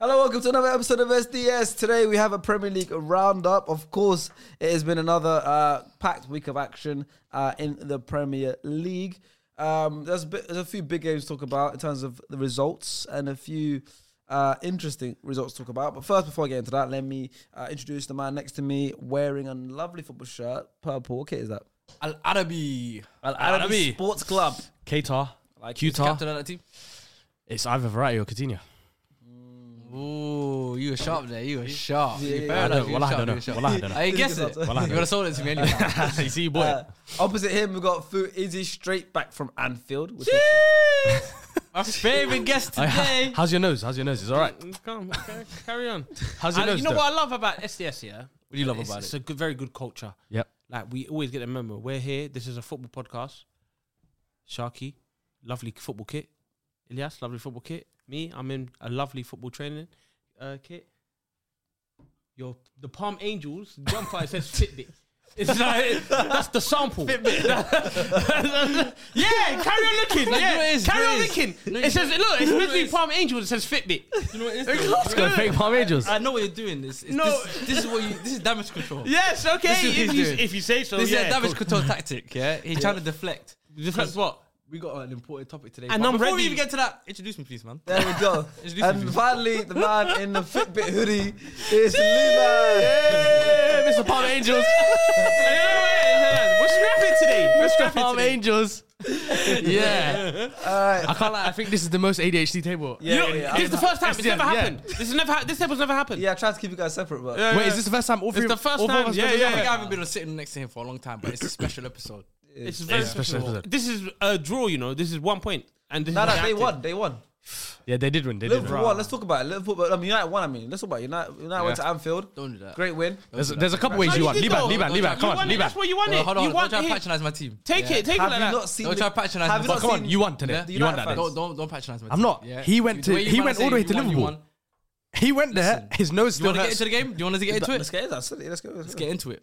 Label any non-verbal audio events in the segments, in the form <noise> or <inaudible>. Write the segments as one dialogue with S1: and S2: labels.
S1: Hello, welcome to another episode of SDS. Today we have a Premier League roundup. Of course, it has been another uh, packed week of action uh, in the Premier League. Um, there's, a bit, there's a few big games to talk about in terms of the results and a few uh, interesting results to talk about. But first, before I get into that, let me uh, introduce the man next to me wearing a lovely football shirt, purple. What kit is that?
S2: Al Arabi.
S1: Al Arabi Sports Club.
S2: Qatar.
S1: Like
S2: Qatar.
S3: captain of that team.
S2: It's either Verratti or
S4: <laughs>
S2: Coutinho.
S3: Ooh, you were sharp there. You were sharp.
S1: Yeah, yeah,
S2: I
S1: yeah.
S3: Fair enough,
S2: don't,
S3: you
S2: well,
S3: were
S2: I don't
S3: sharp, you
S2: know.
S3: were sharp.
S2: Well, I don't know.
S3: I guess it.
S1: Well,
S2: I don't
S3: You would have sold it to me
S2: <laughs>
S3: anyway.
S2: you see, boy.
S1: Uh,
S4: <laughs>
S1: opposite him, we've got Izzy straight back from Anfield. Which is
S3: Our favorite guest
S2: I-
S3: today.
S2: <laughs> how's your nose? How's your nose? Is all right.
S4: Come, okay, carry
S3: <laughs>
S4: on.
S2: How's your
S4: And
S2: nose?
S4: you know
S2: though?
S4: what I love about SDS, yeah? What
S3: do you love
S4: it's,
S3: about
S4: It's
S3: it?
S4: a good, very good culture.
S2: Yep.
S4: Like, we always get to remember, we're here, this is a football podcast. Sharky, lovely football kit. Ilyas, lovely football kit. Me, I'm in a lovely football training uh, kit. Your The Palm Angels jumper, it says Fitbit.
S3: <laughs>
S4: It's like, that's the sample. <laughs> yeah, carry on
S3: Like, you
S4: looking.
S3: know what
S4: yeah,
S3: it is,
S4: carry
S3: you know
S4: on
S3: it is.
S4: looking.
S3: You know
S4: It says,
S3: <laughs>
S4: look, it's
S3: know what it
S4: literally
S3: is.
S4: Palm Angels, it says Fitbit.
S3: You know what it
S4: Let's
S3: is?
S2: Got fake palm <laughs> angels.
S3: I know what you're doing. This, it's,
S4: No.
S3: this, this is what you. This is damage control.
S4: Yes, okay.
S3: This is what
S4: If
S3: he's
S4: you,
S3: doing.
S4: if you say so,
S3: This
S4: yeah.
S3: is a damage control tactic.
S2: <laughs>
S3: Yeah, he's trying to deflect.
S4: Deflect what?
S3: We got an important topic today.
S4: And
S3: but
S4: I'm
S3: <laughs> before we
S4: ready.
S3: even get to that, introduce me, please, man.
S1: There we go.
S3: Introduce me,
S1: and
S3: please.
S1: finally, the man in the Fitbit hoodie is Levi.
S2: Mr. Palm Angels.
S4: Hey, hey, hey, hey, We're scrapping
S2: <laughs>
S4: today. We're
S2: Mr.
S4: scrapping
S2: Palm
S4: today.
S2: Angels.
S4: <laughs>
S2: Yeah.
S1: Alright.
S2: I can't lie. I think this is the most ADHD table.
S1: Yeah, yeah, yeah.
S4: This is the first time. It's
S2: SDM,
S4: never
S2: yeah.
S4: happened. This has never. Ha- this table's never happened.
S1: yeah, I tried to keep you guys separate, but
S4: Yeah,
S2: Wait,
S4: yeah.
S2: is this the first time all three?
S4: the first
S2: all four of
S4: time,
S2: us
S4: yeah,
S2: members
S4: yeah.
S2: are
S3: I think
S2: here?
S3: I haven't been sitting next to him for a long time, but it's a special episode.
S4: It's very
S2: It's special.
S4: special. This is a draw. You know, this is one point, and this
S1: no,
S4: is
S1: no, they
S4: active.
S1: won. They won.
S2: Yeah, they did win. They did
S1: Liverpool
S2: win.
S1: won. Let's talk about it. Liverpool, but, I mean, United won. I mean, let's talk about it. United. United went to Anfield.
S3: Don't do that.
S1: Great win.
S2: There's, there's a couple ways
S4: No,
S2: you won.
S4: did
S2: Liban,
S4: though.
S2: Liban,
S4: Don't
S2: Liban.
S4: try-
S2: Come
S4: you
S2: on,
S4: won it.
S2: Liban.
S4: That's why you won
S3: No,
S4: it.
S3: hold on,
S4: You
S3: don't
S4: won
S3: try to
S4: it.
S3: patronise my team.
S4: Take
S3: Yeah.
S4: it. Take it
S1: Have
S4: like
S1: you
S4: that.
S1: not seen?
S3: Don't
S1: the-
S3: try to patronise
S1: Have
S3: me.
S1: you not
S2: Come on,
S1: seen-
S2: you won today.
S3: Yeah.
S2: You won
S1: United
S2: that
S1: fans.
S2: day.
S3: Don't don't don't patronise my team.
S2: I'm not. He went
S3: The
S2: to-
S3: way you
S2: he
S3: man
S2: went
S3: say
S2: all the way
S3: you
S2: to
S3: won, you
S2: Liverpool.
S3: won.
S2: He went there. His nose
S3: You
S2: still
S3: want to get
S2: hurts.
S3: into the game? Do you want to get into
S1: Let's
S3: it?
S1: get into that. silly. Let's go. Let's
S3: Let's
S1: go.
S3: get into it.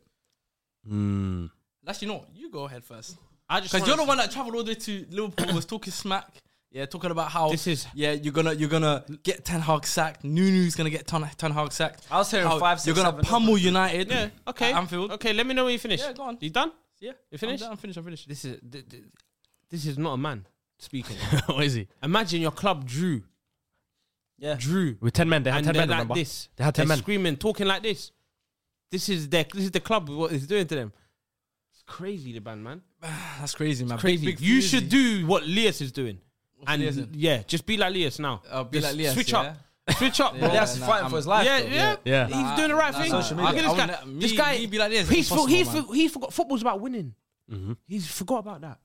S2: Mm.
S3: Actually, no. You go ahead first.
S4: I just
S3: Because
S4: wanna
S3: you're the
S4: see-
S3: one that travelled all the way to Liverpool, was talking smack. Yeah, talking about how
S4: This is-
S3: yeah you're gonna you're gonna get Ten Hag sacked. Nunu's gonna get Ten, Ten Hag sacked.
S1: I was hearing
S3: How
S1: five, six,
S3: You're gonna
S1: seven,
S3: pummel United.
S4: Yeah. Okay.
S3: At Anfield.
S4: Okay. Let me know when you finish.
S3: Yeah, go on.
S4: You done?
S3: Yeah.
S4: You finished?
S3: I'm, done, I'm finished. I'm finished.
S4: This is th- th- this is not a man speaking.
S2: <laughs> what is he?
S4: Imagine your club drew.
S1: Yeah.
S4: Drew.
S2: With 10 men. They had
S4: and
S2: 10
S4: they're
S2: men,
S4: like
S2: remember?
S4: this.
S2: They had 10
S4: They're
S2: men.
S4: screaming, talking like this. This is their. This is the club. What it's doing to them? It's crazy, the band, man.
S3: That's crazy, man. Big,
S4: Crazy.
S3: big
S4: you
S3: Fuzi.
S4: should do what Leas is doing, and
S3: Lias doing?
S4: yeah, just be like Leas now.
S3: Uh, be
S4: Just
S3: like Lias,
S4: Switch up.
S3: <laughs>
S4: Switch up, bro.
S3: Yeah,
S1: Yes,
S3: nah,
S1: fighting
S3: I'm-
S1: for his life.
S4: yeah,
S1: though.
S4: yeah,
S2: Yeah.
S4: He's doing the right
S3: nah,
S4: thing.
S3: nah,
S1: Social
S3: nah.
S4: Look at
S1: media.
S4: this
S3: I would
S4: guy.
S3: ne-
S4: this
S3: me-
S4: guy,
S3: me be like this.
S4: he's for,
S3: Impossible,
S4: he's
S3: man.
S4: for, he forgot football's about winning.
S2: Mhm.
S4: He's forgot about that.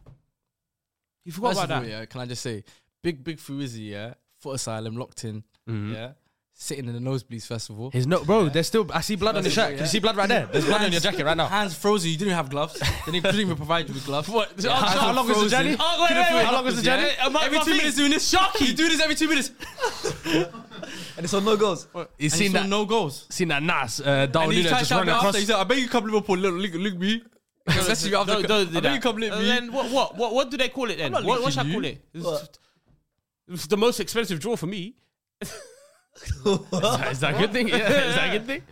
S4: He forgot
S3: First
S4: about
S3: of all,
S4: <laughs> that.
S3: yeah, can I just say, big big Fuizzi, yeah, foot asylum, locked in,
S2: Mhm.
S3: yeah, sitting in the nosebleeds. First of all,
S2: His no, bro. There's still. I see blood on the
S3: That's it,
S2: shirt.
S3: yeah.
S2: Can you see blood right there? There's blood on your jacket right now.
S3: hands frozen. You didn't even have gloves. they didn't couldn't even provide you with gloves.
S2: What?
S3: Yeah,
S2: Oh,
S3: hands
S2: so
S3: were
S2: how long was the
S3: frozen.
S2: journey?
S4: Oh, wait,
S3: Couldn't
S4: wait, wait,
S3: feel
S2: How long was the
S3: gloves,
S2: journey?
S3: yeah?
S2: Am I-
S3: Every
S2: my
S3: two
S2: feet-
S3: minutes doing this. Sharky, you do this every two minutes.
S1: And it's on no goals. <laughs>
S2: He's
S3: And he
S2: seen
S3: still
S2: that.
S3: no
S2: Oh,
S3: goals.
S2: Seen that Nas. Uh,
S3: And
S2: Darwin
S3: he
S2: Nunes
S3: tried to
S2: just
S3: shout me
S2: running
S3: after.
S2: across.
S3: He said, "I beg you, come Liverpool, look, look, look me." <laughs> Especially after.
S4: Don't, don't do
S3: I
S4: that.
S3: beg you, come look
S4: And
S3: me.
S4: then what, what, what, what do they call it then?
S3: not
S4: What, what
S3: linking
S4: should I
S3: you.
S4: call it?
S1: What?
S4: It's the most expensive draw for me.
S2: <laughs> Is that a good thing? Yeah. Is that a good thing?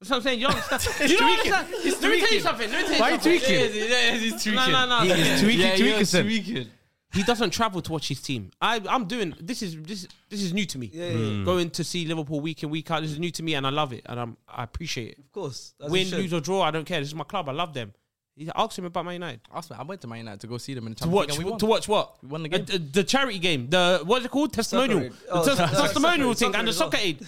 S4: That's what I'm saying. You don't understand. you don't understand. Let me tell you something. Let me tell you
S2: Why are you
S4: something.
S2: tweaking?
S3: Yeah, yeah, he's tweaking.
S4: No, no, no.
S2: He is tweaking,
S3: Yeah,
S2: tweaking,
S3: you're
S2: son.
S3: tweaking.
S4: He doesn't travel to watch his team. I, I'm doing this is this this is new to me. Mm.
S1: Yeah, yeah, yeah.
S4: Going to see Liverpool week in week out. This is new to me, and I love it, and I'm I appreciate it.
S1: Of course. As
S4: Win,
S1: you should.
S4: lose or draw, I don't care. This is my club. I love them. He asked him about Man United.
S3: Ask me, I went to Man United to go see them in the
S4: To
S3: Champions
S4: watch,
S3: League and we won.
S4: to watch what?
S3: We won the
S4: Uh,
S3: game.
S4: The, the charity game. The what's it called? Testimonial.
S1: Soccer Aid. Oh,
S4: the tes-
S1: sorry,
S4: testimonial
S1: soccer
S4: thing and the
S1: aid, soccer
S4: soccer aid.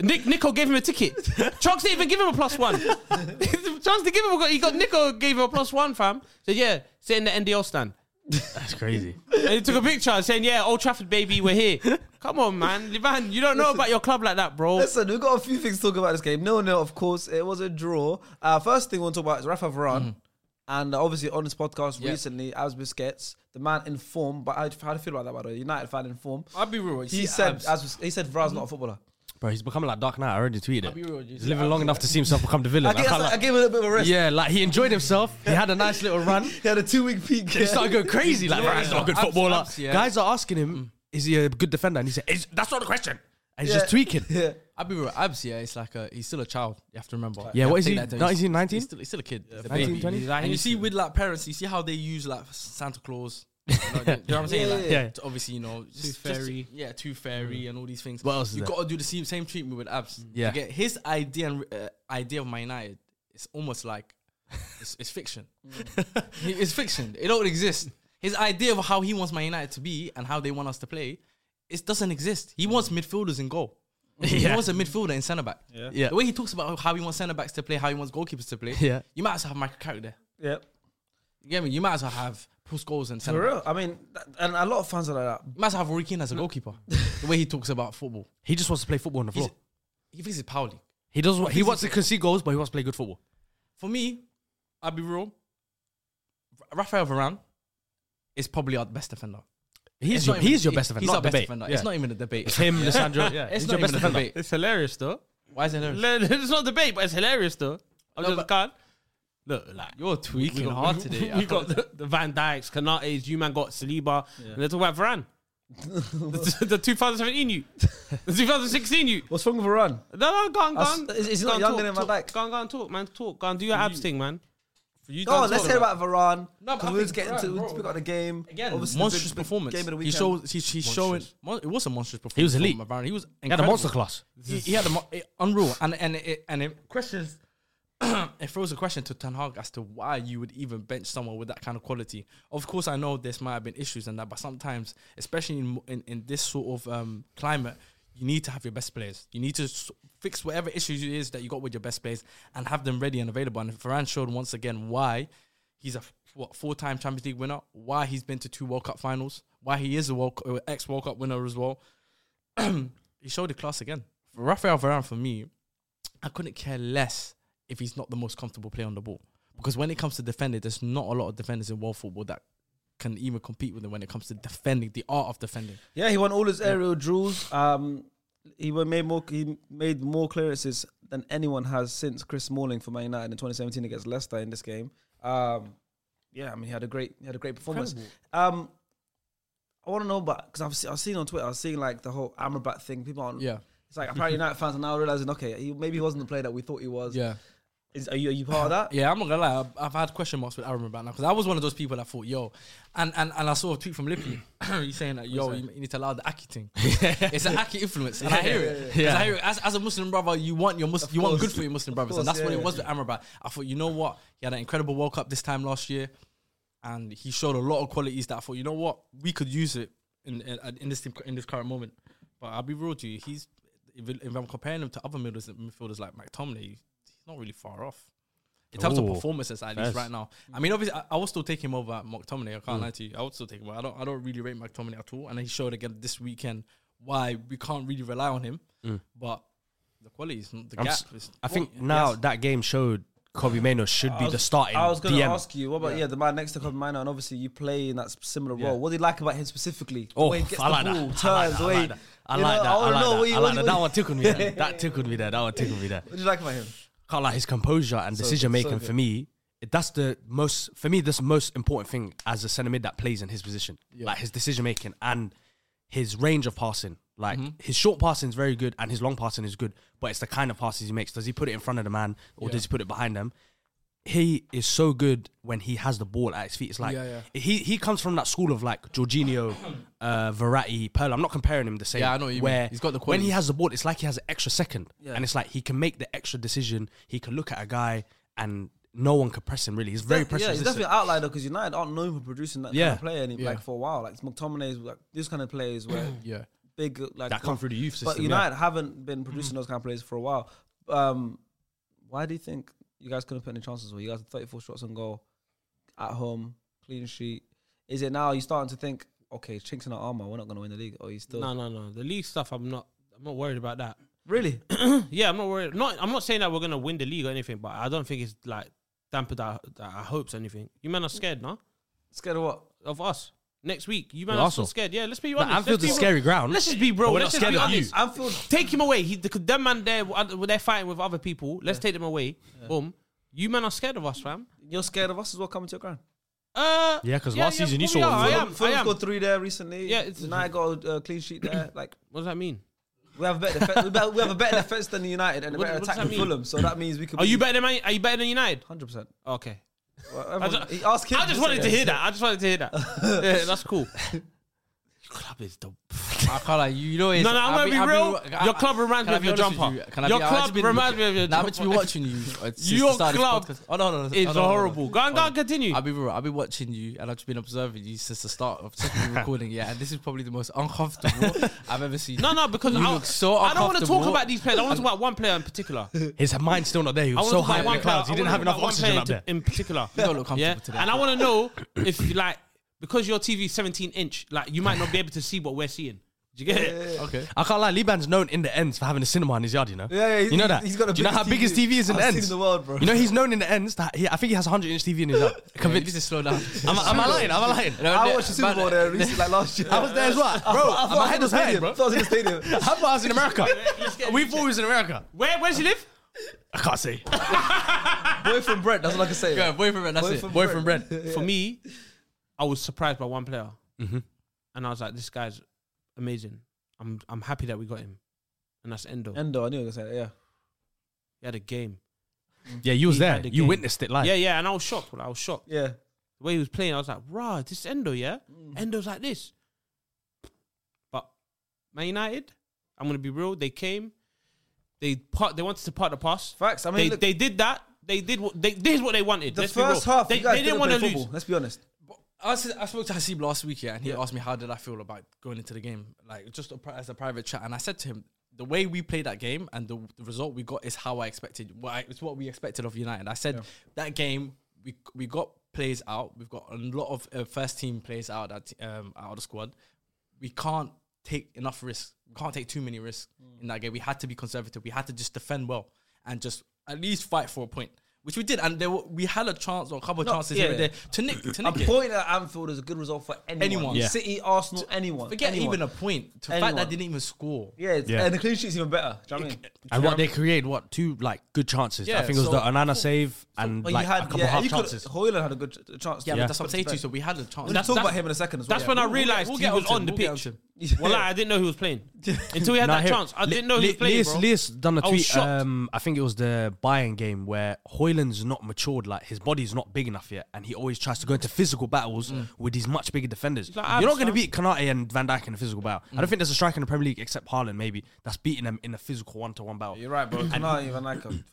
S4: Nick Nico gave him a ticket. Chucks didn't even give him a plus one. <laughs> Chance to give him a, he got Nico gave him a plus one, fam. So yeah, sit in the NDL stand.
S2: That's crazy.
S4: And he took a picture saying, "Yeah, Old Trafford, baby, we're here." Come on, man, Levan, you don't know about your club like that, bro.
S1: Listen, we've got a few things to talk about this game. No, no, of course, it was a draw. Uh, first thing we want to talk about is Rafa Varane. And uh, obviously, on this podcast
S3: Mm-hmm. Yeah.
S1: recently, as Busquets, the man in form, but how, how do you feel about that, by the way? United fan in form.
S3: I'll be Mm-hmm. real.
S1: He said, as, he said Varane's not a footballer.
S2: Bro, he's becoming like Dark Knight. I already tweeted
S3: real,
S2: it.
S3: you
S2: He's
S3: see,
S2: living long enough to see himself become the villain.
S1: I, gave-
S2: I can't
S1: I
S2: lie.
S1: gave him a little bit of a rest.
S2: yeah, like he enjoyed himself. He had a nice little run.
S1: <laughs> He had a two week peak. <laughs>
S2: He started going crazy. Like,
S3: Yeah.
S2: "Bruh, he's not a good
S3: Abs-
S2: footballer.
S3: abs, yeah.
S2: Guys are asking him, is he a good defender? And he said, "Is- that's not the question. And he's
S1: Yeah.
S2: just tweaking.
S1: <laughs> yeah.
S3: I'll be real. Abs, yeah, it's like a, he's still a child. You have to remember.
S2: Yeah,
S3: You
S2: what
S3: have
S2: is
S3: to
S2: he?
S3: take that
S2: Now
S3: down.
S2: is he 19?
S3: He's still, he's still a kid. He's a
S2: 19,
S3: baby.
S2: 20?
S3: And you see with like parents, you see how they use like Santa
S2: <laughs>
S3: Claus. you know, do you know what I'm saying? Like,
S2: Yeah.
S3: to obviously, you know, just, just-
S4: Fairy.
S3: yeah, Tooth Fairy and all these things.
S2: What else is
S3: you
S2: there?
S3: got to do the same, same treatment with abs.
S2: Yeah.
S3: You get his idea and uh, idea of my United. It's almost like it's, it's fiction.
S2: Mm.
S3: <laughs> it's fiction. It don't exist. His idea of how he wants Man United to be and how they want us to play, it doesn't exist. He wants midfielders in
S2: <laughs>
S3: goal. He
S2: Yeah.
S3: wants a midfielder in centre back. Yeah.
S2: Yeah.
S3: The way he talks about how he wants centre backs to play, how he wants goalkeepers to play,
S2: Yeah.
S3: you might as well have Michael Carrick there.
S1: Yeah.
S3: You get me? You might as well have Paul Scholes and
S1: For
S3: centre. back.
S1: real. I mean, that- and a lot of fans are like that.
S3: You might as well have Rory Keane as a goalkeeper.
S2: <laughs>
S3: the way he talks about football,
S2: He just wants to play football on the
S3: He's-
S2: floor.
S3: he thinks it's power league.
S2: He doesn't. want- He wants to concede goals, but he wants to play good football.
S3: For me, I'll be real. R- Rafael Varane is probably our best defender.
S2: He's
S3: It's
S2: your,
S3: not even-
S2: he's your
S3: he-
S2: best defender.
S3: He's
S2: not
S3: our best
S2: debate.
S3: defender.
S2: Yeah.
S3: It's not even a debate.
S2: him,
S3: <laughs>
S2: Lissandro. Yeah,
S3: It's
S2: he's
S3: not
S2: your
S3: even
S2: best
S3: a
S2: defender.
S3: debate.
S4: It's hilarious though.
S3: Why is it? there?
S4: <laughs> It's not debate, but it's hilarious though. I
S3: No,
S4: just
S3: but-
S4: can't. Look, like
S3: You're
S4: we
S3: tweaking
S4: got-
S3: hard
S4: we-
S3: today. I
S4: <laughs> We got
S3: thought-
S4: the, the Van Dykes, Canates, you man got Saliba, and let's talk
S1: <laughs>
S4: about Varane. the, the 2017 you, the 2016 you.
S1: What's wrong with Varane?
S4: No, no, go on, go
S1: That's-
S4: on.
S1: is- is he
S4: Go
S1: not
S4: on,
S1: younger
S4: talk,
S1: than Van
S4: talk.
S1: Dijk?
S4: Go on, go on, talk, man. Talk, go on, do your abs thing, man.
S3: You
S1: Go
S3: guys
S1: on, Oh, let's
S3: talk
S1: hear about Varane.
S3: No, but
S1: 'cause
S3: I
S1: We'll
S3: think
S1: get into
S3: Varane,
S1: we'll
S3: bro.
S1: speak about the game.
S4: Again,
S1: Obviously, the
S3: monstrous
S1: big- big
S3: performance.
S1: Game of the
S3: he
S1: weekend.
S3: shows he's, he's showing mon- it was a monstrous performance.
S2: was elite.
S3: from Varane. He was
S2: He had a
S3: incredible.
S2: monster class.
S3: He, he had a mo- it- unreal and and it, and it questions. <clears throat> it throws a question to Ten Hag as to why you would even bench someone with that kind of quality. Of course, I know this might have been issues and that, but sometimes, especially in in, in this sort of um, climate, you need to have your best players. You need to s- fix whatever issues it is that you got with your best players and have them ready and available. And Varane showed once again why he's a f- what four time Champions League winner, why he's been to two World Cup finals, why he is a World ex World Cup winner as well. he showed the class again. Rafael Varane for me, I couldn't care less if he's not the most comfortable player on the ball because when it comes to defending, there's not a lot of defenders in world football that can even compete with him when it comes to defending the art of defending.
S1: Yeah, he won all his aerial draws. Um, he wa- made more. He made more clearances than anyone has since Chris Smalling for Man United in 2017 against Leicester in this game. Um, yeah, I mean, he had a great, he had a great performance. Um, I want to know, but because I've, se- I've seen on Twitter, I've seen like the whole Amrabat thing. People aren't.
S3: Yeah,
S1: It's like apparently United fans are now realizing, okay, he, maybe he wasn't the player that we thought he was.
S3: yeah,
S1: Is, are you are you part of that?
S3: yeah. I'm not gonna lie, I've, I've had question marks with Aaron about now because I was one of those people that thought, yo, and and, and I saw a tweet from Lippy, <clears throat> he's saying that, yo, you, you need to allow the Aki thing. it's an Aki influence, and I hear it. 'Cause
S2: Yeah.
S3: I hear it. As, as a Muslim brother, you want your Muslim, you want good for your Muslim brothers,
S1: course,
S3: and that's what
S1: yeah,
S3: it was
S1: yeah.
S3: with Amrabat. I thought, you know what, he had an incredible World Cup this time last year, and he showed a lot of qualities that I thought, you know what, we could use it in in, in this in this current moment. But I'll be real to you, he's if, if I'm comparing him to other midfielders, midfielders like McTominay, he's not really far off. In terms
S2: Ooh.
S3: of performances, at least
S2: Yes.
S3: right now. I mean, obviously, I, I would still take him over McTominay. I
S4: Mm.
S3: can't lie to you. I would still take him. Over. I don't. I don't really rate McTominay at all. And he showed again this weekend why we can't really rely on him.
S4: Mm.
S3: But the quality is the
S2: I'm
S3: gap.
S2: s-
S3: is,
S2: I think now that game showed Kobe Mano should be the starting.
S1: I was going to
S2: DM.
S1: ask you, what about yeah. the man next to Kobe Minor, and obviously you play in that s- similar role. What do you like about him specifically? The
S2: Oh,
S1: way he gets
S2: I like
S1: the
S2: that.
S1: ball,
S2: I like
S1: turns,
S2: that.
S1: the
S2: I
S1: way-
S2: like that. I
S1: you know,
S2: like that.
S3: oh,
S1: I
S2: I
S1: wanna
S2: like
S1: know
S2: that.
S1: what you-
S2: I
S1: what
S2: like
S1: you-
S2: that. That one tickled me. there. That tickled me there. That one tickled me there.
S1: What do you like about him?
S2: Can't lie, his composure and decision
S1: good, so
S2: making
S1: good.
S2: for me. it- That's the most for me. That's the most important thing as a centre mid that plays in his position, like his decision making and his range of passing. Like
S3: Mm-hmm.
S2: his short passing is very good and his long passing is good, but it's the kind of passes he makes. Does he put it in front of the man or does he put it behind them? He is so good when he has the ball at his feet. It's like
S3: Yeah,
S2: he he comes from that school of like Jorginho, <coughs> uh, Verratti, Pearl. I'm not comparing him the same.
S3: Yeah, I know what you mean.
S2: where
S3: He's got the
S2: when he
S3: qualities.
S2: has the ball, it's like he has an extra second, and it's like he can make the extra decision. He can look at a guy, and no one can press him. Really, he's very press
S1: yeah, he's
S2: resistant.
S1: definitely an outlier because United aren't known for producing that
S2: Yeah.
S1: kind of player any,
S3: Yeah.
S1: like for a while. Like McTominay's, like these kind of players
S2: <clears throat>
S1: where
S3: yeah.
S1: big like
S2: that come through the youth
S1: but
S2: system. yeah.
S1: United haven't been producing those kind of players for a while. Um, why do you think you guys couldn't put any chances? Well, you guys had 34 shots on goal at home, clean sheet. Is it now you're starting to think, okay, chinks in our armor, we're not going to win the league? Or you still.
S4: No, no, no. The league stuff, I'm not. I'm not worried about that.
S1: Really? <coughs>
S4: yeah, I'm not worried. Not, I'm not saying that we're gonna win the league or anything, but I don't think it's like dampened our, our hopes or anything. You man are scared, no?
S1: Scared of what?
S4: Of us next week. You man
S2: Well,
S4: are
S2: Arsenal.
S4: still scared. Yeah, let's be
S2: But
S4: honest.
S2: Anfield
S4: let's
S2: is
S4: be
S2: scary
S4: real.
S2: ground.
S4: Let's just be
S2: But
S4: real.
S2: we're
S4: Let's
S2: not
S4: just be
S2: scared of you.
S4: honest.
S1: Anfield.
S4: Take him away. He, the, them man there, uh, they're fighting with other people. Let's take them away. Boom. You man are scared of us, fam.
S1: You're scared of us as well coming to your ground.
S4: Uh,
S2: Yeah, 'cause last season you
S4: probably
S2: saw
S4: are.
S2: what
S4: I
S2: we-
S4: am. I
S1: Fulham's
S4: am.
S1: got three there recently.
S4: Yeah, it's-
S1: United got a uh, clean sheet there. <coughs> Like
S4: What does that mean?
S1: we have a better defe- we better- we have a better defense than United and a
S4: What-
S1: better
S4: what does
S1: attack
S4: that
S1: than
S4: mean?
S1: Fulham. So that means we could.
S4: Are you better than man, Are you better than United?
S1: Hundred percent.
S4: Okay. I
S1: Well,
S4: just,
S1: he- ask him
S4: I just
S1: to
S4: wanted
S1: say
S4: to
S1: it.
S4: hear that. I just wanted
S3: <laughs>
S4: to hear that. yeah, that's cool.
S3: Your club is the. I can't lie. You know, it's,
S4: No, no, I'm
S3: I've
S4: gonna be
S3: been-
S4: real.
S3: I've been-
S4: Your club reminds
S3: Can
S4: me
S3: I
S4: of
S3: be
S4: your
S3: honest with
S4: jumper.
S3: you? Can I
S4: Your
S3: be- I've
S4: club
S3: just been
S4: reminds
S3: looking-
S4: me of your
S3: Nah, I've been
S4: jumper.
S3: watching you. uh, since the
S4: Your
S3: start of this
S4: club
S3: podcast. Oh no, no, no.
S4: It's
S3: oh, no, no, no.
S4: horrible. Go on, go on,
S3: <laughs>
S4: continue.
S3: I'll be real. I've been watching you, and I've just been observing you since the start of since we've been recording. Yeah, and this is probably the most uncomfortable I've ever seen.
S4: No, no, because
S3: You
S4: I,
S3: look so
S4: I don't want to talk
S3: uncomfortable.
S4: about these players. I want
S3: <laughs>
S4: to talk about one player in particular.
S2: His mind's still not there. He
S4: I
S2: was
S4: want
S2: so
S4: to talk
S2: high
S4: about
S2: in the
S4: one player.
S2: clouds. He
S4: I
S2: didn't
S4: wanna
S2: have
S4: talk
S2: enough
S4: about one
S2: oxygen
S4: player
S2: up there.
S4: in particular.
S3: you don't look comfortable
S4: Yeah,
S3: today.
S4: and I want
S2: <laughs>
S4: to know if you like because your TV is 17 inch, like you might not be able to see what we're seeing. Do you get it?
S3: okay.
S2: I can't lie. Liban's known in the ends for having a cinema in his yard. You know.
S1: Yeah, yeah, he's-
S2: you know
S1: he's-
S2: that.
S1: he's got the
S2: Do you know how
S1: biggest
S2: big his
S1: TV
S2: TV is in the
S1: I've seen
S2: ends?
S1: in the world, bro.
S2: You know he's known in the ends that he, I think he has a 100 inch TV in his
S4: <laughs>
S2: yard.
S3: You need
S2: Convinced.
S3: to slow down.
S2: Am, I- am I lying? Am I lying?
S1: I watched the Super Bowl there recently, like last year.
S2: I was there as well,
S1: <laughs>
S2: bro.
S1: I thought
S2: my
S1: I
S2: head
S1: was
S2: was
S1: in the
S2: hurting,
S1: stadium.
S2: bro.
S1: I thought I was in
S2: <laughs>
S1: the stadium.
S2: <laughs> How about I was in
S4: <laughs>
S2: America?
S4: get-
S2: we thought we was in America.
S4: Where where's he live?
S2: I can't say.
S1: Boy from Brent. That's all I can say.
S3: Yeah, boyfriend, that's
S1: Boy
S3: it.
S1: from
S2: Boy from Brent.
S4: For me, I was surprised by one player,
S2: Mm-hmm.
S4: and I was like, this guy's amazing. I'm I'm happy that we got him, and that's Endo.
S1: Endo, I knew you were gonna say that. Yeah.
S4: He had a game.
S2: Yeah, you was
S4: He
S2: there.
S4: had the
S2: You
S4: game.
S2: witnessed it live.
S4: Yeah, yeah, and I was shocked. I was shocked.
S1: Yeah.
S4: the way he was playing, I was like, rah, this is Endo, yeah?
S1: Mm.
S4: Endo's like this. But Man United, I'm gonna be real, they came, they part they wanted to part the pass.
S1: Facts. I mean,
S4: they,
S1: look-
S4: they did that. They did what they this is what they wanted.
S1: The
S4: Let's be real.
S1: first half,
S4: they,
S1: you guys
S4: they didn't want to
S1: play
S4: lose.
S1: football, Let's be honest.
S3: I, was, I spoke to Hasib last week, yeah, and he asked me how did I feel about going into the game, like just a, pri- as a private chat, and I said to him, the way we played that game and the, the result we got is how I expected. What I, it's what we expected of United. I said that game we we got plays out. We've got a lot of uh, first team plays out that um, out of the squad. We can't take enough risks. We can't take too many risks in that game. We had to be conservative. We had to just defend well and just at least fight for a point. Which we did, and there were, we had a chance or a couple of chances here and
S1: yeah.
S3: there to nick, to
S1: A
S3: nick it.
S1: point at Anfield is a good result for anyone.
S3: Anyone. Yeah.
S1: City, Arsenal, anyone.
S3: Forget
S1: Anyone.
S3: even a point. To
S1: Anyone.
S3: fact that didn't even score.
S1: Yeah, it's,
S2: Yeah.
S1: and the clean sheet's even better. Do you know what I mean?
S2: And what they created, what two like good chances? I
S3: Yeah,
S2: think it was
S3: so-
S2: the Anana save and
S4: oh,
S1: But
S2: like a couple
S1: yeah,
S2: half
S1: you could-
S2: chances.
S1: Hoyland had a good ch- chance.
S3: Yeah,
S1: to-
S3: but that's what I'm saying to you. So we had a chance.
S1: We'll
S4: That's-
S1: talk about
S4: that's-
S1: him in a second as well.
S4: That's when I
S3: we'll get-
S4: realized
S3: we'll get
S4: he was
S3: onto him,
S4: on the
S3: we'll get
S4: pitch.
S3: onto
S1: him.
S4: Well,
S1: Yeah.
S4: I didn't know he was playing until he had
S2: Nah,
S4: that
S2: here-
S4: chance. I
S2: Le-
S4: didn't know he
S2: Le-
S4: was playing.
S2: Leas-
S4: bro.
S2: Leas done a
S4: I was
S2: tweet.
S4: shocked.
S2: Um, I think it was the Bayern game where Hoyland's not matured. Like his body's not big enough yet, and he always tries to go into physical battles with these much bigger defenders.
S4: Mm. like, Mm. I
S2: You're not going to
S4: understand.
S2: beat Kanate and Van Dijk in a physical battle. I don't think there's a striker in the Premier League except Haaland maybe that's beating them in a physical one-to-one battle.
S1: <laughs> You're right, bro. Kanai, Van Dijk are-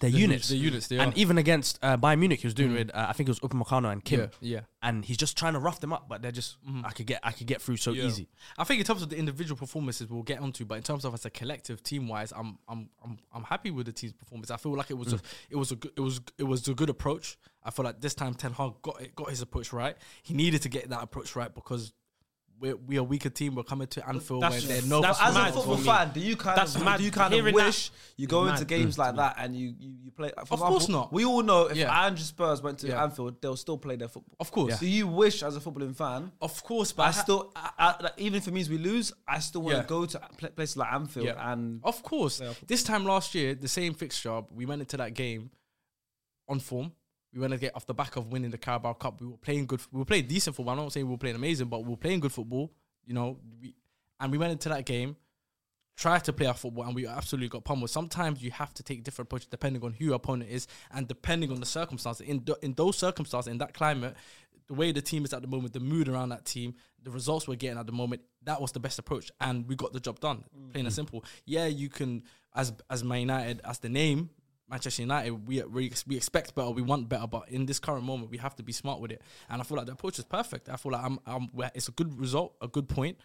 S2: They're units.
S3: they're units, they
S2: and
S3: are.
S2: even against uh, Bayern Munich, he was doing it with uh, I think it was Upamecano and Kim.
S3: Yeah, yeah.
S2: And he's just trying to rough them up, but they're just I could get I could get through so easy.
S3: I think in terms of the individual performances, we'll get onto, but in terms of as a collective, team wise, I'm I'm I'm I'm happy with the team's performance. I feel like it was
S1: Mm.
S3: a it was a good, it was it was a good approach. I feel like this time Ten Hag got it, got his approach right. He needed to get that approach right because we're we are a weaker team. We're coming to Anfield
S4: That's-
S3: where they're no.
S4: that's
S1: As a
S4: mad
S1: football
S4: for me.
S1: fan, do you kind
S4: That's
S1: of
S4: mad.
S1: do you kind of
S4: Hearing that
S1: wish you go
S4: is
S1: into
S4: mad.
S1: games like that and you you, you play? For of
S3: course not.
S1: We all know if
S3: Yeah.
S1: Andrew Spurs went to
S3: Yeah.
S1: Anfield, they'll still play their football.
S3: Of course.
S1: Do you wish, as a footballing fan,
S3: of course, but
S1: I
S3: ha-
S1: still I, I, like, even if it means we lose, I still want to
S3: Yeah.
S1: go to pla- places like Anfield
S3: Mm. Yeah.
S1: and
S3: Of course. This time last year, the same fixture, we went into that game on form. We went to get off the back of winning the Carabao Cup. We were playing good. We were playing decent football. I'm not saying we were playing amazing, but we were playing good football. You know, we, and we went into that game, tried to play our football, and we absolutely got pummeled. Sometimes you have to take different approaches depending on who your opponent is and depending on the circumstances. In th- in those circumstances, in that climate, the way the team is at the moment, the mood around that team, the results we're getting at the moment, that was the best approach, and we got the job done. Plain and simple. Yeah, you can as as Man United as the name Manchester United, we, we we expect better, we want better, but in this current moment, we have to be smart with it. And I feel like the approach is perfect. I feel like I'm, I'm we're- it's a good result, a good point,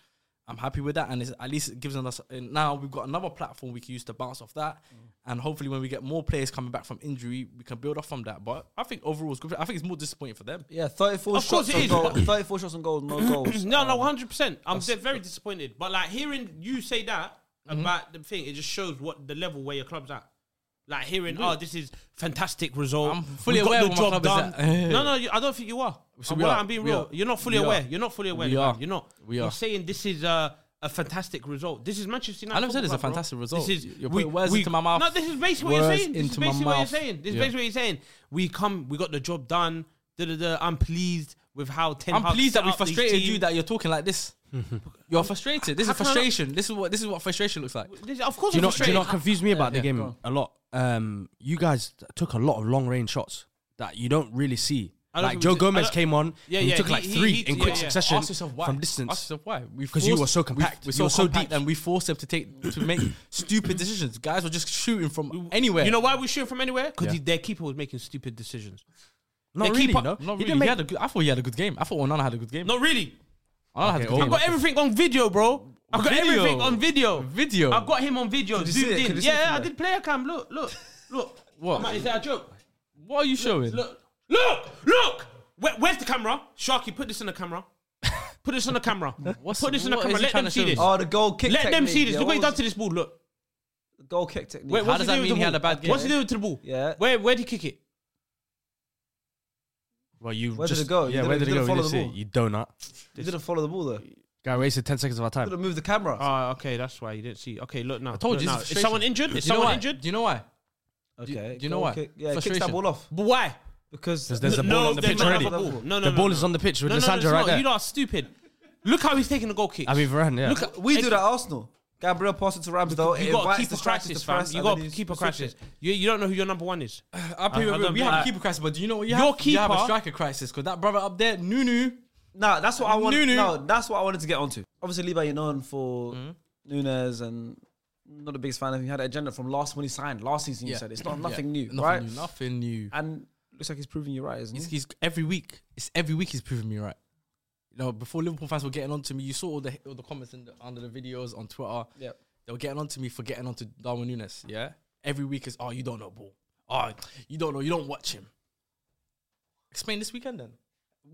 S3: I'm happy with that, and it's, at least it gives us and now we've got another platform we can use to bounce off that, and hopefully when we get more players coming back from injury, we can build off from that. But I think overall, it's good. I think it's more disappointing for them.
S1: Yeah, 34
S4: Of course
S1: shots
S4: it
S1: on
S4: is,
S1: goal.
S4: but-
S1: 34 shots on goal,
S4: <clears throat>
S1: no goals.
S4: Mm, No, no, one hundred percent. I'm di- very disappointed. But like hearing you say that
S3: Mm-hmm.
S4: about the thing, it just shows what the level where your club's at. Like hearing, oh, this is fantastic result.
S3: I'm fully
S4: We've got
S3: aware
S4: the
S3: where my
S4: job
S3: club is
S4: done.
S3: at. <laughs>
S4: no, no, you, I don't think you are.
S3: So
S4: I'm,
S3: we
S4: well,
S3: are.
S4: I'm being
S3: We
S4: real.
S3: are.
S4: You're not fully
S3: We are.
S4: aware. You're not fully aware.
S3: We are.
S4: Levan. You're not.
S3: We
S4: You're
S3: are.
S4: saying this is a, a fantastic result. This is Manchester United.
S3: I never said it's a
S4: Football Club,
S3: fantastic
S4: bro.
S3: result.
S4: This is
S3: You're putting words into my mouth.
S4: No, this is basically what you're
S3: Words
S4: saying. This is
S3: into my
S4: basically what you're
S3: mouth.
S4: saying. This is
S3: Yeah.
S4: basically what you're saying. We come, we got the job done. Da, da, da, I'm pleased with how Ten
S3: I'm
S4: Hag
S3: pleased
S4: set
S3: that we
S4: up these
S3: frustrated you
S4: teams.
S3: that you're talking like this. you're frustrated. This
S4: How
S3: is
S4: can I not-
S3: frustration. This is what this is what frustration looks like.
S4: This- Of course,
S2: Do you know? Do you
S4: I'm frustrated.
S2: know what confused me about
S3: yeah,
S2: the game
S1: go on.
S2: a lot? Um, you guys t- took a lot of long range shots that you don't really see.
S4: I don't
S2: Like
S4: think
S2: Joe
S4: we did- I
S2: Gomez
S4: don't-
S2: came on,
S4: Yeah,
S2: and he
S4: yeah,
S2: took
S4: he-
S2: like
S4: he-
S2: three
S4: he-
S2: in
S4: yeah,
S2: quick
S4: yeah.
S2: succession
S3: Ask yourself why.
S2: from distance.
S3: Ask yourself why. We
S2: 'Cause you
S3: forced-
S2: were so
S3: we-
S2: compact.
S3: We're
S2: You
S3: so,
S2: were so
S3: compact
S2: deep.
S3: and we forced them to take to <coughs> make stupid decisions. Guys were just shooting from anywhere.
S4: You know why we shoot from anywhere?
S2: Yeah.
S4: Because their keeper was making stupid decisions.
S2: Not
S4: They
S2: really,
S4: keep
S2: you
S4: up-
S2: know.
S4: not
S3: Not really.
S2: He
S3: He
S2: didn't make
S3: had a good, I thought he had a good game. I thought Onana had a good game.
S4: Not really.
S3: Onana had a good
S4: I've
S3: game.
S4: got everything on video, bro. I've got
S3: Oh. Video.
S4: everything on video.
S3: Video.
S4: I've got him on video.
S1: you see
S4: Zoomed
S1: it? Could
S4: in.
S1: you see it
S4: Yeah,
S1: from
S4: I
S1: there?
S4: did player cam. Look, look, look.
S3: What?
S4: Am I- Is that a joke?
S3: What are you showing?
S4: Look, look, look. Where, where's the camera? Sharky, put this in the camera. Put this on the camera.
S3: <laughs> What's-
S4: put this on the
S3: what is
S4: camera.
S3: he
S4: Let
S3: trying
S4: them
S3: to
S4: see
S3: show
S4: this.
S3: us?
S1: Oh, the goal kick
S4: Let them
S1: technique.
S4: see this.
S1: Yeah,
S4: look what he's
S1: was
S4: done to this ball. Look.
S1: the Goal kick technique.
S4: Wait,
S3: How
S4: what's
S3: does
S4: he
S3: that
S4: doing
S3: mean
S4: with the
S3: he had
S4: ball?
S3: a bad game?
S4: What's he doing with the ball?
S1: Yeah.
S4: Where where did he kick it?
S2: Well, you
S1: Where did it
S2: just,
S1: go? You
S2: Yeah,
S1: didn't-
S2: where
S1: you
S2: did it
S1: didn't
S2: go? We
S1: follow the
S2: didn't see it.
S1: ball.
S2: You donut.
S1: You didn't follow the ball though.
S4: Ah.
S1: You
S2: Guy wasted ten seconds of our time.
S1: didn't move the camera.
S3: Ah.
S4: Oh, okay, that's why you didn't see. Okay, look now. I
S3: told you,
S4: now.
S3: this
S4: Is
S3: is
S4: someone injured? Is
S3: Do you know
S4: someone
S3: why?
S4: injured?
S3: Do you know why?
S1: okay.
S3: do you know
S1: goal
S3: why?
S1: Kick, yeah, kicks that
S3: Frustration.
S1: ball off
S4: But why?
S1: because
S2: there's a
S4: no,
S2: ball on the
S4: they
S2: pitch
S4: don't have
S2: already.
S4: a ball. No, no,
S2: The
S4: no,
S2: ball
S4: no.
S2: is on the pitch with
S4: No, no, no, it's
S2: Lissandra right
S4: not.
S2: there.
S4: You lot are stupid. Look how he's taking the goal kick.
S2: I mean, Varane, yeah.
S4: Look, at-
S1: we do that. at Arsenal. Gabriel passed it to Ramsdale.
S4: You
S1: it
S4: got a
S1: invites
S4: keeper
S1: the strikers
S4: crisis,
S1: to
S4: fam.
S1: press,
S4: You
S1: and
S4: got
S1: then
S4: a
S1: he
S4: keeper
S1: switches.
S4: crisis. You you don't know who your number one is.
S3: I play
S4: I
S3: with,
S4: don't
S3: we have
S4: like-
S3: a keeper crisis, but do you know what you
S4: Your
S3: have? You have a
S4: keeper-
S3: striker crisis because that brother up there, Nunu.
S1: Nah, that's what I want.
S3: Nunu. Mm-hmm.
S1: No, that's what I wanted to get onto. Obviously, Levi, you're known for Nunes and. Not the biggest fan of him. He had an agenda from last when he signed. Last season, you
S3: Yeah.
S1: said it's not
S3: Yeah.
S1: nothing new,
S3: Nothing
S1: right?
S3: new. Nothing new.
S1: And looks like he's proving you right, isn't
S3: He's,
S1: he?
S3: he's every week. It's every week he's proving me right. You know, before Liverpool fans were getting on to me, you saw all the all the comments in the, under the videos on Twitter.
S1: Yeah.
S3: They were getting on to me for getting onto Darwin Nunes. Yeah. Every week is oh you don't know ball. Oh you don't know you don't watch him. Explain this weekend then.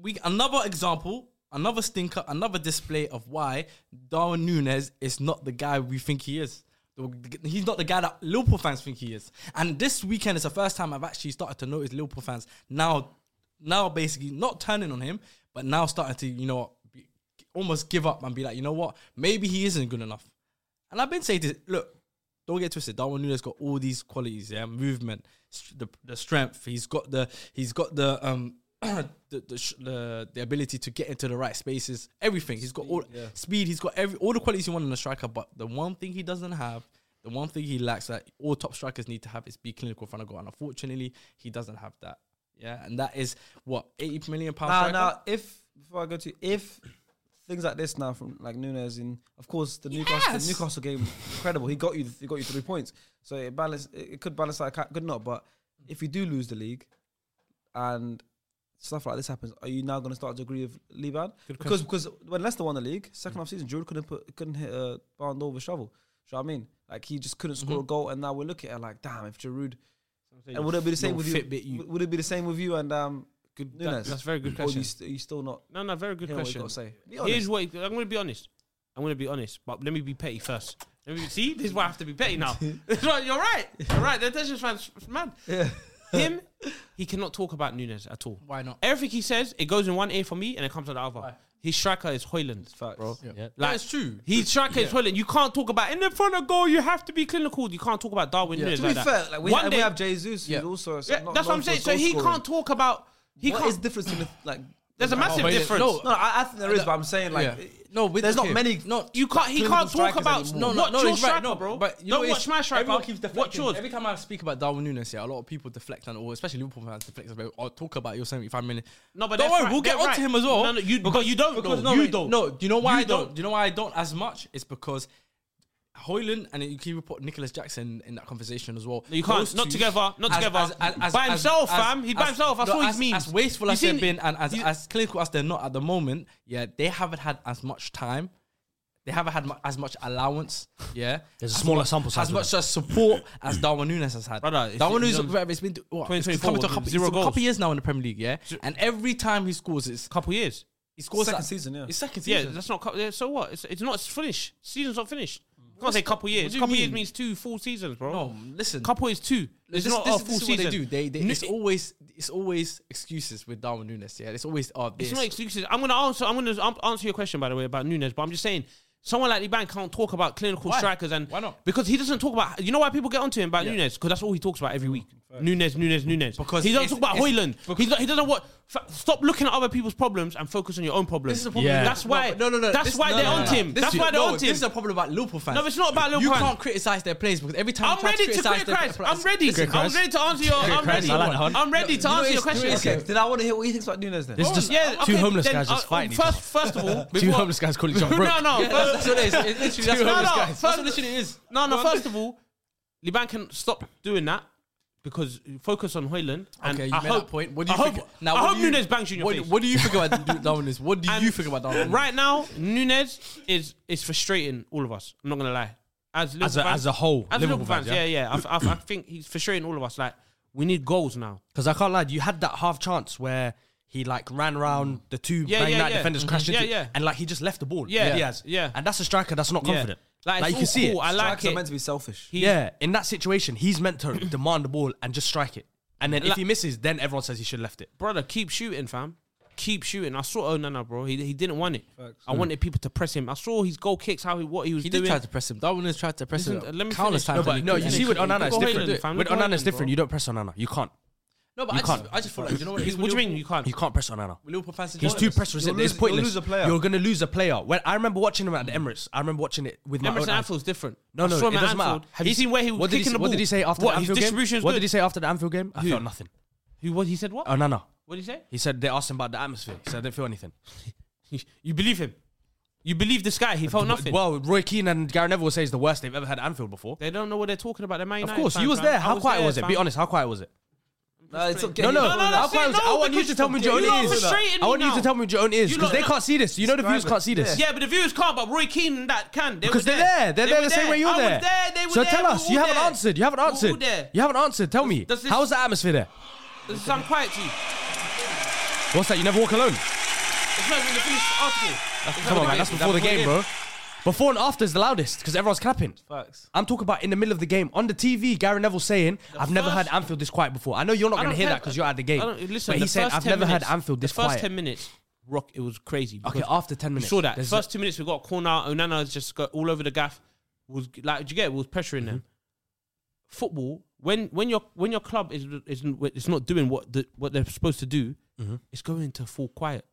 S3: We another example, another stinker, another display of why Darwin Nunes is not the guy we think he is. The- He's not the guy that Liverpool fans think he is. And this weekend is the first time I've actually started to notice Liverpool fans now, now basically not turning on him, but now starting to you know what, be, almost give up and be like, you know what, maybe he isn't good enough. And I've been saying this. Look, don't get twisted. Darwin Nunes got all these qualities. Yeah, movement, st- the, the strength. He's got the he's got the um <clears throat> the the, sh- the the ability to get into the right spaces. Everything. He's got all speed. He's got every all the qualities you want in a striker. But the one thing he doesn't have. The one thing he lacks that all top strikers need to have is be clinical in front of goal, and unfortunately, he doesn't have that. Yeah, and that is what eighty million pounds.
S1: Now, now, if before I go to if things like this now from like Nunes and of course the Newcastle
S3: Yes.
S1: the Newcastle game incredible. He got you he got you three points, so it balance it, it could balance out. ca- Could not, but if you do lose the league and stuff like this happens, are you now going to start to agree with Liban? Because because when Leicester won the league, second half season, Giroud couldn't put couldn't hit a barn door with a shovel. Do you know what I mean? Like he just couldn't
S4: Mm-hmm.
S1: score a goal, and now we're looking at it like, damn, if Giroud. And would it be the same with you?
S4: Fitbit you.
S1: Would- Would it be the same with you and um,
S4: Good, that-
S1: Nunes?
S4: that's a very good
S1: Or you
S4: question.
S1: st- you still not
S4: No, no, very good
S1: hear what you
S4: question.
S1: got to say? Be honest.
S4: Here's what I'm going to be honest. I'm going to be honest, but let me be petty first. Let me see. This is why I have to be petty
S1: <laughs>
S4: now. <laughs> That's right, You're right. You're right. The attention fans, man.
S1: <laughs>
S4: <laughs> Him, he cannot talk about Nunes at all.
S3: Why not?
S4: Everything he says, it goes in one ear for me and it comes out the other. His striker is Hoyland.
S1: Facts. Bro.
S4: Like,
S3: That's true.
S4: His striker is Hoyland. You can't talk about in the front of goal. You have to be clinical. You can't talk about Darwin. Nunes
S1: To be
S4: like
S1: fair,
S4: that.
S1: like we,
S4: One
S1: have,
S4: day-
S1: we have Jesus, who's
S3: Yeah.
S1: also s-
S4: Yeah,
S1: not
S4: that's what I'm
S1: known for
S4: saying. So
S1: goal
S4: he
S1: scoring.
S4: can't talk about. He
S1: What
S4: can't.
S1: is the difference in the, like?
S4: There's a massive
S3: Hoyland-
S4: difference.
S3: no,
S1: No, I, I think there is, but I'm saying like,
S3: Yeah.
S1: it-
S3: No, with-
S1: there's not
S3: okay.
S1: many.
S3: No,
S4: You can't. He
S1: clinical
S4: can't talk
S1: strikers
S4: about.
S1: anymore.
S4: No,
S1: No,
S4: no, watch your
S3: he's
S4: striker,
S3: no,
S4: bro.
S3: But you know
S4: don't
S3: it's-
S4: watch my striker.
S3: everyone keeps
S4: Watch
S3: deflecting.
S4: yours.
S3: Every time I speak about Darwin Nunes, yeah, a lot of people deflect and or especially Liverpool fans deflect about or talk about your 75 million.
S4: No, but
S3: don't
S4: they're
S3: worry,
S4: right-
S3: we'll get
S4: they're
S3: onto
S4: right.
S3: him as well.
S4: No, no, you- because you don't, though.
S3: no,
S4: You
S3: wait,
S4: don't.
S3: No, do you know why
S4: You
S3: I don't?
S4: don't.
S3: Do you know why I don't as much? It's because Hoyland and you can report Nicholas Jackson in that conversation as well.
S4: No, you can't.
S3: Those
S4: Not
S3: two,
S4: together. Not together. By himself, fam. He's by himself. That's
S3: no,
S4: what he
S3: as- As
S4: means.
S3: wasteful
S4: You
S3: as they've
S4: seen-
S3: been and as,
S4: you-
S3: as clinical as they're not at the moment, yeah, they haven't had as much time They haven't had mu- as much allowance, yeah.
S2: There's a
S3: as
S2: smaller
S3: much-
S2: sample size
S3: As
S2: with
S3: much as support as Darwin Nunes has had.
S4: Brother, it's-
S3: Darwin
S4: it's
S3: Nunes,
S4: on-
S3: it's been what, it's
S4: 2024
S3: coming to a
S4: with
S3: couple,
S4: zero
S3: it's a
S4: goals.
S3: couple years now in the Premier League, yeah. And every time he scores, it's
S4: Couple years.
S3: he scores
S1: Second
S3: that-
S1: season, yeah.
S3: It's second
S4: Yeah,
S3: season.
S4: that's not. cou- yeah, So what? It's, it's not. It's finished. Season's not finished.
S3: Mm.
S4: You can't say couple years.
S3: do you
S4: Couple years
S3: mean?
S4: means two full seasons, bro.
S3: no, listen.
S4: couple is two.
S3: This,
S4: It's
S3: this,
S4: not
S3: this,
S4: a full
S3: is what
S4: season.
S3: they do. They, they,
S4: No,
S3: it's always it's always excuses with Darwin Nunes. Yeah, it's always oh
S4: It's
S3: this.
S4: not excuses. I'm gonna answer. I'm gonna um, answer your question by the way about Nunes, but I'm just saying. Someone like Liban can't talk about clinical
S3: Why?
S4: strikers and
S3: Why not?
S4: Because he doesn't talk about. You know why people get onto him about Nunes? Because that's all he talks about every week. Nunes, Nunes, Nunes.
S3: Because
S4: he doesn't
S3: it's-
S4: talk about
S3: it's-
S4: Hoyland. He's not- he doesn't want. F- stop looking at other people's problems and focus on your own problems.
S3: This is a problem.
S2: Yeah.
S4: That's why.
S3: No, no, no.
S4: That's
S3: this-
S4: why
S3: no,
S4: they're
S3: no,
S4: on
S3: no.
S4: him.
S3: This
S4: That's
S3: is-
S4: why they're
S3: no,
S4: on him.
S3: This is a problem about Liverpool fans.
S4: No, it's not about Liverpool
S3: You
S4: fans.
S3: can't criticize their players because every time you
S4: I'm
S3: try
S4: ready to
S3: criticize their
S4: criticize. I'm
S3: players-
S4: ready.
S3: Listen,
S4: I'm ready to answer your. I'm
S2: Christ,
S4: ready.
S2: I like that one.
S4: I'm ready to
S1: You know
S4: answer
S1: what
S4: your
S1: it is?
S4: question.
S1: Okay, Then I want to hear what he thinks about Nunes then.
S2: There's just
S4: Yeah,
S2: two
S4: okay,
S2: homeless
S4: then,
S2: guys just
S4: uh,
S2: fighting. each
S4: First, first
S3: <laughs>
S4: of all,
S2: other. two
S4: before-
S2: homeless guys calling each other. broke.
S4: No, no,
S3: Yeah,
S4: first-
S3: that's what it is. It
S4: <laughs>
S3: literally, that's
S4: Two
S3: what it
S4: homeless
S3: is.
S4: guys.
S3: That's what literally it is.
S4: No, no.
S3: Go on.
S4: First of all, Liban can stop doing that because focus on Hoyland. And
S3: Okay, you
S4: I
S3: made
S4: hope,
S3: that point. What do you
S4: I
S3: think?
S4: hope, I
S3: what
S4: hope
S3: do you-
S4: Nunes bangs you in your
S3: what,
S4: face.
S3: What do you think about Darwin Nunes? What do
S4: And
S3: you think about Darwin Nunes?
S4: Right now, Nunes is is frustrating all of us. I'm not gonna lie. As Liverpool
S2: As a,
S4: fans,
S2: as a whole,
S4: as
S2: Liverpool fans,
S4: yeah, yeah. I, I, I think he's frustrating all of us. Like we need goals now.
S2: Because I can't lie, you had that half chance where he like ran round the two
S4: Mm. Yeah,
S2: bang
S4: yeah,
S2: night
S4: yeah.
S2: defenders
S4: Mhm.
S2: crashed into,
S4: Yeah,
S2: it,
S4: yeah.
S2: and like he just left the ball.
S4: Yeah,
S2: to Diaz.
S4: yeah.
S2: And that's a striker that's not
S4: Yeah.
S2: confident.
S4: Like,
S2: Like,
S4: it's
S2: you can
S4: all
S2: see
S4: cool.
S2: it.
S4: I like
S1: Strikers are
S4: it.
S1: meant to be selfish.
S4: He-
S2: yeah, in that situation, he's meant to <clears throat> demand the ball and just strike it. And then if
S4: Like-
S2: he misses, then everyone says he should have left it.
S4: brother, keep shooting, fam. Keep shooting. I saw Onana, bro. He, he didn't want it. I wanted people to press him. I saw his goal kicks, how he what he was
S3: He
S4: doing.
S3: did try to press him. Darwin Nunes tried to press him.
S4: Listen, let me
S3: countless times.
S2: No,
S4: finish. No, but
S2: but
S3: and
S2: no,
S3: he
S2: you
S3: couldn't.
S2: see with
S3: He couldn't.
S2: Onana, it's
S4: Go ahead,
S2: different.
S4: fam.
S2: With
S4: Go ahead,
S2: Onana, it's
S4: bro.
S2: different. You don't press Onana. You can't.
S3: No, but
S2: You
S3: I just,
S2: can't.
S3: I just feel like you know what? it is
S4: what
S3: with
S4: do you mean
S3: Liverpool-
S4: you can't?
S2: You can't press Onana.
S3: Liverpool fans.
S2: He's too press resistant.
S1: lose-
S2: It's pointless.
S1: you'll lose a player.
S2: You're gonna lose a player. When I remember watching him at the Emirates, I remember watching it with my
S4: Emerson
S2: own eyes.
S4: Anfield's different.
S2: No,
S4: I
S2: no,
S4: saw
S2: it
S4: him at
S2: doesn't matter.
S4: Anfield. Have you seen where he was
S2: what did
S4: kicking
S2: he,
S4: the ball?
S2: What did he say after
S4: What,
S2: the
S4: his
S2: Anfield
S4: distribution
S2: game?
S4: is
S2: What
S4: good.
S2: did he say after the Anfield game? I felt nothing.
S4: Who? What he said? What?
S2: Oh no, no.
S4: Uh, what did he say?
S2: He said they asked him about the atmosphere. He said I didn't feel anything.
S4: You believe him? You believe this guy? He felt nothing.
S2: Well, Roy Keane and Gary Neville will say it's the worst they've ever had at Anfield before.
S4: they don't know what they're talking about. They're Man
S2: Of
S4: United
S2: course,
S4: fans,
S2: you was
S4: fam.
S2: there.
S4: I
S2: How quiet
S4: there,
S2: was it?
S4: fam.
S2: Be honest. How quiet was it?
S1: No, it's okay.
S2: No, no,
S4: no,
S2: How
S4: that's it.
S2: quiet was it?
S4: No,
S2: I want you
S4: because
S2: to tell me with your
S4: you
S2: own
S4: lot
S2: ears.
S4: frustrating
S2: I want
S4: me
S2: you to
S4: now.
S2: tell me with your own ears
S4: You
S2: because
S4: lot
S2: they
S4: know-
S2: can't see this. You know the viewers
S1: Describe it.
S2: can't see this.
S4: Yeah, but the viewers can't. But Roy Keane and that can. They
S2: Because
S4: were
S2: they're there. They're
S4: They
S2: there
S4: were
S2: the same way you're
S4: I was
S2: there.
S4: there. They were
S2: So
S4: there.
S2: tell
S4: We
S2: us.
S4: were
S2: You haven't
S4: there.
S2: answered. You haven't
S4: We were
S2: answered.
S4: there.
S2: You haven't answered. Tell me.
S4: does this-
S2: How's the atmosphere there?
S4: Does it sound quiet to you?
S2: What's that? You never walk alone.
S4: It's not even the finished article.
S2: Come
S4: It's not
S2: on, man.
S4: even
S2: That's before the game, bro. Before and after is the loudest because everyone's clapping.
S3: Facts.
S2: I'm talking about in the middle of the game on the TV. Gary Neville saying, "I've never
S4: first-
S2: had Anfield this quiet before." I know you're not
S4: I
S2: going to hear
S4: don't care.
S2: that because you're at the game.
S4: I don't- listen,
S2: but he
S4: the
S2: said,
S4: first
S2: "I've
S4: 10
S2: never
S4: minutes-
S2: had Anfield this
S4: the first
S2: quiet."
S4: ten minutes, rock. It was crazy.
S2: okay,
S4: because
S2: after ten
S4: we
S2: minutes,
S4: saw that.
S2: There's-
S4: first two minutes, we got a corner. Onana's just got all over the gaff. Was like, do you get? It? We was pressuring them.
S2: Mm-hmm.
S4: Football. When when your when your club is is it's not doing what the, what they're supposed to do,
S2: Mm-hmm.
S4: it's going to fall quiet,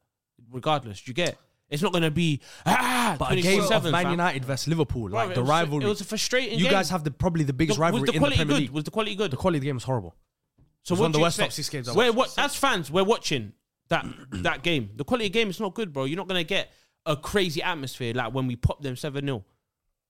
S4: regardless. Do you get? it? It's not going to be ah.
S2: but a game of
S4: 24/7,
S2: Man
S4: fam.
S2: United versus Liverpool,
S4: Bro,
S2: like
S4: it
S2: the
S4: was-
S2: rivalry.
S4: It was a frustrating.
S2: you
S4: game.
S2: guys have the probably the biggest
S4: The- was
S2: rivalry
S4: the
S2: in the
S4: quality
S2: Premier
S4: good?
S2: League.
S4: Was the quality good?
S2: The quality of the game was horrible.
S4: So
S2: It's
S4: what
S2: one of
S4: do
S2: the
S4: you
S2: worst top
S4: expect?
S2: six games I've
S4: We're
S2: watched.
S4: what as fans, we're watching that that game. The quality of game is not good, bro. You're not gonna get a crazy atmosphere like when we pop them seven 0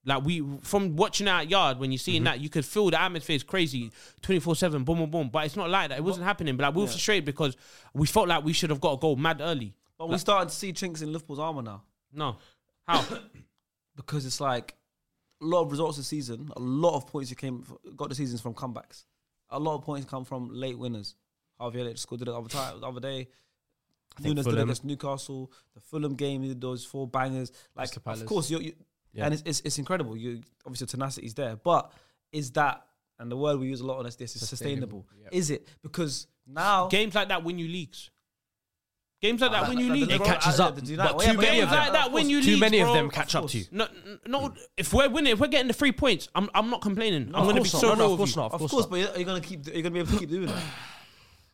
S4: Like we from watching that yard when you're
S2: Mm-hmm.
S4: seeing that, you could feel the atmosphere is crazy, twenty four seven, boom, boom, boom. But it's not like that. It wasn't happening. But like we were frustrated because we felt like we should have got a goal mad early.
S1: But we started to see chinks in Liverpool's armour now.
S4: No,
S2: <coughs>
S4: how?
S1: because it's like a lot of results this season, a lot of points you came got the seasons from comebacks. A lot of points come from late winners. Javier Leite scored it the other time, the other day. Nunes did it
S2: Fulham.
S1: against Newcastle. The Fulham game, he did those four bangers. Like,
S3: Crystal Palace.
S1: of course, you're, you
S2: Yeah.
S1: and it's, it's it's incredible. You obviously your tenacity's there, but is that and the word we use a lot on this this is sustainable? Is it because now
S4: Games like that win you leagues. Games
S2: Ah,
S4: like that win you
S1: like the
S4: leagues.
S1: LeBron-
S2: It catches
S1: uh,
S2: up,
S1: the United-
S2: but
S1: well,
S2: too
S1: yeah, but
S2: many
S1: yeah,
S2: of
S1: but
S2: them-
S1: yeah,
S4: Like that
S1: of
S4: when
S1: course.
S4: you
S2: Too
S4: league,
S2: many of
S4: bro.
S2: them catch up
S1: course.
S2: to you.
S4: No, n- no. If we're winning, if we're getting the three points, I'm, I'm not complaining. I'm
S2: Of
S4: going to be
S2: course not.
S4: so
S2: No, no, of
S4: real with
S2: course
S4: you.
S2: not.
S1: Of, course, but you're, you're gonna keep you're gonna be able to keep doing that.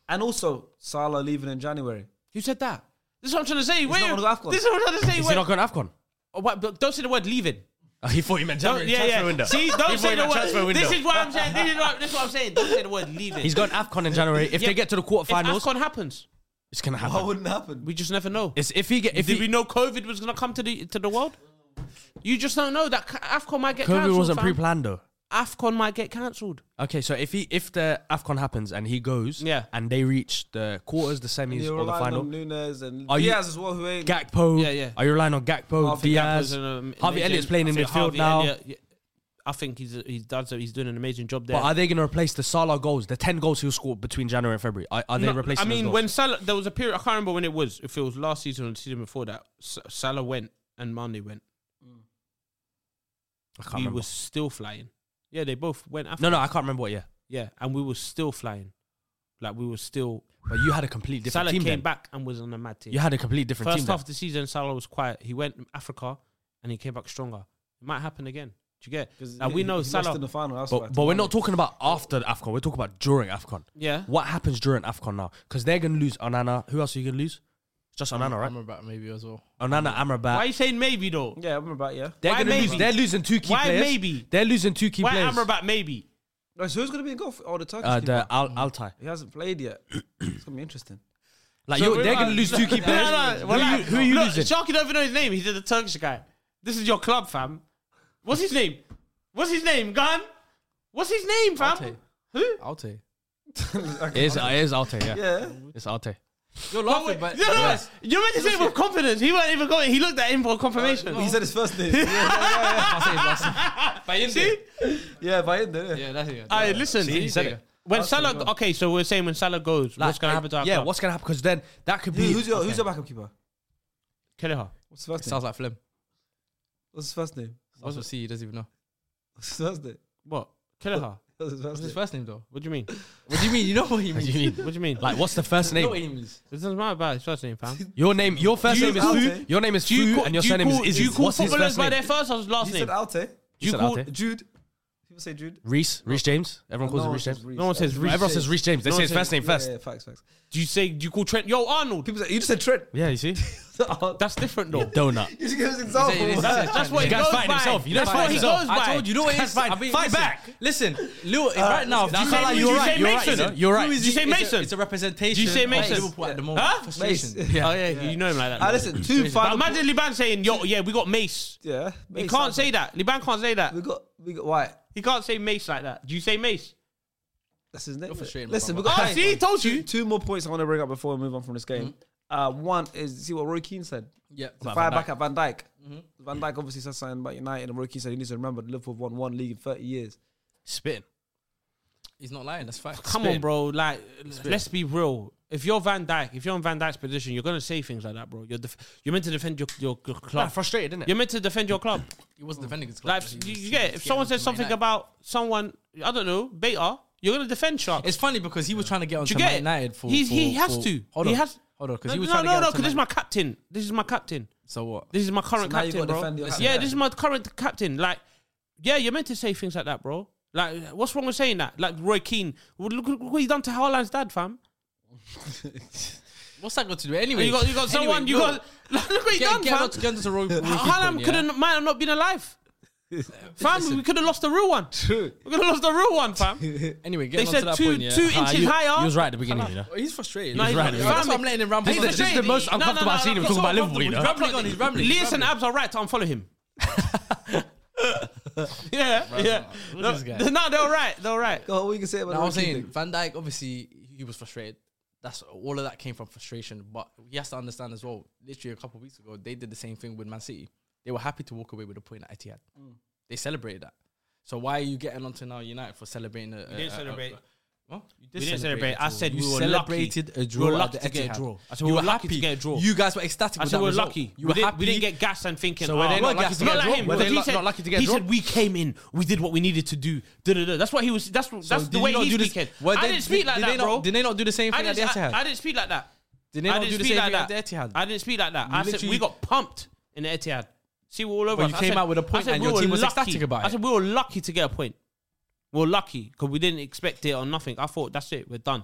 S1: And also Salah leaving in January.
S4: Who said that? This is what I'm trying to say. Wait,
S1: not gonna go AFCON.
S4: this is what I'm trying to say.
S2: Is
S4: Wait,
S2: he not going to Afcon?
S4: Oh, what, but don't say the word leaving.
S2: Oh, he thought he meant
S4: Don't,
S2: January
S4: yeah,
S2: transfer
S4: yeah.
S2: window.
S4: See,
S2: He
S4: don't
S2: thought
S4: say
S2: he
S4: the
S2: meant transfer
S4: word.
S2: window.
S4: This is what I'm saying. This is what, this is what I'm saying. Don't say the word
S2: <laughs>
S4: leaving.
S2: He's going Afcon in January. If
S4: Yeah.
S2: they get to the
S4: If
S2: quarterfinals,
S4: AFCON happens,
S2: it's going to
S1: That
S2: happen.
S1: wouldn't happen.
S4: we just never know.
S2: It's if he get if
S4: Did
S2: he,
S4: we know COVID was going to come to the to the world? You just don't know that ca- AFCON might get
S2: COVID
S4: cancelled.
S2: wasn't
S4: fam.
S2: pre-planned though.
S4: Afcon might get cancelled.
S2: Okay, so if he if the Afcon happens and he goes,
S4: Yeah.
S2: and they reach the quarters, the semis,
S1: You're
S2: or the
S1: relying on
S2: final,
S1: Nunes and
S2: Are you-
S1: Diaz as well, who ain't.
S2: Gakpo,
S4: Yeah, yeah.
S2: are you relying on Gakpo, Diaz?
S4: Gakpo's an uh, am-
S2: Harvey
S4: amazing-
S2: Elliott's playing
S4: I
S2: in
S4: think
S2: midfield
S4: Harvey
S2: now.
S4: Elliott, yeah, I think he's he's done so. He's doing an amazing job there.
S2: But are they going to replace the Salah goals, the ten goals he'll score between January and February? Are, are they
S4: No,
S2: replacing?
S4: I
S2: those
S4: mean,
S2: goals?
S4: when Salah, there was a period. I can't remember when it was. If it was last season or the season before that, S- Salah went and Mane went.
S2: I can't
S4: we
S2: remember.
S4: were still flying. Yeah, they both went after.
S2: no, no, I can't remember what year.
S4: Yeah, and we were still flying. Like we were still.
S2: But you had a completely different
S4: Salah
S2: team
S4: came
S2: then.
S4: back and was on a mad team.
S2: You had a completely different
S4: First
S2: team.
S4: half of the season, Salah was quiet. He went Africa and he came back stronger. It might happen again. Do you get?
S1: 'Cause
S4: And
S1: he-
S4: we
S1: he
S4: know
S1: lost
S4: Salah.
S1: in the final. that's
S2: then.
S1: why.
S2: But, but we're not talking about after the Afcon. We're talking about during Afcon.
S4: yeah.
S2: What happens during Afcon now? Because they're going to lose Onana. Who else are you going to lose? Just Onana, right?
S3: I'm about maybe as well.
S2: Onana,
S4: Why are
S2: Amrabat.
S4: you saying maybe though?
S1: Yeah, I remember that, yeah.
S2: They're
S4: why
S2: going to lose.
S4: maybe?
S2: They're losing two key
S4: Why
S2: players.
S4: maybe?
S2: They're losing two key
S4: Why
S2: players.
S4: Amrabat maybe?
S1: No, so who's going to be in goal? For, oh, the Turkish
S2: Uh,
S1: keeper.
S2: the Al Altai.
S1: He hasn't played yet. it's going to be interesting.
S2: Like
S4: So
S2: you're-
S4: we're
S2: they're going to lose
S4: like-
S2: two key
S4: No,
S2: players.
S4: no,
S2: Who
S4: well,
S2: you-
S4: like,
S2: who are you
S4: look,
S2: losing?
S4: Sharky don't even know his name. He's a Turkish guy. This is your club, fam. What's his name? What's his name, Gun? What's his name, fam?
S3: Ate.
S4: Who?
S3: I'll take.
S2: It is, it is Alte, yeah.
S1: Yeah.
S2: It's Alte.
S3: You're
S4: Oh,
S3: laughing,
S4: wait,
S3: but
S4: no, no, You meant to say it with confidence. He wasn't even going. He looked at him for confirmation.
S1: He said his first name. yeah,
S3: I'll say it last. But
S4: See?
S1: yeah, by in there. Yeah.
S3: Yeah, that's it.
S4: Aye, listen.
S3: See, he said it.
S4: When
S3: That's
S4: Salah,
S3: what we want.
S4: okay, so we're saying when Salah goes, what's
S2: Like,
S4: going to
S2: uh,
S4: happen to our
S2: Yeah,
S4: club?
S2: what's going to happen? Because then that could
S1: Who,
S2: be.
S1: who's your Who's your backup keeper?
S4: Kelleher.
S1: What's his first name?
S3: Sounds like Flem.
S1: What's his first name?
S3: Also, see, he doesn't even know.
S1: What's his first name?
S4: What? Kelleher.
S1: What's his first
S3: What's his
S1: name?
S3: first name though?
S4: What do you mean?
S3: What do you mean? You know what
S4: <laughs>
S3: he means?
S2: you mean?
S4: What do you mean?
S2: Like, what's the first
S3: You know what
S2: name?
S3: he means.
S4: it doesn't matter about his first name, fam.
S2: Your name, your first
S1: You
S2: name is
S1: call-
S2: Fu. Your name is
S4: Do you
S2: Fu,
S4: call-
S2: and your
S4: do you
S2: surname
S4: call-
S2: is
S4: Do you
S2: Izzy.
S4: call
S2: What's his
S4: footballers
S2: first
S4: by
S2: name?
S4: their first or last
S1: He
S4: name?
S1: said Alte.
S4: Do you
S2: said
S4: call?
S2: Alte.
S1: Jude. People say Jude.
S2: Reese, Reese James. Everyone calls him Reese James.
S4: No one says Reece.
S2: Everyone says Reese James. They
S4: No
S2: say
S4: one
S2: his
S4: says-
S2: first name
S1: Yeah,
S2: first.
S1: yeah, facts, facts.
S4: Do you say? Do you call Trent? Yo, Arnold.
S1: People say, you just said Trent. <laughs>
S2: Yeah, you see? You
S4: That's different though.
S2: donut.
S1: You just gave us an example.
S3: He said- he said
S4: That's what
S3: Trent.
S4: he
S2: guy's
S4: goes
S2: fighting
S4: by.
S2: himself. You know
S4: That's
S2: fighting
S4: Oh, what he
S2: himself.
S4: goes by.
S3: I told you, you know what it
S2: That's
S3: is.
S2: fine.
S3: I mean,
S2: Fight
S3: listen,
S2: back.
S3: Listen, Lil, right now,
S4: that's
S3: you
S4: how I
S3: say-
S4: like
S3: you
S4: you're
S3: say
S4: right, you're right,
S3: Mason.
S4: you know,
S2: you're right.
S3: Who is
S4: Did you
S3: he?
S4: say
S3: It's a-
S4: Mason?
S3: It's a representation.
S4: Did you say
S3: of
S4: Mason?
S3: Liverpool at the moment.
S4: Huh?
S1: Mace.
S3: <laughs> Frustration.
S4: Oh yeah, you know him like that.
S1: Ah, listen, two
S4: But
S1: final.
S4: imagine Liban saying, "Yo, yeah, we got Mace."
S1: Yeah.
S4: He
S1: Mace,
S4: can't
S1: Alte.
S4: say that. Liban can't say that.
S1: We got, we got White.
S4: He can't say Mace like that. Do you say Mace?
S3: <laughs>
S1: That's his name.
S3: You're frustrating,
S1: Listen,
S3: my
S1: we
S3: brother.
S1: got
S4: Ah, see, he told you.
S1: Two more points I want to bring up before we move on from this game. Uh, one is see what Roy Keane said.
S3: Yeah.
S1: The fire back at Van Dijk. Van Dijk obviously said something about United, and Roy Keane said he needs to remember that Liverpool have won one league in 30 years.
S2: Spitting.
S3: He's not lying. That's fact.
S4: Come on, bro. Like, let's be real. If you're Van Dyke, if you're in Van Dyke's position, you're gonna say things like that, bro. You're def- you're meant to defend your your, your club.
S2: Frustrated, isn't
S4: you're meant to defend your
S3: <laughs>
S4: club.
S3: He wasn't defending his club.
S4: Like,
S3: He
S4: you,
S3: was-
S4: you
S3: he
S4: get it.
S3: was
S4: if someone
S3: getting
S4: says
S3: on to Man
S4: something
S3: United.
S4: about someone, I don't know, Beta, you're gonna defend Shark.
S3: It's funny because he was trying to get on to
S4: Do you get
S3: Man
S4: it?
S3: United for.
S4: He's- he
S3: for-
S4: has
S3: for-
S4: to.
S3: Hold
S4: He
S3: on.
S4: has-
S3: Hold on, because
S4: No,
S3: he was
S4: no,
S3: trying to
S4: no,
S3: get
S4: no,
S3: on to
S4: because this is
S3: Man-
S4: my captain. This is my captain.
S3: So what?
S4: This is my current
S1: now you
S4: captain,
S1: gotta
S4: bro.
S1: defend your
S4: yeah,
S1: captain.
S4: this is my current captain. Like, yeah, you're meant to say things like that, bro. Like, what's wrong with saying that? Like Roy Keane, well, look, look what he done to Haaland's dad, fam.
S3: What's that got to do? Anyway,
S4: you got, you got
S3: Anyway,
S4: someone, you
S3: look.
S4: got. Like, <laughs> look what he
S3: Get-
S4: done,
S3: get
S4: fam.
S3: on to- get on to the Roy- Roy Keane
S4: Haaland
S3: point, yeah?
S4: could have might have not
S3: <laughs>
S4: been alive. fam, we could have lost the real one.
S1: True.
S4: We could have lost the real
S3: <laughs>
S4: one, fam.
S3: Anyway,
S4: they
S3: getting on to
S4: said
S3: that
S4: two
S3: point, yeah.
S4: two inches higher.
S2: He was right at the beginning, Ah, you know.
S3: He's frustrated.
S4: No,
S3: He's
S4: he's
S3: right.
S4: right.
S3: That's why I'm
S4: Fam,
S3: letting him ramble.
S4: he's
S3: on.
S2: This is the most
S4: No, no, no,
S2: uncomfortable I've
S4: no,
S2: seen him
S4: no,
S2: talk
S4: no,
S2: about
S4: no,
S2: Liverpool, you
S3: He's
S2: know.
S3: rambling on. He's rambling.
S4: Lee and Abs are right to unfollow him. <laughs> yeah, yeah.
S3: Look
S4: No,
S3: at this guy.
S4: no, they're all right. They're all right.
S1: God, what you can say about
S3: No,
S1: the
S3: I
S1: Roy
S3: was
S1: Keane
S3: saying
S1: thing?
S3: Van Dijk. Obviously, he was frustrated. That's all of that came from frustration. But he has to understand as well. Literally a couple of weeks ago, they did the same thing with Man City. They were happy to walk away with a point at Etihad. They celebrated that. So why are you getting onto now United for celebrating? A, a-
S4: didn't
S3: a-
S4: celebrate.
S3: A, what? You
S4: We didn't celebrate.
S3: at
S4: I
S3: all.
S4: said
S3: you
S4: we were
S3: celebrated
S4: lucky.
S3: a draw.
S4: We were
S3: at
S4: lucky
S3: the
S4: to get a
S3: Etihad.
S4: draw. I said we
S3: You
S4: were lucky to get a draw.
S3: You guys were ecstatic.
S4: I
S3: with
S4: said
S3: that
S4: we're
S3: result.
S4: lucky.
S3: You
S4: we,
S3: were
S4: didn't,
S3: happy.
S4: we didn't get gas and thinking.
S2: So were they
S4: "Oh,
S2: not lucky
S4: we're gas."
S2: to get
S4: Not
S2: a
S4: like
S2: draw?
S4: him,
S2: Were
S4: because
S2: they
S4: he
S2: not-
S4: said-
S2: not lucky to get a
S4: He
S2: draw?
S4: said we came in, we did what we needed to do. Da, da, da. That's what he was. That's
S3: So
S4: that's the
S3: did
S4: way
S3: you not
S4: he's
S3: do this-
S4: speaking.
S3: Well,
S4: I
S3: they-
S4: didn't speak
S3: did-
S4: like
S3: did
S4: that,
S3: they not-
S4: bro.
S3: Did they not do the same
S4: I
S3: thing at the
S4: didn't,
S3: Etihad?
S4: I, I didn't speak like that.
S3: Did they
S4: I
S3: not
S4: didn't
S3: do the
S4: speak
S3: same
S4: like
S3: thing at
S4: that.
S3: the Etihad?
S4: I didn't speak like that. I said
S3: literally-
S4: we got pumped in the Etihad. See, we we're all over.
S3: But
S4: us.
S3: you
S4: I
S3: came
S4: said-
S3: out with a
S4: I
S3: point
S4: said
S3: and
S4: we
S3: your
S4: were
S3: team was
S4: lucky.
S3: ecstatic about
S4: I
S3: it.
S4: said we were lucky to get a point. We were lucky because we didn't expect it or nothing. I thought that's it. We're done.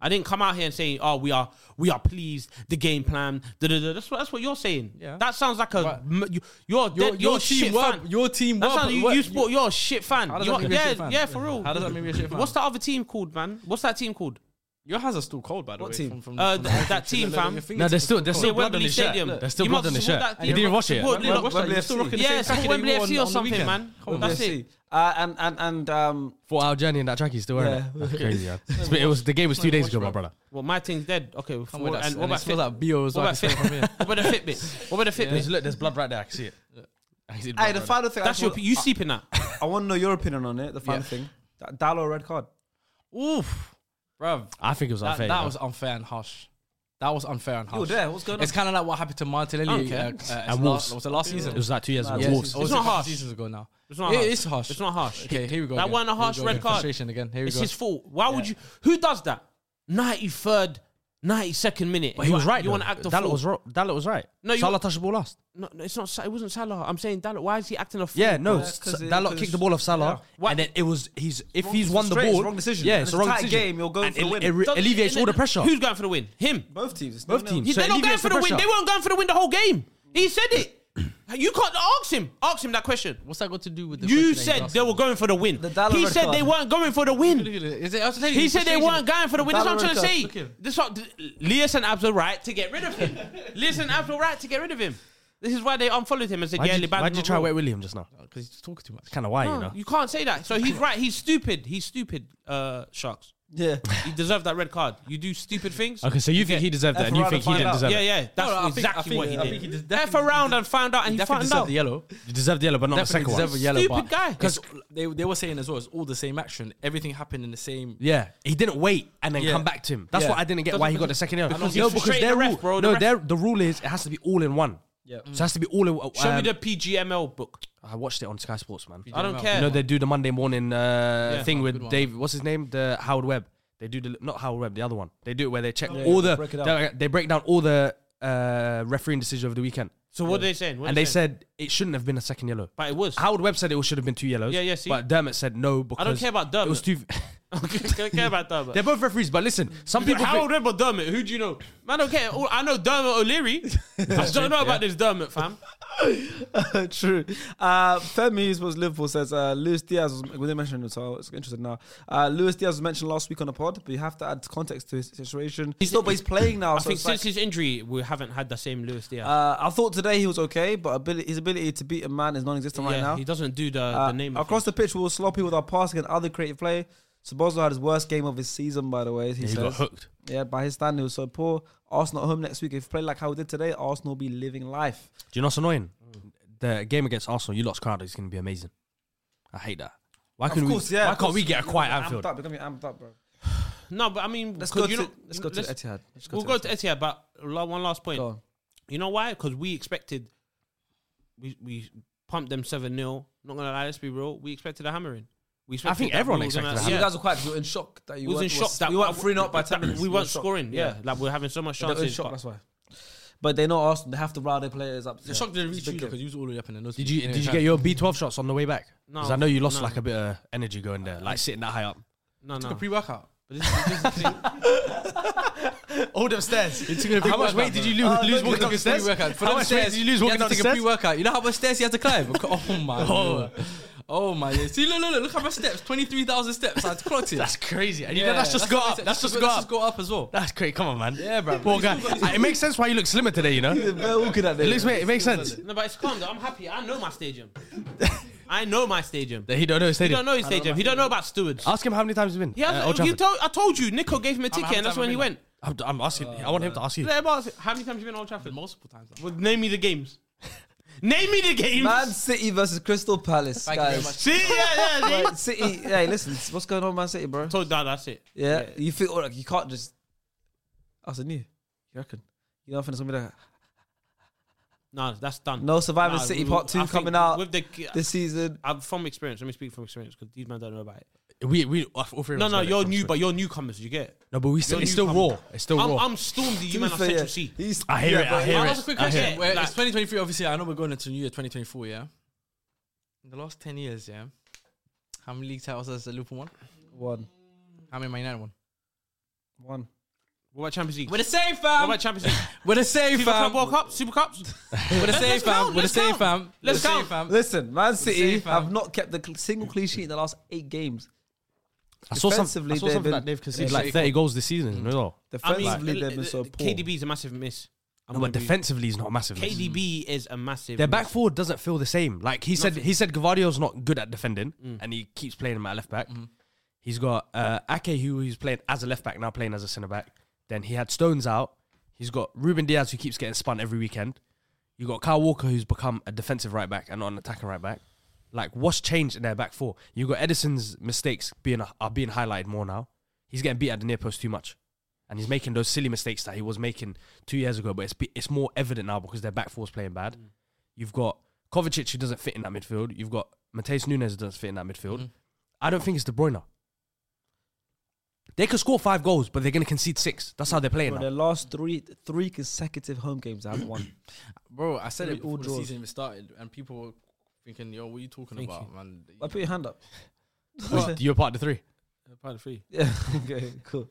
S4: I didn't come out here and say, "Oh, we are, we are pleased." The game plan, da, da, da. that's what that's what you're saying.
S3: Yeah.
S4: That sounds like a
S3: But-
S4: m- you,
S3: Your,
S4: you're dead,
S3: your,
S4: you're a
S3: team
S4: shit
S3: were,
S4: fan.
S3: your team
S4: That's
S3: were-
S4: how you,
S3: were-
S4: you sport. You're a shit fan.
S3: How does
S4: You
S3: that
S4: are-
S3: make me a
S4: yeah,
S3: shit fan?
S4: yeah, for real.
S3: How does that make me a shit fan?
S4: What's the other team called, man? What's that team called?
S3: Your hands are still cold, by the
S1: What
S3: way.
S1: team?
S3: From, from,
S4: Uh,
S3: from
S4: th-
S3: the-
S4: that team,
S3: Look, look,
S4: fam.
S3: your fingertips
S2: No,
S3: are
S2: there's still there's
S3: cold.
S2: still
S4: Wembley
S2: blood on his
S4: Stadium.
S2: shirt. There's still
S4: You
S2: blood
S4: must
S2: on his
S4: support
S2: shirt. You
S4: that team.
S2: didn't watch it.
S4: Support-
S1: Wembley-
S3: Wembley
S1: Wembley
S3: FC.
S1: FC.
S3: Still
S4: Yeah, support Wembley
S3: Wembley
S4: FC or
S3: on the
S4: something,
S3: weekend.
S4: man.
S3: Come on,
S4: That's
S3: man.
S4: it.
S1: Uh, and and and um,
S2: Four hour journey in that track. He's still wearing
S1: Yeah.
S2: it. That's crazy. man. It's been- It was the game was two days ago, my brother.
S4: Well, my thing's dead. Okay,
S3: Come
S4: for-
S3: with us.
S4: and
S3: And
S4: what
S3: it
S4: about Fit?
S3: smells like BO as
S4: What
S3: well.
S4: about Fit? What about the Fitbit? What about the Fitbit?
S2: Look, there's blood right there. I can see it.
S1: hey, the final thing. I
S4: That's
S1: just
S4: your.
S1: want-
S4: You sleeping that?
S1: I, want to know your opinion on it. The final thing. That Dallo red card.
S3: Oof, bruv.
S2: I think it was
S3: That,
S2: unfair.
S3: that
S2: you know.
S3: was unfair and harsh. That was unfair and harsh.
S1: You were there. What's going on?
S3: It's kind of like what happened to Martinelli. Uh,
S4: care.
S3: uh, it's
S2: And
S3: last,
S2: Wolves.
S3: was it last season?
S2: It was like two years ago.
S1: Yeah,
S2: Wolves.
S3: Or was
S4: It's
S3: it
S4: not
S3: a couple
S4: harsh.
S3: Seasons ago now.
S4: It's not
S3: It
S4: harsh.
S3: is harsh.
S4: It's not harsh.
S3: Okay, here we go.
S4: That
S3: again.
S4: wasn't a
S3: Here we
S4: harsh
S3: go
S4: red
S3: again.
S4: card.
S3: Frustration again. Here we
S4: It's
S3: go.
S4: his fault. Why would you? Who does that? Ninety third, ninety second minute.
S2: But he
S4: You
S2: was
S4: want-
S2: right.
S4: You want
S2: though.
S4: to act a
S2: Dalot
S4: fool?
S2: was ro- Dalot was right.
S4: No, you-
S2: Salah touched the ball last.
S4: No, no, it's not. Sa- It wasn't Salah. I'm saying Dalot. Why is he acting a fool?
S2: Yeah, no.
S1: Yeah,
S2: S-
S1: 'cause it-
S2: Dalot
S1: 'cause-
S2: kicked the ball off Salah,
S4: Why-
S2: and then it was he's if
S1: Wrong-
S2: he's won the
S1: straight,
S2: ball.
S1: it's wrong decision.
S2: Yeah,
S1: And
S2: it's
S1: it's
S2: a
S1: a
S2: wrong
S1: tight
S2: decision.
S1: game, you're going
S2: And
S1: for the
S2: it-
S1: win.
S2: It re-
S4: Doesn't-
S2: alleviates
S4: and
S2: all the
S4: then-
S2: pressure.
S4: Who's going for the win? Him.
S1: Both teams. It's
S2: Both
S1: nil-nil.
S2: teams. So
S4: they're
S2: it
S4: not going
S2: alleviates
S4: for the,
S2: the
S4: win.
S2: pressure.
S4: They weren't going for the win the whole game. He said it. <clears throat> You can't ask him. Ask him that question.
S3: What's that got to do with the?
S4: You
S3: question that
S4: said
S3: asked
S4: they
S3: me?
S4: were going for the win.
S1: The Dalot
S4: He
S1: red
S4: said
S1: card.
S4: they weren't going for the win.
S3: Is it, I was telling you,
S4: He said they
S3: frustration.
S4: weren't going for the win. That's what I'm
S1: Dalot
S4: trying
S1: red
S4: to say.
S3: card.
S4: This what Lias and Abs were right to get rid of
S2: <laughs>
S4: him. Lias and Abs were right to get rid of him. This is why they unfollowed him and said,
S2: Why'd
S4: "Yeah,
S2: you,
S4: Liban's
S2: why'd you
S4: not
S2: try
S4: real."
S2: Wet William just now?
S3: Because he's talking too much.
S2: Kind of why, you
S4: No,
S2: know.
S4: you can't say that. So he's right. He's stupid. He's stupid. Uh, sharks.
S1: Yeah. <laughs>
S4: He deserved that red card. You do stupid things.
S2: Okay, so you think he deserved it, and you
S1: Everyone
S2: think
S1: to
S2: he
S1: find
S2: didn't
S1: out.
S2: deserve
S4: Yeah,
S2: it.
S4: yeah. That's
S3: No, no, I think-
S4: exactly
S3: I think-
S4: what he
S3: I
S4: did.
S3: think he des-
S4: F around and found out, and he
S3: Definitely
S4: found
S3: deserved
S4: out.
S3: the yellow.
S2: You deserved the yellow, but not the
S3: Definitely
S2: second
S3: deserved
S2: one.
S3: a yellow.
S4: Stupid
S3: but
S4: guy.
S3: Because they they were saying as well, it's all the same action. Everything happened in the same.
S2: Yeah, he didn't wait and then
S3: Yeah.
S2: come back to him. That's
S3: Yeah.
S2: what I didn't get.
S3: Doesn't
S2: Why he got
S3: because-
S2: the second yellow?
S4: because
S2: no, because
S4: he's frustrating
S2: their
S4: the ref,
S2: rule,
S4: bro, the
S2: no,
S4: ref-
S2: their, the rule is it has to be all in one.
S1: Yeah.
S2: So it has to be all in. Uh,
S4: Show me
S2: um,
S4: the PGML book.
S2: I watched it on Sky Sports, man.
S4: I don't
S3: PGML.
S4: care.
S2: You know they do the Monday morning uh,
S4: Yeah.
S2: thing
S3: Oh, good
S2: with
S3: one.
S2: Dave. What's his name? The Howard Webb. They do the not Howard Webb, the other one. They do it where they check all
S1: they
S2: the
S1: break it
S2: they,
S1: down.
S2: like, they break down all the uh, refereeing decisions over the weekend,
S4: so what are they saying? What
S2: and
S4: are
S2: they
S4: saying?
S2: said it shouldn't have been a second yellow.
S4: but it was.
S2: Howard Webb said it should have been two yellows.
S4: Yeah, yeah, see?
S2: But Dermot said no
S4: I
S2: because
S4: don't care about
S2: It
S4: Dermot.
S2: was two.
S4: <laughs> I don't <laughs> care about Dermot.
S2: They're both referees, but listen, some people.
S4: How
S2: think-
S4: old about Dermot? Who do you know? Man, I don't care. All- I know Dermot O'Leary.
S1: <laughs>
S4: I just don't know about this Dermot, fam.
S1: True. Uh, Femi, who's was Liverpool, says uh, Luis Diaz was. We didn't mention it, so it's interesting now. Uh, Luis Diaz was mentioned last week on the pod, but you have to add context to his situation. He's not, but he's playing now.
S4: I
S1: so
S4: think
S1: it's
S4: since
S1: like-
S4: his injury, we haven't had the same Lewis Diaz.
S1: uh, I thought today he was okay, but abili- his ability to beat a man is non-existent right
S4: yeah,
S1: now.
S4: he doesn't do the,
S1: Uh,
S4: the name
S1: across the pitch, we were sloppy with our passing and other creative play. Sabozlo had his worst game of his season, by the way. He
S2: Yeah, he
S1: says.
S2: got hooked.
S1: Yeah, by his standard, it was so poor. Arsenal at home next week. If we play like how we did today, Arsenal will be living life.
S2: Do you know what's annoying? The game against Arsenal, you lot's crowd is going to be amazing. I hate that. Why couldn't
S1: course,
S2: we?
S1: yeah,
S2: why
S1: of
S2: can't we
S1: course.
S2: get a quiet
S1: Amped
S2: Anfield?
S1: up, becoming amped up, bro.
S4: no, but I mean,
S1: Let's
S4: 'cause
S1: go
S4: you
S1: to
S4: know-
S1: let's go to
S4: let's-
S1: Etihad. Let's
S4: We'll go to Etihad, but la- one last point.
S1: Go on.
S4: You know why? Because we expected, we we pumped them seven 0 Not gonna lie, let's be real. We expected a hammering. We expected
S2: think
S4: that
S2: everyone
S4: we were
S2: expected
S4: gonna-
S2: a
S1: So
S2: hammering.
S1: you guys were quiet. 'cause You were in shock that you
S4: We was in
S1: weren't-
S4: shock that
S1: we weren't
S4: I-
S1: three not by ten
S4: that
S1: minutes.
S4: We
S1: were
S4: weren't
S1: shocked.
S4: scoring. Yeah. like we are having so much
S1: They were in
S4: chances.
S1: shock.
S4: but-
S1: That's why. But they know Arsenal. They have to rile their players up.
S3: The shock didn't
S1: It's
S3: reach
S1: a
S3: you
S1: big
S3: because you was all the way up in the nose.
S2: Did you
S3: Yeah.
S2: did you get your B twelve shots on the way back? Because
S4: No,
S2: I know you lost
S4: no.
S2: like a bit of energy going there, like sitting that high up.
S4: no,
S3: Took a
S4: no.
S3: pre-workout.
S4: But this, this is the thing.
S2: All them stairs.
S3: How
S2: How much weight did Oh, you lose,
S1: Uh,
S2: lose
S1: look,
S2: walking
S1: look,
S2: up the
S1: look,
S2: stairs?
S3: Pre-workout. For
S2: How
S3: them
S2: much weight
S3: stairs,
S2: did you lose
S3: he had
S2: walking
S3: to
S2: up the
S3: take a
S2: stairs?
S3: pre-workout. You know how much stairs he had to <laughs> climb? Oh my. lord. Oh my. days. See, look, look, look, look how much steps. Twenty-three thousand steps. I clocked it.
S2: That's crazy. And you
S3: Yeah,
S2: know that's just
S3: how
S2: got
S3: he
S2: up.
S3: said.
S2: That's just
S3: That's
S2: got up.
S3: got up as well.
S2: That's great. Come on, man.
S3: Yeah, bro.
S2: Poor guy. Uh, It makes sense why you look slimmer today. <laughs> You know,
S1: <laughs>
S2: it
S1: They're walking at them.
S2: looks. It makes sense.
S4: <laughs> No, but it's calm though. I'm happy. I know my stadium. I know my stadium.
S2: That he don't know his
S4: He don't
S2: stadium.
S4: know his stadium. He don't know about stewards.
S2: Ask him how many times he's been.
S4: He has,
S2: uh, Old
S4: you
S2: Trafford.
S4: told, I told you, Nico gave him a ticket,
S3: many
S4: and that's
S3: times
S4: when
S3: have
S4: he
S3: you
S4: went.
S2: I'm, I'm asking. I want him to ask you.
S4: Let him ask, how many times have you been to Old Trafford?
S3: Multiple times.
S4: Well, name me the games. name me the games.
S1: Man City versus Crystal Palace,
S3: Thank you very
S1: guys.
S3: much.
S4: See, yeah, yeah.
S1: Right, City, hey, listen, what's going on, Man City, bro?
S4: So that, that's it.
S1: Yeah, you feel like you can't just. I said, new. You reckon? You don't think it's gonna be like
S4: No, that's done.
S1: no Survivor
S4: Nah,
S1: City
S4: we-
S1: Part
S4: I
S1: Two
S4: think
S1: coming out
S4: with the.
S1: this season?
S4: I'm from experience. Let me speak from experience because these men don't know about it.
S2: We we uh, all three. of
S4: No,
S2: us
S4: no,
S2: got it
S4: you're
S2: from
S4: new,
S2: Spain.
S4: but you're newcomers. You get. It.
S2: no, but we still,
S4: you're
S2: it's still
S4: newcomer.
S2: raw. It's still
S4: I'm,
S2: raw.
S4: I'm stormed the
S1: To
S4: you
S1: be
S4: man of
S1: fair,
S4: Central
S1: yeah,
S4: C.
S1: he's-
S2: I hear
S1: yeah,
S2: it.
S1: but
S2: I hear
S3: I'll
S2: it.
S3: ask a quick
S2: I hear
S3: question.
S2: it.
S3: Where-
S4: Eh, Like-
S3: it's 2023, obviously. I know we're going into New Year 2024, yeah? In the last 10 years, yeah? How many league titles has Liverpool won?
S1: One,
S3: How many Man United won?
S1: one.
S4: What about Champions League?
S3: We're the same,
S4: What
S3: fam!
S4: about Champions League?
S3: We're the same,
S4: Super Club
S3: fam!
S4: World Cup, Super Cups.
S3: We're the same, fam!
S4: count,
S3: We're the
S4: let's
S3: same,
S4: count.
S3: fam!
S4: Let's
S3: We're the same,
S4: count.
S3: fam!
S1: Listen, Man City
S3: fam.
S1: have not kept the cl- single clean sheet in the last eight games.
S2: I saw some. I saw
S1: Defensively,
S2: something
S1: they've
S2: that
S1: been-
S2: they've conceded
S1: they've
S2: like
S1: been-
S2: thirty goals this season. No, no,
S1: Defensively,
S4: I mean,
S1: they've been so poor.
S4: KDB is a massive miss. I'm
S2: but
S4: gonna be-
S2: defensively is not a massive. miss.
S4: KDB is a massive.
S2: Their
S4: miss.
S2: back forward doesn't feel the same. Like he said, he said Gavardio's not good at defending,
S4: Mm.
S2: and he keeps playing him at left back. He's got uh, Ake, who he's playing as a left back now, playing as a centre back. Then he had Stones out. He's got Ruben Diaz, who keeps getting spun every weekend. You got Kyle Walker, who's become a defensive right back and not an attacking right back. Like, what's changed in their back four? You got Edison's mistakes being are being highlighted more now. He's getting beat at the near post too much, and he's making those silly mistakes that he was making two years ago. But it's be- it's more evident now because their back four's playing bad.
S3: Mm.
S2: You've got Kovacic who doesn't fit in that midfield. You've got Mateus Nunes who doesn't fit in that midfield.
S3: Mm.
S2: I don't think it's De Bruyne. They could score five goals, but they're going to concede six. That's how they're playing
S1: Bro,
S2: now.
S1: their last three three consecutive home games, they haven't <coughs> won.
S3: Bro, I said
S1: Three
S3: it before
S1: all
S3: the
S1: draws.
S3: season even started, and people were thinking, "Yo, what are you talking
S4: Thank
S3: about,
S4: you.
S3: man?"
S1: I put your hand up.
S2: Well, <laughs> You're part of the three.
S4: Part of three.
S1: yeah. <laughs> Okay. Cool.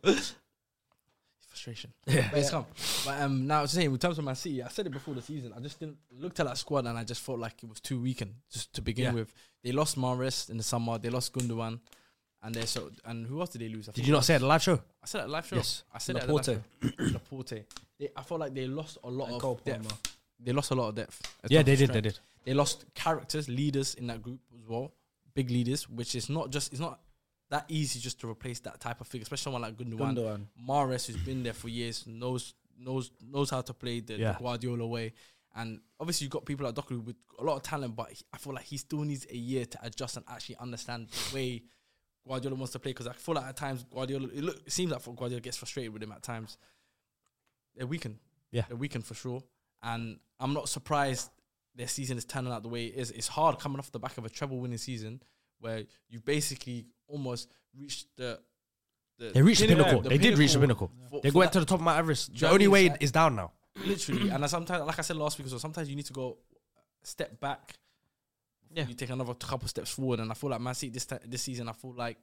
S2: <laughs>
S3: frustration. Yeah, it's come. But um, now I was saying in terms of Man City, I said it before the season. I just didn't looked at that squad and I just felt like it was too weakened just to begin
S2: Yeah.
S3: with. They lost Maris in the summer. They lost Gundogan, and they so and who else did they lose? I
S2: Did you not say at the live show?
S3: I said at the live show.
S2: Yes.
S3: I said it
S1: Laporte.
S3: At the live show. Laporte. They, I felt like they lost a lot
S1: And
S3: of
S1: Cole
S3: depth.
S1: Palmer.
S3: They lost a lot of depth. in
S2: Yeah,
S3: terms
S2: they
S3: of
S2: did. They
S3: strength.
S2: did.
S3: They lost characters, leaders in that group as well, big leaders, which is not just it's not that easy just to replace that type of figure, especially someone like Gundogan.
S1: Gundogan.
S3: Mares, who's been there for years, knows knows knows how to play the, the
S2: Yeah.
S3: Guardiola way. And obviously, you've got people like Doku with a lot of talent, but he- I feel like he still needs a year to adjust and actually understand the way Guardiola wants to play. Because I feel like at times Guardiola, it, look, it seems like Guardiola gets frustrated with him at times. They're weakened,
S2: Yeah.
S3: they're weakened for sure. And I'm not surprised their season is turning out the way it is. It's hard coming off the back of a treble winning season where you basically almost reached the. the
S2: They reached the
S3: pinnacle-
S2: pinnacle.
S3: the
S2: they did reach the
S3: pinnacle
S2: pinnacle.
S3: for-
S2: They
S3: for
S2: went
S3: that-
S2: to the top of Mount Everest.
S3: Do you
S2: The
S3: know what I
S2: only
S3: mean?
S2: way
S3: It's like-
S2: is down now.
S3: literally. and I sometimes, like I said last week, so sometimes you need to go a step back.
S4: Yeah.
S3: You take another couple steps forward, and I feel like Man City this ti- this season, I feel like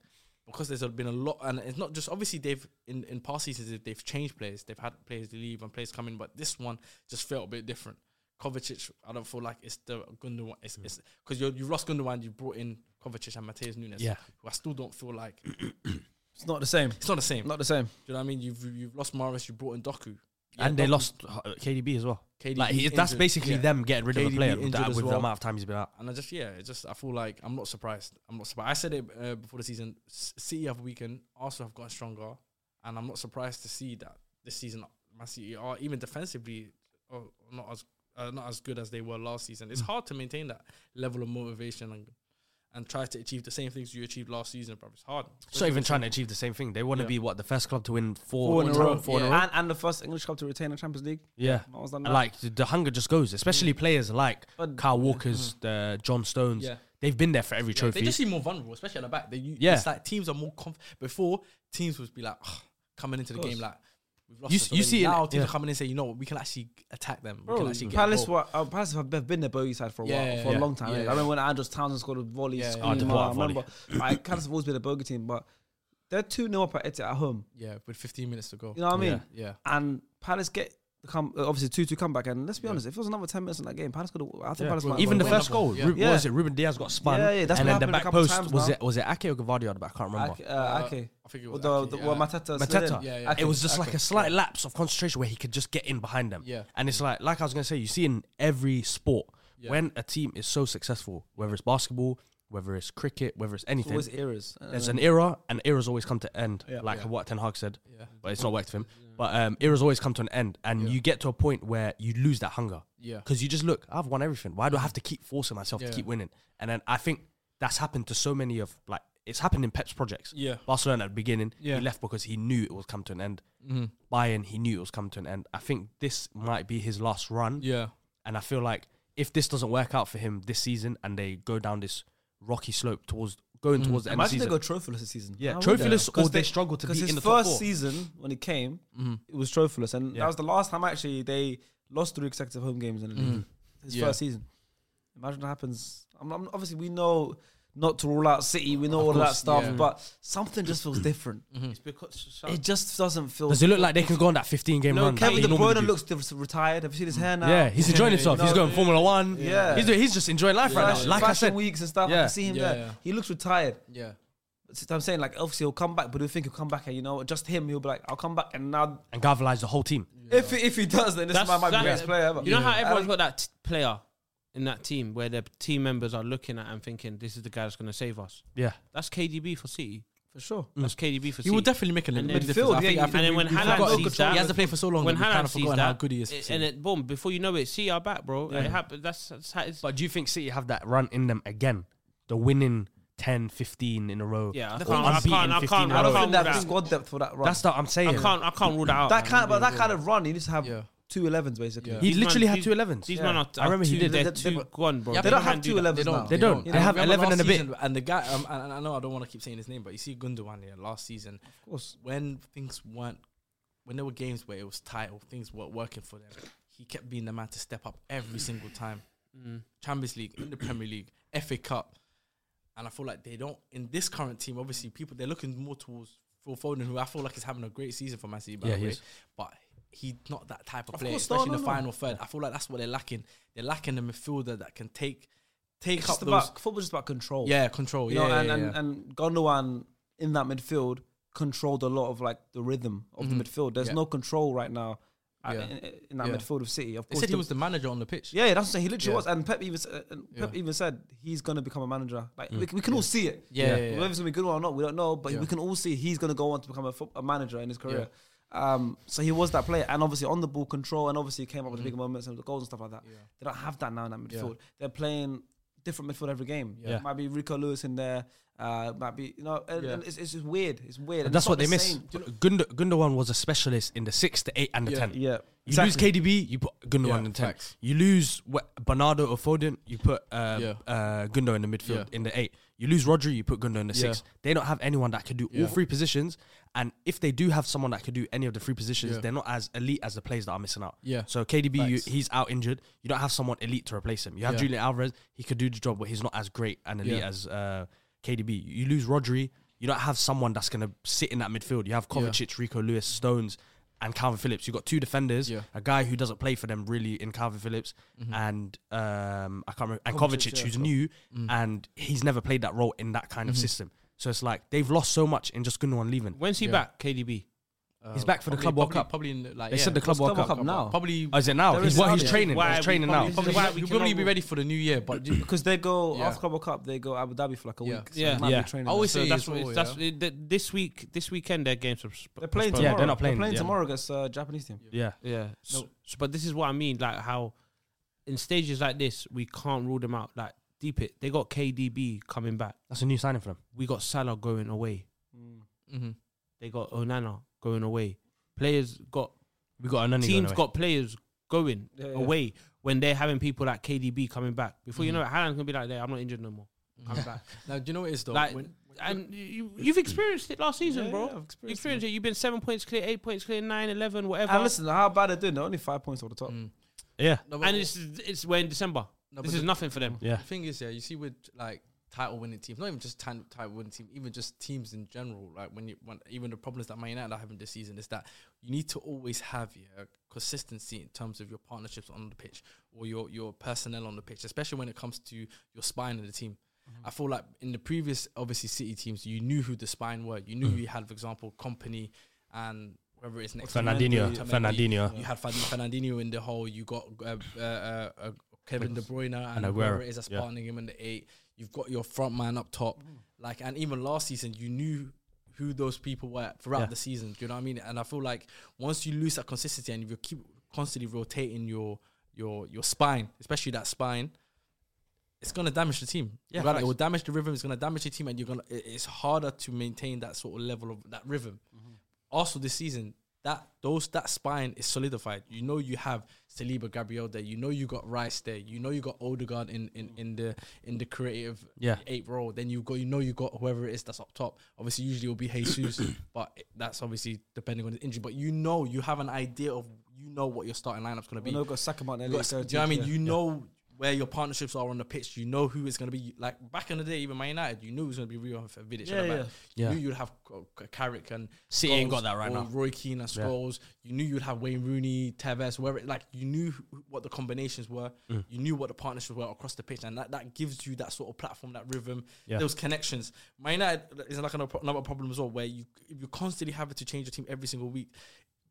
S3: because there's been a lot, and it's not just obviously they've in in past seasons they've- they've changed players, they've had players leave and players come in, but this one just felt a bit different. Kovacic, I don't feel like it's the Gundogan. It's
S2: Mm.
S3: because you you lost Gundogan, you brought in Kovacic and Mateus Nunes.
S2: Yeah.
S3: who I still don't feel like
S1: It's not the same.
S3: it's not the same.
S1: Not the same.
S3: Do you know what I mean? You've you've lost Morris, you brought in Doku,
S2: and they
S3: Doku-
S2: lost uh, KDB as well.
S3: KDB
S2: like he, that's
S3: injured.
S2: basically
S3: Yeah.
S2: them getting rid of a
S3: KDB
S2: player with,
S3: injured
S2: that,
S3: as
S2: with the
S3: well.
S2: amount of time he's been out.
S3: And I just yeah, it just I feel like I'm not surprised. I'm not surprised. I said it uh, before the season. S- City have weakened. Arsenal have gotten stronger, and I'm not surprised to see that this season Man City are even defensively are not as uh, not as good as they were last season.
S2: Hmm.
S3: It's hard to maintain that level of motivation and and try to achieve the same things you achieved last season, bro. It's hard.
S2: It's not even trying to achieve the same thing. They want to
S3: Yeah.
S2: be what the first club to win
S1: Four
S2: four,
S1: in a
S3: row.
S2: four, four in a
S3: Yeah.
S2: row.
S1: And, and the first English club to retain the Champions League.
S2: Yeah.
S1: No one's done
S2: And,
S1: that.
S2: Like the- the hunger just goes, especially players like
S1: But-
S2: Kyle Walker's, the John Stones.
S3: Yeah.
S2: They've been there for every
S3: Yeah,
S2: trophy.
S3: they just seem more vulnerable, especially at the back. They, you,
S2: Yeah.
S3: it's like teams are more conf- before teams would be like "Ugh," coming into the
S1: course.
S3: game like we've lost.
S2: You
S3: this
S2: s- you
S3: already."
S2: see it-
S3: now teams
S2: yeah.
S3: are coming in and say you know what we can actually attack them. we
S1: Bro,
S3: can actually get
S1: Palace,
S3: involved."
S1: were, uh, Palace have been- been their bogey side for a while,
S3: Yeah,
S1: for
S3: yeah,
S1: a long time.
S3: yeah,
S1: innit? I
S3: yeah.
S1: remember when Andrews Townsend scored a volley.
S3: Yeah,
S1: screamer,
S3: yeah. Oh, the
S1: I
S2: volley.
S1: remember. like, Palace have always been a bogey team, but they're 2 0 up at Etihad at home.
S3: yeah with 15 minutes to go.
S1: You know what I mean?
S2: Yeah.
S3: Yeah,
S1: And Palace get the come uh, obviously 2 2 comeback. And let's be
S3: Yeah.
S1: honest, if it was another 10 minutes in that game, Palace could have. I think
S2: Yeah.
S1: Palace might have
S2: Even the
S1: won.
S3: Winnable,
S2: first goal,
S3: yeah.
S2: Ru-
S1: Yeah.
S2: what was it? Ruben Diaz got spun.
S1: Yeah, yeah, that's
S2: and
S1: what
S2: then the
S1: happened a
S2: back
S1: couple of
S2: post
S1: times
S2: was
S1: now.
S2: it was it Ake or Gavardi on the back? I can't remember.
S1: Ake- uh, Ake.
S3: I think it
S1: Or
S3: was
S1: the,
S3: Ake,
S1: the,
S3: yeah.
S1: well, Mateta. slid in.
S2: Mateta.
S3: Yeah, yeah.
S1: Ake.
S2: It was just
S1: Ake.
S2: like a slight lapse of concentration where he could just get in behind them.
S3: Yeah.
S2: And it's like like I was gonna say, you see in every sport
S3: Yeah.
S2: when a team is so successful, whether it's basketball, whether it's cricket, whether it's anything,
S1: always errors.
S2: there's an era and eras always come to end.
S1: Yeah.
S2: like
S3: uh, Yeah.
S2: what Ten Hag said.
S3: yeah,
S2: but it's not worked for him. But um, eras always come to an end, and
S3: Yeah.
S2: you get to a point where you lose that hunger
S3: yeah.
S2: because you just look. I've won everything. Why do I have to keep forcing myself
S3: Yeah.
S2: to keep winning? And then I think that's happened to so many of like it's happened in Pep's projects.
S3: Yeah.
S2: Barcelona at the beginning,
S3: Yeah.
S2: he left because he knew it was come to an end.
S3: Mm-hmm.
S2: Bayern, he knew it was come to an end. I think this might be his last run,
S3: Yeah,
S2: and I feel like if this doesn't work out for him this season, and they go down this rocky slope towards going towards the end of
S1: Mm.
S2: the
S1: Imagine they
S2: season,
S1: go trophyless this season.
S2: Yeah,
S1: How would they?
S2: trophyless or
S1: 'Cause
S2: they struggle to
S1: 'cause
S2: be
S1: his
S2: in the top
S1: first
S2: four.
S1: season when he came,
S3: Mm-hmm.
S1: it was trophyless, and that
S2: Yeah.
S1: was the last time actually they lost three consecutive home games in the
S2: Mm.
S1: league. His
S3: Yeah.
S1: first season. Imagine what happens. I'm, I'm- obviously, we know not to rule out City. We know all that
S2: course,
S1: stuff,
S3: yeah.
S1: but something just feels different.
S4: It's because
S1: It just doesn't feel.
S2: does it look like they can go on that 15 game
S1: no,
S2: run? that
S1: Kevin
S2: they
S1: De
S2: normally
S1: Bruyne
S2: do?
S1: looks diff- retired. Have you seen
S2: Mm.
S1: his hair now?
S2: Yeah, he's enjoying
S3: Yeah,
S2: himself.
S1: you
S2: he's
S1: know,
S2: going Formula One.
S1: Yeah.
S2: He's, he's just enjoying life right now.
S1: Fashion-
S2: Like I
S1: fashion
S2: said,
S1: weeks and stuff. I
S2: Yeah.
S1: can see him
S3: Yeah,
S1: there.
S3: yeah.
S1: He looks retired.
S3: yeah.
S1: so I'm saying like obviously he'll come back, but he'll think he'll come back and you know just him. He'll be like, I'll come back and now
S2: and galvanize the whole team.
S1: if he, if he does, then this
S4: That's-
S1: man might be the
S4: that-
S1: best player ever.
S4: You know how
S1: I
S4: everyone's
S1: don't-
S4: got that t- player in that team where their team members are looking at and thinking, "This is the guy that's going to save us."
S2: Yeah.
S4: That's KDB for City.
S1: for sure.
S4: That's KDB for
S3: He
S4: City.
S3: will definitely make a little
S4: And
S3: bit of
S4: then-
S3: difference. I
S1: midfield,
S3: think,
S1: yeah,
S3: I think
S4: and then
S3: we-
S4: when
S3: we
S4: Haaland
S3: forgot-
S4: sees that-
S3: he has to play for so long.
S4: when
S3: that we've kind
S4: Haaland
S3: of
S4: sees
S3: forgotten
S4: that,
S3: how good he is. for
S4: it-
S3: City.
S4: and it, boom, before you know it, see our back, bro. It happened. That's, that's how it's.
S2: But do you think City have that run in them again? The winning 10, 15 in a row.
S4: Yeah, I
S2: Or
S4: can't- I
S2: unbeaten
S4: can't- I
S2: 15
S4: can't-
S2: in a
S1: I don't
S2: row.
S1: think
S4: can't
S1: they
S4: rule
S1: have
S4: that-
S1: squad depth for that run.
S2: That's what I'm saying.
S4: I can't. I can't rule that out.
S1: that
S4: man.
S1: kind, of, but that kind of run, you just have
S3: Yeah.
S1: two 11s basically.
S3: Yeah.
S2: He
S4: These
S2: literally
S4: man-
S2: had
S4: these-
S2: two 11s.
S4: These
S1: Yeah.
S4: men are.
S2: I remember
S4: are
S2: he
S4: two,
S2: did.
S4: They're
S1: They- they-
S4: two gone, bro.
S3: Yeah,
S1: They
S3: but
S1: don't
S4: can't
S1: have
S4: do
S1: two
S4: that.
S1: 11s
S3: They
S1: now.
S3: don't.
S2: They
S3: don't.
S2: don't. They have
S3: Remember
S2: 11 and a
S3: last
S2: bit.
S3: season, And the guy, um, and, and I know I don't want to keep saying his name, but you see Gundogan here last season. Of
S1: course.
S3: When things weren't, when there were games where it was tight or things weren't working for them, he kept being the man to step up every single time.
S2: Mm.
S3: Champions League, in the Premier League, FA Cup, and I feel like they don't in this current team. Obviously, people they're looking more towards Phil Foden, who I feel like is having a great season for Man City. By
S2: Yeah,
S3: the
S2: he
S3: way,
S2: is.
S3: but he's not that type of,
S1: Of
S3: player,
S1: course, no,
S3: especially in
S1: no,
S3: the
S1: no.
S3: final third. I feel like that's what they're lacking. They're lacking a midfielder that can take take
S1: It's
S3: up
S1: just
S3: those
S1: about football's just about control.
S3: yeah, control.
S1: you
S3: yeah,
S1: know, and,
S3: yeah,
S1: and
S3: yeah.
S1: and Gondwan in that midfield controlled a lot of like the rhythm of the
S3: Mhm.
S1: midfield. There's
S3: Yeah.
S1: no control right now uh,
S3: Yeah.
S1: in, in that
S3: Yeah.
S1: midfield of City. Of
S3: they
S1: course,
S3: said he
S1: the-
S3: was the manager on the pitch.
S1: Yeah, yeah, that's what I'm saying. He literally
S3: Yeah.
S1: was, and Pep even s- uh, and Pep
S3: Yeah. Mm.
S1: even said he's gonna become a manager. Like we, we can all see it.
S3: Yeah, yeah, yeah.
S1: whether it's gonna be good or not, we don't know. But
S3: Yeah.
S1: we can all see he's gonna go on to become a, fo- a manager in his career. Um, so he was that player, and obviously on the ball control, and obviously he came up with the big moments and the goals and stuff like that.
S3: Mm. Yeah.
S1: They don't have that now in that
S3: Yeah.
S1: midfield. They're playing different midfield every game.
S3: Yeah.
S1: might be Rico Lewis in there. Uh, might be you know, and,
S3: Yeah.
S1: and it's, it's just weird. It's weird. And
S2: That's
S1: it's not
S2: what they
S1: the
S2: miss.
S1: same.
S2: Gund- Gundogan was a specialist in the six, the eight, and the
S3: Yeah.
S2: ten.
S1: Yeah,
S2: You lose KDB, you put Gundo
S3: Yeah,
S2: in the ten.
S3: facts.
S2: You lose what, Bernardo or Foden, you put uh,
S3: Yeah.
S2: uh, Gundo in the midfield
S3: Yeah.
S2: in the eight. You lose Rodri, you put Gundo in the
S3: Yeah.
S2: six. They don't have anyone that could do all
S3: Yeah.
S2: three positions. And if they do have someone that could do any of the three positions,
S3: Yeah.
S2: they're not as elite as the players that are missing out.
S3: Yeah.
S2: So KDB, you,
S3: Facts.
S2: he's out injured. You don't have someone elite to replace him. You have
S3: Yeah.
S2: Julian Alvarez. He could do the job, but he's not as great and elite
S3: Yeah.
S2: as uh, KDB. You lose Rodri. You don't have someone that's gonna sit in that midfield. You have
S3: Yeah.
S2: Kovacic, Rico Lewis, Stones, and Calvin Phillips. You've got two defenders
S3: Yeah.
S2: a guy who doesn't play for them really in Calvin Phillips
S4: Mm-hmm.
S2: and um, I can't remember and Kovacic,
S1: Kovacic, yeah,
S2: who's
S1: cool.
S2: new
S4: Mm.
S2: and he's never played that role in that kind
S4: Mm-hmm.
S2: of system. So it's like they've lost so much in just Gundogan leaving.
S4: When's he
S3: Yeah.
S4: back? KDB.
S3: Uh,
S2: He's back for the
S3: probably-
S2: Club World
S3: probably-
S2: Cup.
S3: Probably in the, like
S2: They
S3: yeah,
S2: said the Club
S1: Club
S2: World Cup.
S1: Cup now?
S3: Probably
S2: Oh, is it now?
S1: There
S2: He's,
S1: is
S2: well, he's
S1: another-
S2: training.
S4: Why
S2: He's
S4: we
S2: training now.
S4: probably-
S3: probably,
S4: This is why
S3: he'll
S4: we
S3: probably,
S4: cannot
S3: be
S4: rule-
S3: ready for the new year.
S2: <coughs>
S1: <clears throat>
S3: But do-
S1: because they go
S3: Yeah.
S1: after Club World Cup, they go Abu Dhabi for like a
S3: Yeah.
S1: week. So
S4: Yeah.
S1: they might be
S2: Yeah.
S1: training
S3: I always
S1: there.
S4: So
S3: say
S4: that's
S3: that's
S4: what
S3: what.
S4: it's, that's it- th- this week. This weekend their games. Are
S1: They're playing
S2: Yeah,
S1: tomorrow.
S2: they're not playing,
S1: They're playing
S2: yeah.
S1: tomorrow against uh, Japanese team.
S2: Yeah.
S4: Yeah. S-
S3: No.
S4: s- but this is what I mean, like how in stages like this, we can't rule them out. Like deep it. They got KDB coming back.
S2: That's a new signing for them.
S4: We got Salah going away.
S3: Mhm.
S4: They got Onana going away. Players got
S2: We got another
S4: teams got players going
S1: Yeah, yeah.
S4: away when they're having people like KDB coming back. Before you
S3: Mhm.
S4: know it, Haaland's gonna be like, "Yeah, I'm not injured no more. I'm back."
S3: Now, do you know what it is though?
S4: Like,
S3: When-
S4: and you, you've experienced it last season,
S1: Yeah,
S4: bro.
S1: yeah, I've
S4: You've
S1: experienced
S4: experienced, it. You've been seven points clear, eight points clear, nine, eleven, whatever.
S1: And listen, how bad they're doing. They're only five points off the top.
S3: Mm.
S2: Yeah.
S3: No, but-
S4: and it's it's we're in December.
S3: no, but
S4: this is
S3: the-
S4: nothing for them.
S2: Yeah.
S3: The thing is, yeah, you see with like title winning teams, not even just title title winning team, even just teams in general. Like when you when even the problems that Man United are having this season is that you need to always have yeah, consistency in terms of your partnerships on the pitch or your your personnel on the pitch, especially when it comes to your spine of the team.
S2: Mm-hmm.
S3: I feel like in the previous, obviously, City teams, you knew who the spine were. You knew
S2: Mm.
S3: you had, for example, company and whether it's next to
S2: Fernandinho,
S3: Mendy,
S2: Fernandinho.
S3: You had Fan- Fernandinho in the hole. You got uh, uh, uh, uh, Kevin De Bruyne and,
S2: And Aguero,
S3: whoever it is that's
S2: yeah.
S3: partnering him in the eight. You've got your front man up top. Like, and even last season, you knew who those people were throughout
S2: Yeah.
S3: the season. Do you know what I mean? And I feel like once you lose that consistency and if you keep constantly rotating your your your spine, especially that spine, it's gonna damage the team.
S2: Yeah,
S3: Regardless,
S2: facts.
S3: it will damage the rhythm. It's gonna damage the team, and you're gonna. it- It's harder to maintain that sort of level of that rhythm.
S2: Mm-hmm.
S3: Also, this season, that those that spine is solidified. You know, you have Saliba, Gabriel there. You know, you got Rice there. You know, you got Odegaard in in, in the in the creative
S2: Yeah.
S3: eight role. Then you got you know you got whoever it is that's up top. Obviously, usually it'll be Jesus,
S2: <coughs>
S3: but that's obviously depending on the injury. But you know, you have an idea of you know what your starting lineup's gonna be.
S1: We know we've got Saka, Martinelli,
S3: You got-
S1: Doherty,
S3: do you know what I mean?
S1: yeah.
S3: You know where your partnerships are on the pitch. You know who is going to be like back in the day, even Man United. You knew it was going to be Rio and Vidic.
S1: Yeah,
S3: at the back.
S1: yeah.
S3: You
S2: Yeah.
S3: knew you'd have K- K- Carrick and
S2: City ain't
S3: Scholes
S2: got that right
S3: or
S2: now.
S3: Roy Keane and Scholes. You knew you'd have Wayne Rooney, Tevez, wherever. Like you knew who- what the combinations were.
S2: Mm.
S3: You knew what the partnerships were across the pitch, and that, that gives you that sort of platform, that rhythm,
S2: Yeah.
S3: those connections. Man United is like another another problem as well, where you if you constantly having to change your team every single week,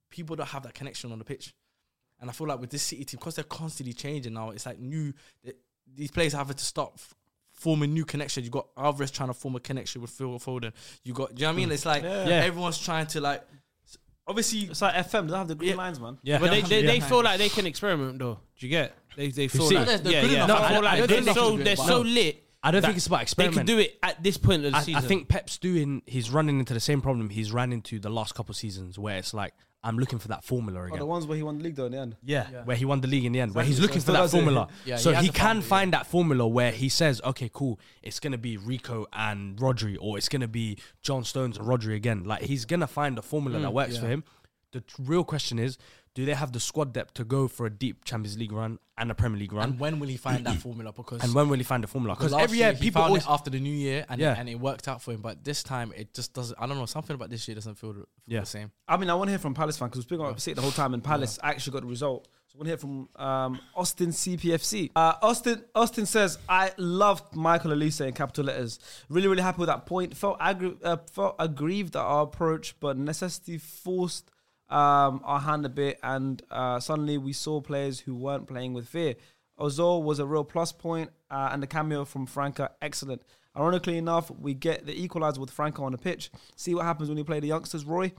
S3: people don't have that connection on the pitch. And I feel like with this City team, because they're constantly changing now, it's like new. th- These players have to start f- forming new connections. You got Alvarez trying to form a connection with Phil Foden. You got, do you know what I mean? It's like
S2: Hmm. Yeah.
S3: everyone's trying to like. s- Obviously,
S1: It's like FM. They don't have the green
S3: Yeah.
S1: lines, man.
S2: Yeah,
S4: But they, they, they
S3: Yeah.
S4: feel like they can experiment though. Do you get? They they feel
S2: see-
S4: like
S3: They're- they're
S4: yeah,
S3: good
S4: yeah.
S3: enough.
S4: No,
S3: I don't-
S4: I feel
S3: I
S4: like
S3: don't
S4: they're
S3: think
S4: so
S3: they
S4: they're
S3: can do it,
S4: so
S3: but-
S4: lit.
S2: I don't think
S4: that
S2: it's about
S4: They can
S2: experiment.
S4: do it at this point of the
S2: I,
S4: season.
S2: I think Pep's doing. He's running into the same problem he's ran into the last couple seasons, where it's like I'm looking for that formula
S1: Oh,
S2: again.
S1: the ones where he won the league though in the end.
S2: yeah, where he won the league in the end, where
S1: Exactly,
S2: he's
S1: so
S2: looking
S1: it's
S2: for
S1: still
S2: that
S1: as if-
S2: formula.
S3: Yeah,
S2: so
S3: he has
S2: he
S3: to
S2: can
S3: find it, yeah.
S2: find that formula where he says, okay, cool, it's gonna be Rico and Rodri, or it's gonna be John Stones and Rodri again. Like he's gonna find a formula that works for him. The t- real question is, do they have the squad depth to go for a deep Champions League run and a Premier League run?
S3: and when will he find that formula? Because
S2: And when will he find the formula? Because
S3: last
S2: every year,
S3: he
S2: people
S3: found
S2: always
S3: it after the new year, and
S2: Yeah.
S3: it, and it worked out for him. But this time, it just doesn't. I don't know. Something about this year doesn't feel, feel
S2: Yeah.
S3: the same.
S1: I mean, I want to hear from Palace fans because we've been on City the whole time, and Palace actually got the result. So I want to hear from um, Austin CPFC. Uh, Austin Austin says, "I loved Michael Elise in capital letters. Really, really happy with that point. Felt, aggr- uh, felt aggrieved at our approach, but necessity forced um, our hand a bit, and uh, suddenly we saw players who weren't playing with fear. Ozil was a real plus point, uh, and the cameo from Franca, excellent. Ironically enough, we get the equalizer with Franca on the pitch. See what happens when you play the youngsters, Roy.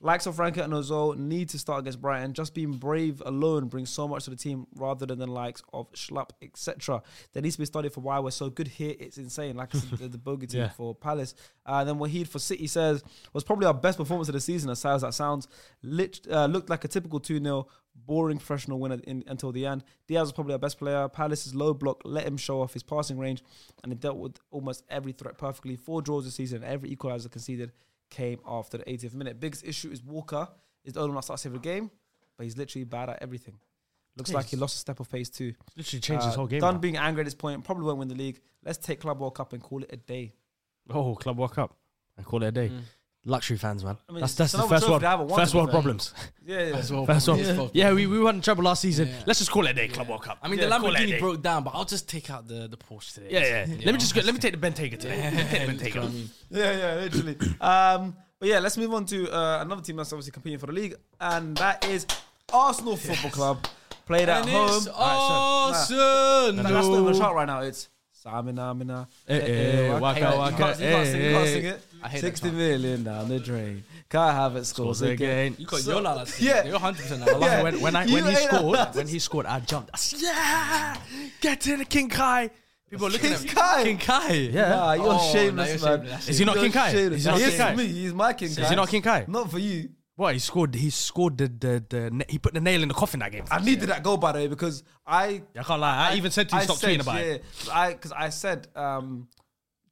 S1: Likes of Franca and Ozil need to start against Brighton. Just being brave alone brings so much to the team rather than the likes of Schlapp, etc. There needs to be studied for why we're so good here. It's insane. Like I said, the, the bogey team
S2: Yeah.
S1: for Palace. Uh, then Wahid for City says, was probably our best performance of the season, as sad as that sounds. Lit, uh, looked like a typical 2 0, boring professional winner in, until the end. Diaz was probably our best player. Palace's low block let him show off his passing range, and he dealt with almost every threat perfectly. Four draws this season, and every equaliser conceded came after the 80th minute. Biggest issue is Walker is the only one that starts every game, but he's literally bad at everything. Looks like he lost a step of pace too.
S2: literally changed
S1: Uh,
S2: his whole game.
S1: Done
S2: now.
S1: being angry at this point, probably won't win the league. Let's take Club World Cup and call it a day.
S2: Oh, Club World Cup. I call it a day. Luxury fans, man.
S1: I mean,
S2: that's
S1: it's- it's
S2: that's the
S1: another
S2: first
S1: trophy
S2: world,
S1: they haven't won,
S2: first
S1: to be
S2: world
S1: fair.
S2: problems.
S1: Yeah, yeah.
S3: well,
S2: First world.
S3: probably. It's
S2: Yeah,
S3: both.
S2: we, we won trouble last season.
S3: Yeah.
S2: Let's just call it a day, Club World Cup.
S3: I mean,
S2: Yeah,
S3: the
S2: call it a
S3: Lamborghini
S2: day.
S3: broke down, but I'll just take out the the Porsche today.
S2: Yeah, yeah.
S3: <laughs>
S2: Let me just go. Let me take the Bentayga today. Take the Bentayga.
S1: Yeah, yeah, literally. <coughs> um, but yeah, let's move on to uh, another team that's obviously competing for the league, and that is Arsenal Football Club. Played at
S3: And
S1: home.
S3: it's
S1: All right, so- nah,
S3: awesome.
S1: nah, That's not even a chart right now. It's Samina Mina.
S2: Eh, eh, waka,
S1: You
S2: waka,
S1: can't you can't
S2: eh,
S1: sing you can't
S2: eh.
S1: sing it.
S3: I hate that
S1: 60
S3: chant.
S1: million down the drain. Can't have it scores again.
S2: again.
S3: You got your Yola last
S1: yeah.
S3: yeah. You're 100% now.
S1: Yeah.
S2: When, when, I,
S1: You
S2: when he
S1: ain't
S2: scored,
S1: allowed
S2: when he scored, I jumped. I said, yeah, get in, King Kai. People are looking at
S1: King
S2: me.
S1: Kai.
S3: King Kai.
S2: Yeah.
S1: Nah, Ah, you're
S3: Oh, nah,
S1: shameless,
S3: you're
S1: man.
S3: shameless.
S2: Is he not
S1: You're
S2: King Kai?
S1: shameless.
S2: Is he not
S1: He
S2: King
S1: is
S2: Kai?
S1: for me. He's my King Kai.
S2: Is he not King Kai?
S1: Not for you.
S2: Boy, he scored. He scored the the, the na- he put the nail in the coffin that game.
S1: I needed that goal, by the way, because I
S2: I can't lie. I, even said to him, stop tweeting about it.
S1: yeah, I because I said um,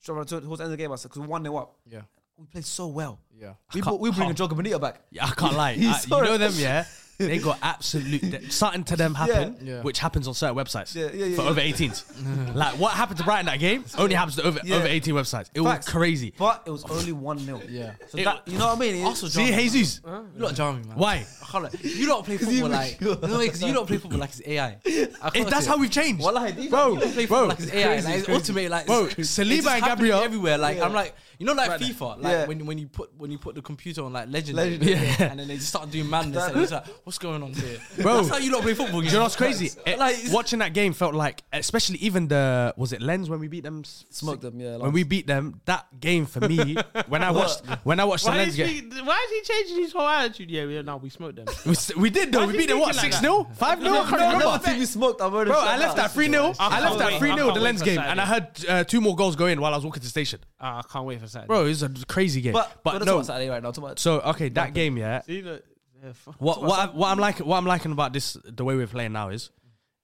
S1: towards the end of the game, I said because we one 0 up.
S3: Yeah.
S1: We played so well.
S3: Yeah.
S1: We,
S2: can't-
S1: brought, we bring a
S2: can't-
S1: Joga Bonito back.
S2: Yeah, I can't lie.
S1: He
S2: I-
S1: saw
S2: you know
S1: it.
S2: them, yeah. They got absolute th- something to them happen,
S3: Yeah.
S2: which happens on certain websites
S1: Yeah, yeah, yeah,
S2: for
S1: yeah.
S2: over 18s. like what happened to Brighton that game only happens to over
S1: Yeah.
S2: over 18 websites. It
S1: Facts.
S2: was crazy.
S1: But it was only one 0
S3: <laughs> Yeah.
S1: So that, you know what I mean?
S3: Also,
S2: See,
S3: drama.
S2: Jesus,
S3: You lot jarring, man.
S2: why?
S3: I can't like, you don't play football
S1: <laughs>
S3: like
S4: <laughs>
S3: no because you don't play football like it's AI. I
S2: It-
S3: can't
S2: that's
S3: say-
S2: how we've changed.
S3: Wallahi, these
S2: Bro,
S3: people play
S2: <laughs>
S3: football <laughs>
S2: bro,
S3: like it's AI,
S2: crazy,
S3: like it's
S2: crazy.
S3: automated, like
S2: Bro,
S3: it's, it's
S2: Saliba
S3: just
S2: and
S3: happening
S2: Gabriel.
S3: everywhere. Like I'm like, you know, like
S1: Right there.
S3: FIFA, like
S1: Yeah.
S3: when when you put when you put the computer on like Legend,
S1: Legend,
S2: yeah.
S3: and then they just start doing madness, and it's like, what's going on here?
S2: Bro.
S3: that's how you don't play football.
S2: Do you know what's crazy? It-
S3: Like it's-
S2: watching that game felt like, especially even the was it Lens when we beat them, s-
S1: smoked them. Yeah.
S2: when we beat them. That game for me, when I watched when I watched the
S4: Why
S2: Lens
S4: is,
S2: game,
S4: he, why is he changing his whole attitude? Yeah, yeah, no, we smoked them.
S2: we, s- we did though.
S4: Why
S2: We
S4: is
S2: beat them
S4: he
S2: what
S4: thinking
S2: six
S4: like
S2: 0 five 0 I
S1: no,
S2: can't
S1: no,
S2: remember.
S1: no, team we smoked. I've already
S2: Bro,
S1: shut
S2: I left
S1: down.
S2: that 3 0. I left
S4: can't
S2: that
S4: wait.
S2: 3
S4: I
S2: 0
S4: can't
S2: the
S4: wait
S2: Lens
S4: for
S2: game, and I heard uh, two more goals go in while I was walking to the station.
S4: Ah, I can't wait for Saturday.
S2: Bro, it was a crazy game.
S1: But,
S2: But,
S1: but that's
S2: no.
S1: what's Saturday right now. Too much.
S2: So, okay, that game, yeah.
S4: See, look, yeah, fuck.
S2: What, what, I, what, I'm like, what I'm liking about this, the way we're playing now is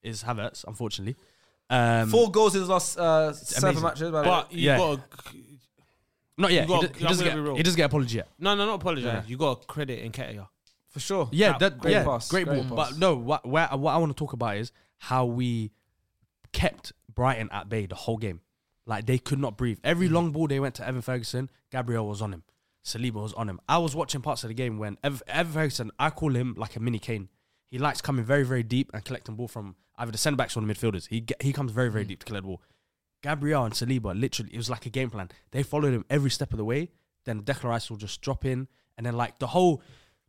S2: is Havertz, unfortunately. Um,
S1: Four goals in the last uh, seven
S2: amazing.
S1: matches. By the way.
S4: But you
S2: Yeah.
S4: gotta c-
S2: Not yet.
S4: You
S2: He,
S4: got-
S2: d- he
S4: I'm
S2: doesn't
S4: gonna be
S2: get,
S4: real.
S2: he doesn't get apology yet.
S4: no, no, not apologize. You got to credit Nketiah.
S1: for sure.
S2: Yeah,
S4: That
S2: that,
S1: great
S2: yeah,
S1: pass,
S2: great
S1: great
S2: ball.
S1: pass.
S2: But no, what where, what I want to talk about is how we kept Brighton at bay the whole game. Like they could not breathe. Every
S1: Mm.
S2: long ball they went to Evan Ferguson, Gabriel was on him. Saliba was on him. I was watching parts of the game when Ev- Evan Ferguson, I call him like a mini Kane. He likes coming very, very deep and collecting ball from either the centre backs or the midfielders. He get, he comes
S1: Mm.
S2: very, very deep to collect the ball. Gabriel and Saliba, literally, it was like a game plan. They followed him every step of the way. Then Declan Rice will just drop in, and then like the whole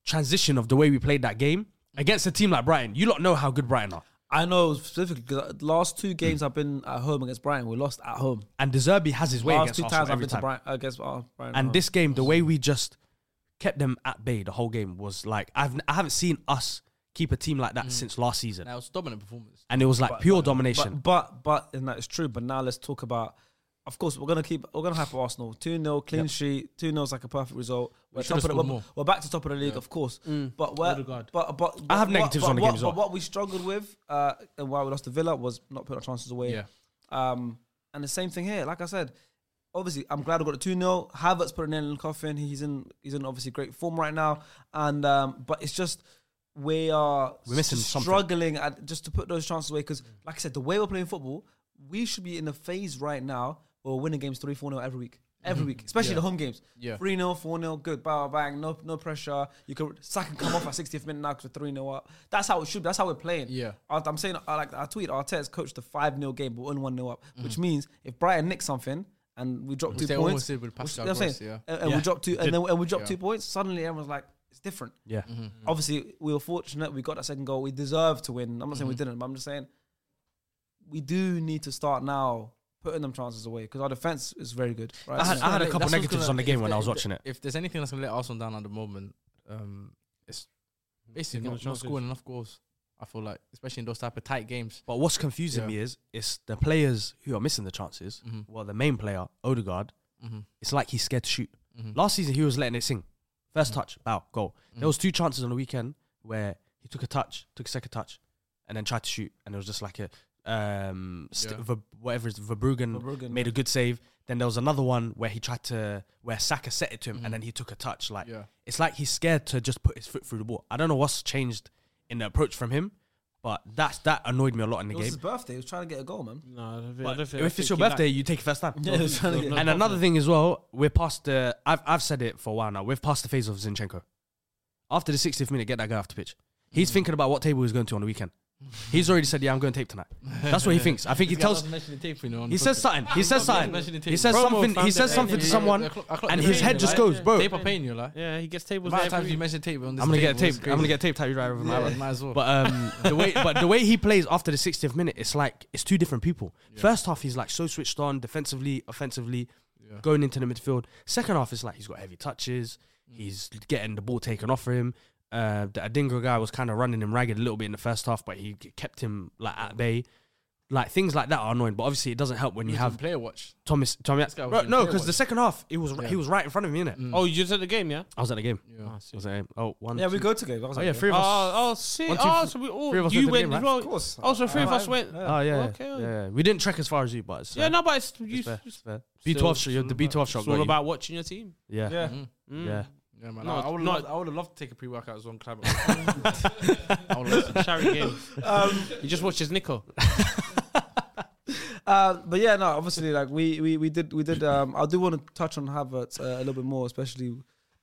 S2: transition of the way we played that game against a team like Brighton. You lot know how good Brighton are.
S1: I know specifically because the last two games I've been at home against Brighton, we lost at home.
S2: And Deserbi has his way
S1: last
S2: against
S1: two
S2: Arsenal
S1: times I've
S2: every
S1: been to
S2: time.
S1: Brighton against uh, Brighton.
S2: And this game, the way we just kept them at bay the whole game was like I've I haven't seen us keep a team like
S1: Mm.
S2: that since last season,
S3: Now it's dominant performance.
S2: and it was like pure domination.
S1: but but but and that is true. But now let's talk about. Of course, we're gonna keep we're gonna hype Arsenal two 0 clean sheet two 0 is like a perfect result. We're,
S3: should've
S1: top of the,
S3: scored
S1: we're,
S3: more.
S1: we're back to top of the league, of course. But we're,
S4: Odegaard.
S1: but but
S2: Mm. I have
S1: what-
S2: negatives
S1: but
S2: on the
S1: what,
S2: game as well.
S1: But what we struggled with uh, and why we lost to Villa was not putting our chances away.
S3: Yeah.
S1: Um, and the same thing here. Like I said, obviously, I'm glad we got a 2 0. Havertz put an nail in the coffin. He's in he's in obviously great form right now. And um, but it's just we are
S2: We're missing
S1: s-
S2: something.
S1: struggling at just to put those chances away
S3: Mm.
S1: because, like I said, the way we're playing football, we should be in a phase right now where we're winning games 3 4 0 every week. Every week, especially the home games.
S3: Mm-hmm. Yeah.
S1: 3 0, 4 0, good, bow, bang, no no pressure. You can sack and come off at 60th minute now because we're 3 0 up. That's how it should be. That's how we're playing.
S3: Yeah.
S1: I- I'm saying I like I tweet Arteta's coached the five 0 game, but only one 0 up,
S3: Mm.
S1: which means if Brighton nicks something and we drop
S3: Which
S1: two
S3: they
S1: points,
S3: almost did with
S1: which-
S3: Pascal
S1: you know what I'm
S3: Gross,
S1: saying?
S3: oh, yeah.
S1: and, and we
S2: Yeah.
S1: drop two, and
S2: Did-
S1: then and we drop
S3: Yeah.
S1: two points. Suddenly everyone's like, it's different.
S2: yeah,
S1: Obviously, we were fortunate. We got that second goal. We deserve to win. I'm not saying
S2: Mm-hmm.
S1: we didn't, but I'm just saying we do need to start now putting them chances away because our defense is very good. Right?
S2: I had,
S1: So-
S2: I had a
S3: That's
S2: couple
S3: what's
S2: negatives
S3: gonna-
S2: on the game
S3: if
S2: when I
S3: the-
S2: was watching it.
S3: If there's anything that's gonna let Arsenal down at the moment, um, it's basically
S4: Giving
S3: not,
S4: us
S3: not
S4: chances.
S3: scoring enough goals. I feel like, especially in those type of tight games.
S2: But what's confusing
S3: Yeah.
S2: me is it's the players who are missing the chances.
S3: Mhm.
S2: Well, the main player Odegaard,
S3: Mhm.
S2: it's like he's scared to shoot.
S3: Mhm.
S2: Last season he was letting it sing. 1st touch, bow, goal. There was two chances on the weekend where he took a touch, took a second touch, and then tried to shoot, and it was just like a um st-
S3: Yeah.
S2: Ver- whatever it's Verbruggen,
S1: Verbruggen,
S2: made a good save. Then there was another one where he tried to where Saka set it to him, and then he took a touch. Like
S3: Yeah.
S2: it's like he's scared to just put his foot through the ball. I don't know what's changed in the approach from him, but that's that annoyed me a lot in the
S1: it was
S2: game.
S1: his birthday. He was trying to get a goal, man.
S4: No, I don't think-
S2: But
S4: I don't think- I
S2: if
S4: think
S2: it's your
S4: he liked-
S2: birthday, you take it first time.
S1: Yeah, he was trying
S4: <laughs>
S1: to get.
S2: And another thing as well, we're past the. I've I've said it for a while now. We've passed the phase of Zinchenko. After the 60th minute, get that guy off the pitch. He's thinking about what table he's going to on the weekend. He's already said, "Yeah, I'm going to tape tonight." That's
S3: <laughs>
S2: what he thinks. I think he tells. He says something. He says something. He says
S4: Bro,
S2: something. He
S4: found
S2: says
S4: it.
S2: something to someone, and his head just goes, "Bro,
S3: Tape are paying you, like.
S4: Yeah, he gets tables.
S3: The amount
S4: every
S3: of times you
S4: week.
S3: mentioned tape on this
S2: I'm gonna get
S3: table is
S2: taped. I'm gonna
S3: crazy.
S2: get taped tight right over my
S3: Yeah, might as well.
S2: But um, the way but the way he plays after the 60th minute, it's like it's two different people. First half, he's like so switched on defensively, offensively, going into the midfield. Second half, it's like he's got heavy touches. He's getting the ball taken off for him. Uh, the Adingra guy was kind of running him ragged a little bit in the first half, but he kept him like at bay. Like things like that are annoying, but obviously it doesn't help when
S3: you
S2: you have
S3: have player watch.
S2: Thomas. Tommy,
S3: guy was
S2: Bro,
S3: doing
S2: no,
S3: player
S2: because the
S3: watch.
S2: second half it was
S3: Yeah.
S2: he was right in front of me, innit?
S4: Oh, you just at the game, yeah?
S2: I was at the game.
S3: Mm. Yeah.
S4: Ah,
S2: I
S4: sick.
S2: was at the game. Oh, one,
S1: Yeah, we
S2: two-
S1: go to games. I was
S2: Oh
S1: like,
S2: yeah, three of us.
S4: Oh, oh, sick.
S2: One, two,
S4: oh, so we all
S2: three of us
S4: you
S2: went to the
S4: went
S2: game,
S4: as
S2: right?
S4: well.
S1: Of course.
S4: Oh, so three of us went.
S2: Oh yeah,
S4: Okay,
S2: yeah,
S4: okay.
S2: yeah. We didn't trek as far as you, but it's
S4: Yeah, no, but it's, you,
S2: it's fair.
S4: it's
S2: B
S4: still-
S2: twelve shot. you- The
S4: still
S2: B twelve shot.
S4: it's
S2: got
S4: all
S2: you.
S4: about watching your team.
S2: yeah. Mm-hmm.
S1: Yeah.
S3: Mhm.
S4: Mm.
S2: Yeah.
S3: Yeah, man.
S4: No,
S3: I, I would
S4: no.
S3: love. I would have loved to take a pre-workout as one
S2: <laughs>
S3: climate. I would love to.
S4: Charity game.
S2: Um,
S4: you just watch his Nico.
S1: Uh, but yeah, no, obviously, like we we, we did we did. Um, I do want to touch on Havertz uh, a little bit more, especially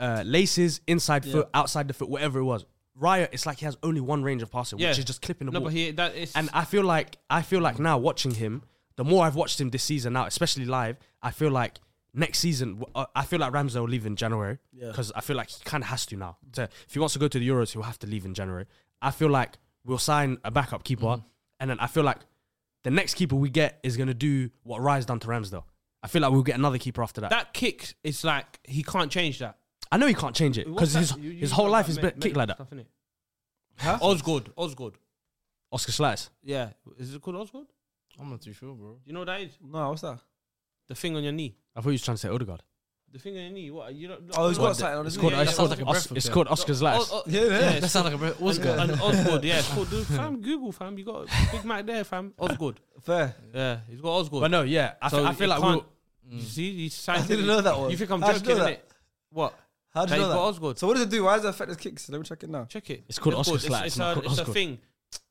S2: uh, laces, inside foot, outside the foot, whatever it was. Raya, it's like he has only one range of passing,
S4: Yeah.
S2: which is just clipping the
S4: no,
S2: ball.
S4: but he that is
S2: and I feel like I feel like now watching him, the more I've watched him this season now, especially live, I feel like next season, w- uh, I feel like Ramsdale will leave in January because I feel like he kind of has to now. To, if he wants to go to the Euros, he'll have to leave in January. I feel like we'll sign a backup keeper,
S4: Mm-hmm.
S2: and then I feel like the next keeper we get is gonna do what Raya's done to Ramsdale. I feel like we'll get another keeper after
S4: that kick is like he can't change that
S2: I know he can't change it because
S4: What's that?
S2: his
S4: You- you
S2: his
S4: know
S2: whole
S4: about
S2: life is been
S4: men-
S2: kicked
S4: mental
S2: like that.
S4: stuff, innit?
S1: Huh?
S4: Osgood, Osgood,
S2: Oscar Slice.
S4: yeah, is it called Osgood?
S3: I'm not too sure, bro.
S4: You know what that is
S1: No, what's that?
S4: the thing on your knee.
S2: I thought you were trying to say Odegaard.
S4: The thing on your knee. What you don't?
S1: Oh, he's
S4: What
S1: got
S4: the-
S1: something on his
S2: It's
S1: knee.
S2: called,
S4: yeah,
S2: it's
S4: yeah,
S2: called,
S4: sounds
S3: like a
S2: Os-
S3: breath
S2: it's
S3: filter.
S2: called Oscar's Life.
S4: Oh, oh,
S1: Yeah, yeah.
S4: it's
S3: That sounds like a bit Oscar.
S1: <laughs>
S4: And Osgood, yeah, it's called, dude, fam, Google, fam. You got Big Mac there, fam. Osgood.
S1: Fair.
S4: Yeah, he's got Osgood.
S2: but no, yeah, I,
S4: So
S2: feel, I feel
S4: it
S2: like
S4: can't-
S2: we'll,
S4: You see, he's
S1: I didn't know that one.
S4: You think I'm
S1: How'd you
S4: joking,
S1: know
S4: innit?
S1: that?
S4: What?
S1: How do you
S4: That
S1: know
S4: he's got
S1: that?
S4: Osgood.
S1: So what does it do? Why does it affect his kicks? Let me check it now.
S4: Check it.
S2: It's called Oscar
S4: called-
S2: Slice,
S4: It's,
S2: not
S4: a-
S2: called
S4: it's a
S2: Osgood.
S4: thing.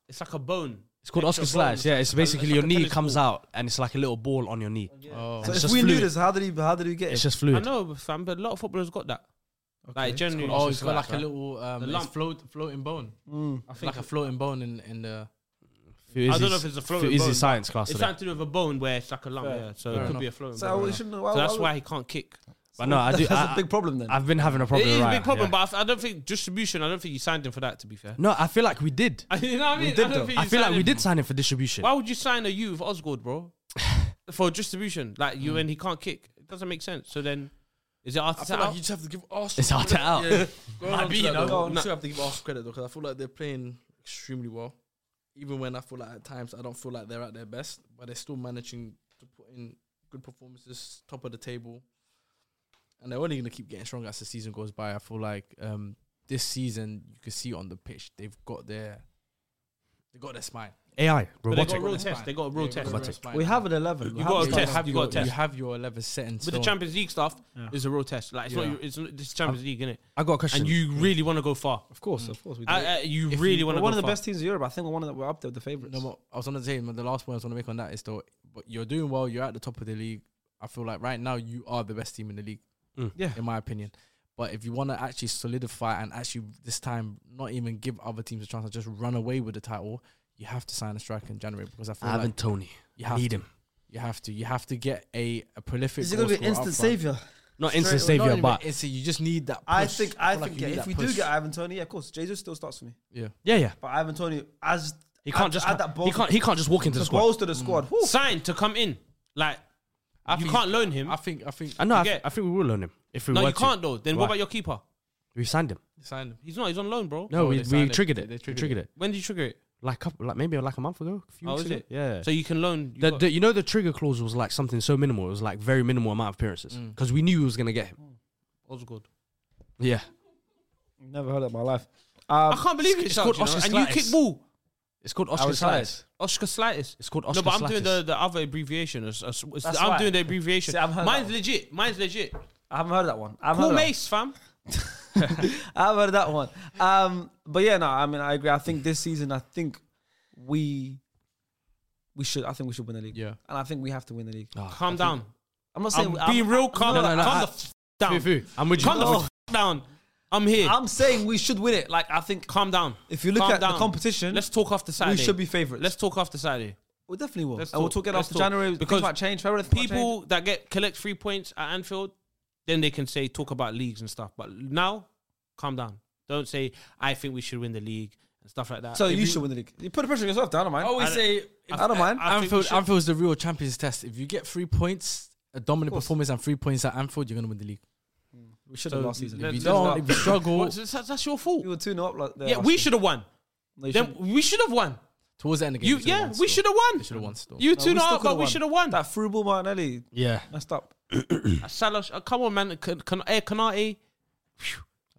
S4: It's like a bone.
S2: it's called
S4: Extra
S2: Oscar
S4: bone.
S2: Slice. Yeah, it's
S4: like-
S2: basically
S4: like
S2: your
S4: a
S2: knee
S4: tennis
S2: comes
S4: ball.
S2: out and it's like a little ball on your knee.
S3: Oh.
S2: And
S1: So
S2: it's
S1: if
S2: just
S1: we knew
S2: fluid.
S1: this, how did he? How did we get it?
S2: It's just fluid.
S4: I know, fam, but a lot of footballers got that. Like generally,
S3: Oh, he's got like
S4: right?
S3: a little um,
S4: The
S3: it's
S4: lump.
S3: float, floating bone.
S1: Mm.
S3: I think like a floating bone in in the.
S4: I don't know if it's a floating
S2: Easy
S4: bone,
S2: science class
S4: It's
S2: today.
S4: something to do with a bone where it's like a lump, yeah. So it could be a floating
S1: So
S4: bone.
S1: we
S4: yeah.
S1: shouldn't.
S4: So that's why he can't kick.
S2: But
S4: <laughs>
S2: no, I do.
S1: That's
S2: I,
S1: a big problem then.
S2: I've been having a
S4: It
S2: problem.
S4: is
S2: right
S4: a big
S2: now,
S4: problem,
S2: yeah.
S4: but I f- I don't think distribution. I don't think you signed him for that. To be fair, <laughs>
S2: no, I feel like we did.
S4: you know what I mean.
S1: did
S4: I,
S1: though.
S4: don't think
S2: I
S4: you
S2: feel like
S4: signed
S2: we
S4: him.
S2: did sign him for distribution.
S4: Why would you sign a youth
S2: <laughs>
S4: Osgood, bro, for distribution? Like
S2: Mm.
S4: you and he can't kick. It doesn't make sense. So then, is it
S3: I
S4: Arteta?
S3: feel like
S4: out?
S3: you just have to give Arsenal.
S2: It's hard to out.
S3: Yeah, going
S4: Might
S3: on
S4: be,
S3: to
S4: you
S3: that,
S4: know.
S3: though,
S4: <laughs> Go on.
S3: we still have to give Arsenal credit though, because I feel like they're playing extremely well. Even when I feel like at times I don't feel like they're at their best, but they're still managing to put in good performances, top of the table, and they're only going to keep getting stronger as the season goes by. I feel like um, this season you can see on the pitch they've got their they got their spine.
S2: AI
S4: But they got
S2: robotic.
S4: a real
S3: Robotic.
S4: test. They got a real
S3: Yeah,
S4: test.
S3: got a real spine.
S1: we have an eleven.
S4: You got a test. You got a
S3: You
S4: test.
S3: have your eleven set in
S4: With the
S3: stone.
S4: Champions League stuff,
S1: Yeah.
S4: it's a real test. Like it's
S3: Yeah.
S4: not. It's not, this is Champions League, innit?
S2: I got a question.
S4: And you really want to go far.
S1: Of course, of course. We do.
S4: I, I, you
S3: If
S4: really
S3: you-
S4: want
S1: We're
S4: to go
S1: one of the
S4: far.
S1: best teams in Europe. I think we're one of the, we're up there with the favorites.
S3: No, but I was on the same. The last point I was going to make on that is though, but you're doing well. You're at the top of the league. I feel like right now you are the best team in the league,
S2: Mm.
S1: yeah,
S3: in my opinion. But if you want to actually solidify and actually this time not even give other teams a chance to just run away with the title, you have to sign a striker in January because I feel
S2: Ivan
S3: like
S2: Tony.
S3: you have
S2: Need
S3: to,
S2: him.
S3: You have to. You have to get a, a prolific.
S1: is it going to be
S3: goalscorer up
S1: instant
S3: front.
S1: savior?
S2: Not
S1: Straight-
S2: instant
S1: not
S2: savior,
S3: Not even
S2: but
S3: instant, you just need that. Push.
S1: I think. I
S3: feel like
S1: think
S3: you
S1: yeah,
S3: need
S1: if
S3: that
S1: we do
S3: push.
S1: get Ivan Tony, yeah, of course, Jesus still starts for me.
S3: yeah,
S2: yeah, yeah.
S1: But Ivan Tony, as
S2: He can't
S1: add-
S2: just
S1: add that ball.
S2: he can't he can't just walk into the
S1: the
S2: squad.
S1: goals to the
S4: Mm.
S1: squad. Whew.
S4: Sign to come in. Like you
S3: think-
S4: can't loan him.
S3: I think. I think.
S2: I know. I,
S4: You
S2: th-
S4: get-
S2: I think we will loan him if we
S4: no,
S2: were
S4: you
S2: to.
S4: can't though. Then
S2: Why?
S4: what about your keeper?
S2: We signed him.
S3: sign him.
S4: He's not. He's on loan, bro.
S2: No,
S3: No,
S2: we,
S3: they
S2: we
S3: signed him.
S2: triggered it.
S3: They-
S2: They
S3: they
S2: triggered,
S3: triggered
S2: it.
S4: When did you trigger it?
S2: Like couple, like maybe like a month ago. A few
S4: Oh,
S2: weeks
S4: is
S2: ago.
S4: it?
S2: Yeah.
S4: So you can loan. You
S2: The,
S4: got-
S2: the, you know the trigger clause was like something so minimal. It was like very minimal amount of appearances because we knew we was gonna get him.
S4: Osgood.
S2: Yeah.
S1: Never heard that in my life.
S4: I can't believe it.
S2: it's
S4: Shark,
S2: called
S4: you know?
S2: Oscar
S4: And you kick
S2: Slitis.
S4: ball.
S2: It's called Oscar
S1: was tired.
S2: Slice.
S4: Oscar Slitis.
S2: It's called
S4: No,
S2: Oscar.
S4: but I'm doing
S2: Slitis.
S4: the, the other abbreviation. It's- it's- it's-
S1: That's
S4: I'm
S1: why.
S4: doing the abbreviation.
S1: See, I've heard
S4: Mine's
S1: that one.
S4: legit. Mine's legit.
S1: I haven't heard that one. I haven't
S4: Call
S1: heard that one.
S4: Mace, fam.
S1: <laughs> I've heard that one. Um, but yeah, no, I mean, I agree. I think this season, I think we we should. I think we should win the league.
S3: Yeah.
S1: and I think we have to win the league.
S4: Calm down.
S1: I'm not
S4: Ah. I'm
S1: saying
S4: being real calm.
S1: No,
S4: down.
S1: no, no,
S4: Calm
S1: I-
S4: the f- down.
S2: Foo, foo. I'm with you.
S4: Calm the
S1: No.
S4: f- down. I'm here.
S1: I'm saying we should win it. Like I think
S4: Calm down.
S1: if you look
S4: Calm
S1: at the
S4: down.
S1: competition,
S4: Let's talk after
S1: we
S4: Saturday.
S1: should be favourites.
S4: Let's talk after Saturday.
S1: we definitely will. And
S4: let's
S1: we'll
S4: talk.
S1: talk it
S4: Let's
S1: after
S4: talk.
S1: January
S4: Because
S1: because might change. February, things might change.
S4: People that get collect three points at Anfield, then they can say talk about leagues and stuff. But now, calm down. Don't say I think we should win the league and stuff like that.
S1: So
S4: Uh, If
S1: you should win the league. You put the pressure on yourself. Down, mind.
S3: I
S4: Oh,
S3: always say
S1: I don't mind.
S4: I think we
S3: Anfield,
S4: should-
S3: Anfield's the real champions test. If you get three points, a dominant performance, and three points at Anfield, you're gonna win the league.
S1: we should have last season.
S4: let's-
S3: If you
S4: let's
S3: don't,
S4: not-
S3: if you struggle
S4: Well, that's, that's your fault.
S1: <laughs> We were two 0 up. Like, there
S4: yeah,
S1: last
S4: we
S1: season.
S4: should have won.
S1: No, you
S4: Then
S1: shouldn't.
S4: we should have won.
S3: towards the end of the game,
S4: You,
S3: you should've
S4: yeah,
S3: won
S4: we
S3: still.
S4: should have won.
S3: They should've won still.
S4: You
S1: No,
S4: two
S1: we
S4: not
S1: still
S4: up, but
S1: could've
S4: we
S1: won.
S4: should have won.
S1: that through ball Martinelli
S2: Yeah.
S1: messed up.
S4: Salah, uh, come on, man. Can, can, eh, Kanate,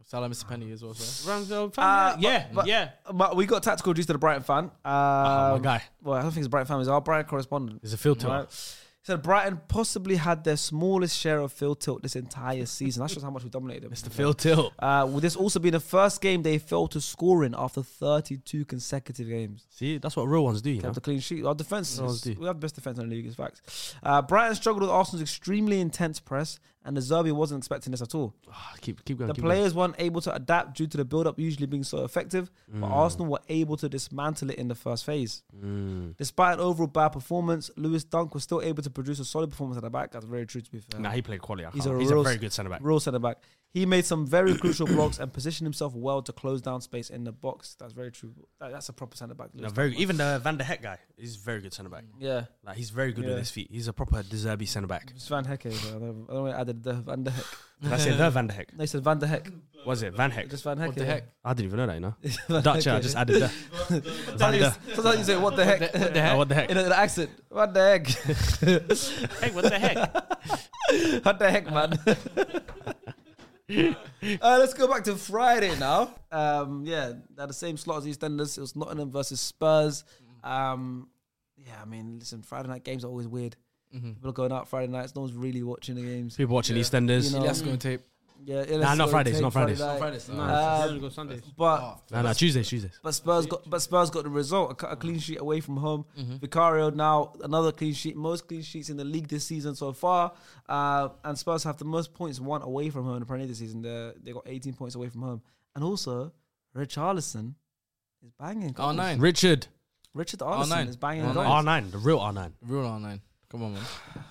S3: Salah missed a penny as well. So.
S4: Ramsdale,
S1: Uh,
S4: yeah,
S1: but- but-
S4: yeah.
S1: But we got tactical juice to the Brighton fan. Um,
S2: my guy.
S1: Well, I don't think it's Brighton fan. It's our Brighton correspondent.
S2: There's a filter.
S1: Right? He said Brighton possibly had their smallest share of field tilt this entire season. That shows how much we dominated them.
S2: It's the field tilt.
S3: <laughs>
S1: Uh, will this also be the first game they failed to score in after 32 consecutive games?
S2: See, that's what real ones do. You know?
S1: Kept a clean sheet. Our defense,
S2: Oh,
S1: is,
S2: dear.
S1: we have the best defense in the league, it's facts. Uh, Brighton struggled with Arsenal's extremely intense press, and the Zerbi wasn't expecting this at all.
S2: Ah, keep keep going.
S1: The
S2: keep going.
S1: players weren't able to adapt due to the build up usually being so effective,
S2: Mm.
S1: but Arsenal were able to dismantle it in the first phase.
S2: Mm.
S1: Despite an overall bad performance, Lewis Dunk was still able to produce a solid performance at the back. That's very true, to be fair.
S2: Nah, he played quality. I
S1: He's
S2: can't-
S1: a
S2: he's
S1: real
S2: a very
S1: s-
S2: good centre back.
S1: Real centre back. He made some very crucial blocks and positioned himself well to close down space in the box. That's very true. That- that's a proper centre back.
S2: No,
S1: Lewis
S2: very,
S1: Dunk.
S2: even the Van der Heck guy is very good centre back.
S1: yeah.
S2: Like he's very good
S1: Yeah.
S2: with his feet. He's a proper Deserby centre back.
S1: It's Van Hecke. I don't, I don't want to add the Van der Heck.
S2: Did I say the Van der Heck?
S1: No, he said Van der Heck.
S2: Was it Van Heck?
S1: Just Van Hecke.
S3: What
S1: <laughs>
S3: the heck?
S2: I didn't even know that. You know, Dutch. yeah, I just added that. Van
S1: Sometimes
S2: der.
S1: you- sometimes you say, what the heck?
S3: What the
S2: <laughs>
S3: heck?
S2: Oh, what the heck?
S1: In an accent. What the <laughs> heck?
S4: Hey, what the heck?
S1: what the heck,
S2: <laughs>
S1: man? uh, let's go back to Friday now. Um, yeah, at the same slot as EastEnders, it was Nottingham versus Spurs. Um, yeah, I mean, listen, Friday night games are always weird.
S2: Mm-hmm.
S1: People are going out Friday nights. No one's really watching the games.
S2: People watching EastEnders.
S1: You know,
S3: Let's go and tape.
S1: Yeah,
S2: Nah, not Fridays, not Fridays.
S1: Friday night.
S3: Fridays. No.
S1: <laughs>
S3: Oh.
S1: Um, but
S2: Nah, nah, Tuesdays, Tuesdays.
S1: but Spurs got but Spurs got the result. A, cu- a clean sheet away from home. Vicario now another clean sheet, most clean sheets in the league this season so far. Uh, and Spurs have the most points won away from home in the Premier League this season. They they got 18 points away from home. And also, Richarlison is banging.
S3: Oh
S1: goals.
S3: nine.
S2: Richard.
S1: Richard Arlison
S3: R9.
S1: is banging
S3: R9.
S1: goals.
S2: R9, the real R9.
S3: Rule on nine. Come
S2: <sighs>
S3: on, man.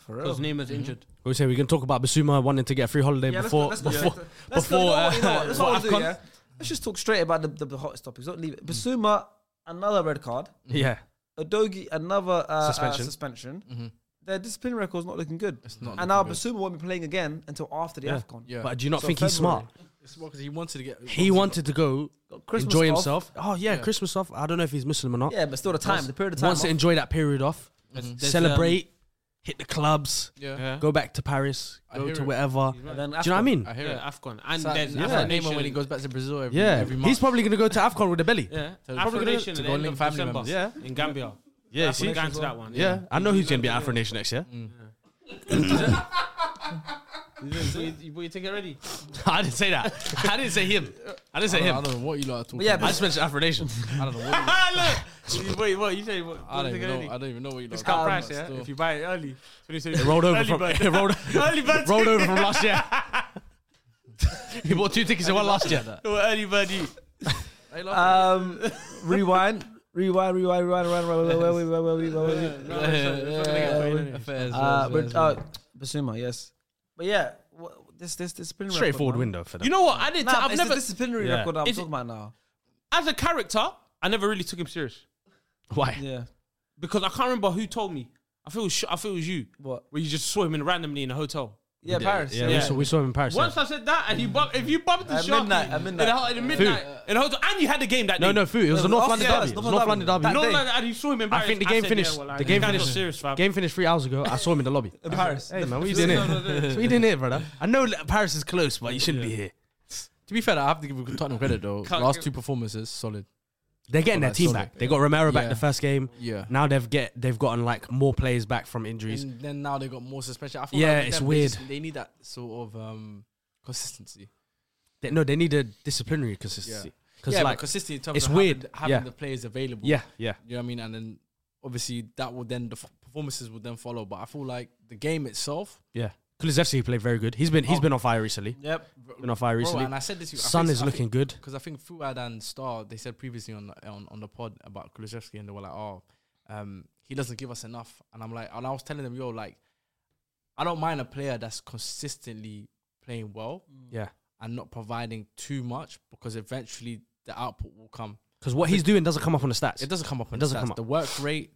S1: For real.
S4: Because Neymar's injured.
S2: We say we can talk about Basuma wanting to get a free holiday
S1: Yeah,
S2: before
S1: let's go, let's go,
S2: before
S1: let's go. Let's go.
S2: before.
S1: You know what, you know what,
S2: uh,
S1: that's what
S2: before
S1: we'll do,
S2: AFCON.
S1: yeah? Let's just talk straight about the, the, the hottest topics. Don't leave it. Basuma, another red card.
S3: Yeah,
S1: Odogi, another uh, suspension.
S2: Suspension.
S1: Uh, suspension. Their discipline record's not looking good.
S3: It's not
S1: and
S3: looking
S1: now
S3: good.
S1: Basuma won't be playing again until after the
S2: Yeah.
S1: AFCON.
S3: yeah.
S2: But do you not
S1: So
S2: think he's
S1: February.
S2: smart?
S3: it's because he wanted to get.
S2: He wanted to go
S1: Christmas
S2: enjoy
S1: off.
S2: himself. Oh yeah, Christmas off. I don't know if he's Muslim or not.
S1: Yeah, but still the time, the period of time.
S2: Wants to enjoy that period off,
S4: There's,
S3: um,
S2: celebrate, hit the clubs,
S3: Yeah.
S4: Um, yeah.
S2: go back to Paris,
S3: I
S2: go
S3: hear
S2: to
S3: it.
S2: wherever.
S1: and then
S2: Do you know what I
S1: AFCON.
S2: mean?
S3: I hear
S4: Yeah,
S3: it.
S4: Afcon, and
S3: Sa-
S4: there's
S3: yeah.
S4: Afro
S3: Neymar
S4: Nation.
S3: when he goes back to Brazil every
S2: Yeah,
S3: every month.
S2: he's probably gonna
S1: <laughs>
S2: go to Afcon with a belly. Yeah,
S4: Yeah,
S3: So
S4: Afro
S3: probably
S4: Nation
S3: to go
S4: at the end
S3: link
S4: of
S3: family
S4: December
S3: members. Yeah.
S4: in Gambia.
S2: yeah,
S4: Afro Nation to that one.
S2: Yeah, I know who's gonna be at Afro Nation next year.
S3: Mm.
S4: So you, you, you take it <laughs> ready.
S2: <laughs> I didn't say that. I didn't say him. I didn't
S3: I
S2: say
S3: don't, know, I
S2: him.
S3: don't know what you lot are talking.
S1: yeah,
S2: I
S3: about.
S2: just mentioned Afro Nation.
S3: I don't know. What you,
S4: <laughs> Look, wait, what you say? What,
S3: I
S4: you
S3: don't
S4: take
S3: even
S4: it ready?
S3: know. I don't even know what you lot.
S4: Discount
S1: Um,
S4: price, yeah.
S3: still.
S4: If you buy it early,
S2: It rolled over from <laughs>
S4: bird.
S1: <laughs>
S2: it rolled,
S4: early bird,
S2: rolled over from
S3: <laughs>
S2: last year. he bought two tickets and one last year.
S4: Well, early Uh, bird you.
S1: Um, rewind, rewind, rewind, rewind, rewind, rewind, rewind, rewind, rewind, rewind, rewind, rewind.
S4: No, it's not- it's not gonna get played, innit?
S3: Affairs,
S1: Uh,
S3: affairs,
S1: but
S3: affairs.
S1: uh, Basuma, yes, but yeah, wha- this this disciplinary
S2: Straightforward
S1: record, man.
S2: window for them.
S4: You know what? I did.
S1: Nah, it's
S4: I've
S1: never,
S4: never,
S1: the disciplinary
S2: Yeah.
S1: record I'm
S4: Is it-
S1: talking about now.
S4: as a character, I never really took him serious
S2: why?
S1: Yeah,
S4: because I can't remember who told me. I feel, it was sh- I feel it was you.
S1: What?
S4: Where you just saw him in randomly in a hotel.
S1: yeah, Paris.
S2: Yeah,
S1: yeah.
S2: We, saw, we saw him in Paris.
S4: Once
S2: yeah.
S4: I said that, and you bump, if you bumped the
S1: At
S4: shot
S1: midnight, at midnight.
S4: in the, ho- in the midnight, in the hotel, and you had the game that
S2: No,
S4: day.
S2: no, food. It
S1: No,
S2: was the
S3: oh,
S1: North
S2: North London
S1: London,
S2: Derby. It was
S1: North
S2: North
S1: London
S2: London Derby.
S1: that
S4: no,
S1: day.
S4: no, and you saw him in
S2: I
S4: Paris.
S2: think the game
S4: said,
S2: finished.
S4: Yeah, well, like,
S2: the game
S4: this guy's
S2: finished.
S4: not serious, fam.
S2: game finished three hours ago. I saw him in the lobby.
S1: In Paris.
S2: Hey <laughs> man, what you doing here? <laughs> What you doing here, brother? I know that Paris is close, but you shouldn't be here.
S3: to be fair, I have to give Tottenham credit though.
S4: Can't
S3: Last
S4: give-
S3: two performances, solid.
S2: They're getting their
S3: that's
S2: team
S3: solid.
S2: back. They got Romero back
S3: Yeah.
S2: the first game.
S3: Yeah.
S2: Now they've get they've gotten like more players back from injuries.
S3: And then now they got more suspension. I feel
S2: Yeah,
S3: like with
S2: it's
S3: them, they
S2: weird.
S3: just- They need that sort of um, consistency.
S2: They, no, they need a disciplinary consistency. Because
S3: Yeah,
S2: like,
S3: but consistency in terms
S2: it's
S3: of
S2: weird.
S3: having, having
S2: Yeah.
S3: the players available.
S2: yeah, yeah.
S3: You know what I mean? And then obviously that will then the f- performances will then follow. But I feel like the game itself,
S2: Yeah. Kulusevski played very good. He's been he's been on fire recently.
S1: Yep.
S2: Been on fire
S3: bro, Oh.
S2: recently.
S3: and I said this. to you, I
S2: Sun
S3: think-
S2: is
S3: I
S2: looking good.
S3: because I think Fuad and Star they said previously on on, on the pod about Kulusevski and they were like, oh, um, he doesn't give us enough, and I'm like, and I was telling them, yo, like, I don't mind a player that's consistently playing well
S2: Yeah.
S3: and not providing too much because eventually the output will come.
S2: Because what he's doing doesn't come up on the stats.
S3: It doesn't come up. In
S2: It doesn't
S3: stats.
S2: come up. Hmm?
S3: The work rate,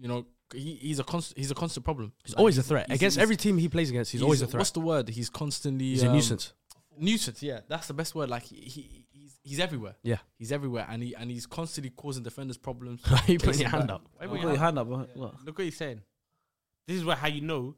S3: you know, he, he's a constant. He's a constant problem.
S2: He's always a threat.
S3: he's-
S2: Against
S3: he's-
S2: every team he plays against, he's, always a threat.
S3: What's the word? He's constantly.
S2: He's a
S3: um,
S2: nuisance.
S3: Nuisance. Yeah, that's the best word. Like he, he he's, he's everywhere.
S2: Yeah.
S3: He's everywhere, and he and he's constantly causing defenders problems.
S2: you putting
S3: chasing
S2: your hand
S3: back.
S2: up.
S4: Wait,
S1: Put
S4: wait,
S1: your
S4: how-
S1: hand up. uh, Look.
S4: Look what he's saying. This is where how you know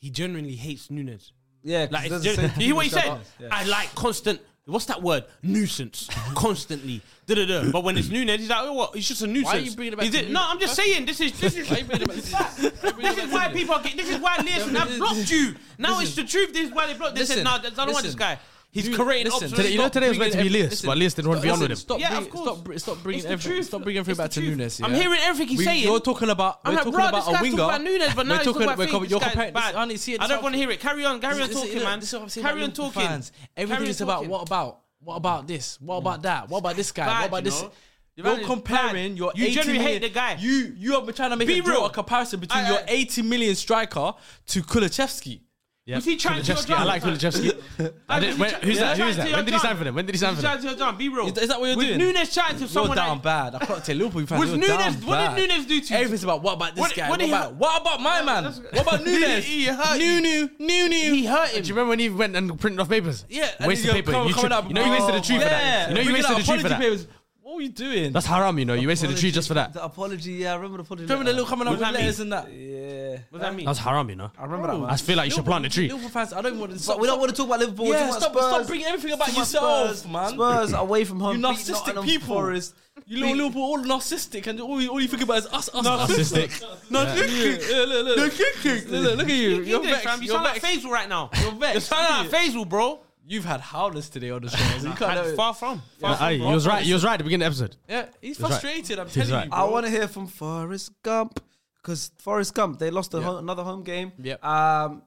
S4: he genuinely hates Nunes.
S1: Yeah, 'cause
S4: Like,
S1: it
S4: it's
S1: doesn't
S4: gen-
S1: say-
S4: <laughs> you hear what he said?
S1: Yeah.
S4: I like constant. What's that word?
S3: <laughs>
S4: Nuisance. Constantly. Da da da. But when it's Nunes, he's like, oh, what? It's just a nuisance.
S3: you bringing it back
S4: Is
S3: to
S4: it- No,
S3: Nunes?
S4: I'm just saying. This is this is.
S3: Why you bringing it back to
S4: <laughs>
S3: Nunes?
S4: This
S3: Why you bringing it back
S4: is
S3: to
S4: why
S3: Nunes?
S4: people are. getting-
S3: <laughs>
S4: This is why Learson have blocked you. Now it's the truth. This is why they blocked. They
S3: Listen,
S4: said, no, I don't want this
S3: listen.
S4: guy. He's
S3: Dude,
S4: creating
S3: listen.
S4: options.
S2: Today, you know,
S4: Stop
S2: today was
S4: bringing
S2: meant to be
S4: every-
S2: Lewis,
S3: listen.
S2: but Lewis didn't want to be on with him.
S3: Stop,
S4: Yeah,
S3: bringing,
S4: of course.
S3: Stop, br- stop bringing
S4: It's the
S3: everything.
S4: truth.
S3: Stop bringing everything
S4: It's
S3: back
S4: the
S3: to
S4: truth.
S3: Nunes.
S4: I'm
S3: yeah?
S4: hearing everything he's
S3: We-
S4: saying.
S3: You're talking about.
S4: I'm
S3: we're
S4: like,
S3: talking
S4: bro,
S3: about
S4: this
S3: a
S4: guy's
S3: winger.
S4: talking about Nunes, but now
S3: we're talking
S4: he's talking about
S3: we're
S4: Fink.
S3: com-
S4: This
S3: You're
S4: guy's
S3: comparing.
S4: bad.
S3: I don't see it.
S4: I don't want to hear it. Carry on, carry on
S3: This is-
S4: talking, man.
S3: This is what I'm saying
S4: Carry
S3: about
S4: on
S3: Liverpool
S4: talking.
S3: Fans. Everything
S4: Carry
S3: is
S4: on
S3: about
S4: talking.
S3: what about what about this? What about that? What about this guy?
S4: Bad,
S3: what about
S4: you
S3: this?
S4: know? The man
S3: You're
S4: is
S3: comparing
S4: bad.
S3: your.
S4: You
S3: 80
S4: generally hate
S3: million-
S4: the guy.
S3: You you are trying to make
S4: Be
S3: a, draw
S4: real.
S3: a comparison between
S4: I-
S3: your
S4: I-
S3: 80 million striker to Kulichevsky.
S2: Yeah.
S4: Was he trying to your
S2: Kulusevski, I like
S4: drama?
S2: Kulusevski. I didn't- when- Who's that? Who's that? When did he sign for them? When did he sign for them?
S4: them? Be real.
S3: Is that- is that what you're
S4: With
S3: doing?
S4: Nunes chatting to someone
S3: you're down
S4: like,
S3: bad. I can't tell Liverpool fans.
S4: Was
S3: you're
S4: Nunes-
S3: down
S4: what
S3: bad.
S4: did Nunes do to you?
S3: Everything's about what about this
S4: What-
S3: guy?
S4: what
S3: What,
S4: did he
S3: about
S4: hurt-
S3: what about my man?
S4: that's-
S3: What <laughs> about Nunes?
S4: He hurt you.
S3: Nunu, Nunu.
S4: He hurt him.
S2: Do you remember when he went and printed off papers?
S3: Yeah, and
S2: wasted
S3: then
S2: paper.
S3: come-
S2: you,
S3: coming
S2: tri-
S3: up- Oh,
S2: you know you wasted a tree for that.
S3: Yeah.
S2: You know you
S3: Bringing
S2: wasted
S3: out
S2: a tree for
S3: apology
S2: that.
S3: papers. What were you doing?
S2: That's haram, you know. You wasted a tree just for that.
S1: The apology. Yeah, I remember the apology.
S3: remember the little coming up
S4: What
S3: with
S4: does that
S3: letters and that.
S1: Yeah,
S4: What does that mean?
S2: That's haram, you know.
S1: I remember that.
S2: I
S1: Man.
S2: feel like you should plant a tree.
S3: Liverpool fans, I don't even want to.
S1: But
S3: Stop,
S1: we don't want to talk about Liverpool. we
S3: Yeah,
S1: talk about
S3: stop- stop
S1: Spurs.
S3: bringing everything about
S1: Talk
S3: yourself,
S1: Spurs.
S3: man.
S1: Spurs away from home.
S3: You
S1: beat
S3: narcissistic
S1: Nottingham
S3: people.
S1: Forest.
S3: You little Liverpool, all narcissistic, and all you, all you think about is us, us, us.
S2: Narcissistic.
S3: <laughs> Narcissistic. Yeah, look, look, look. Look, look, look at you. You're
S4: Nunes, fam.
S3: vexed.
S4: You
S3: You're
S4: sound like
S3: vexed.
S4: Faisal right now.
S3: You're vexed.
S4: You sound like Faisal, bro.
S3: You've had howlers today on the show. so you can't have it.
S4: Far from. Far
S2: Aye,
S4: from,
S2: you
S4: bro.
S2: was right. You was right at the beginning of the episode.
S3: Yeah, he's
S2: right.
S3: frustrated. I'm
S2: He's
S3: telling
S2: right.
S3: you.
S1: I
S3: bro.
S1: want to hear from Forrest Gump because Forrest Gump they lost a ho- another home game.
S3: Yep.
S1: Um,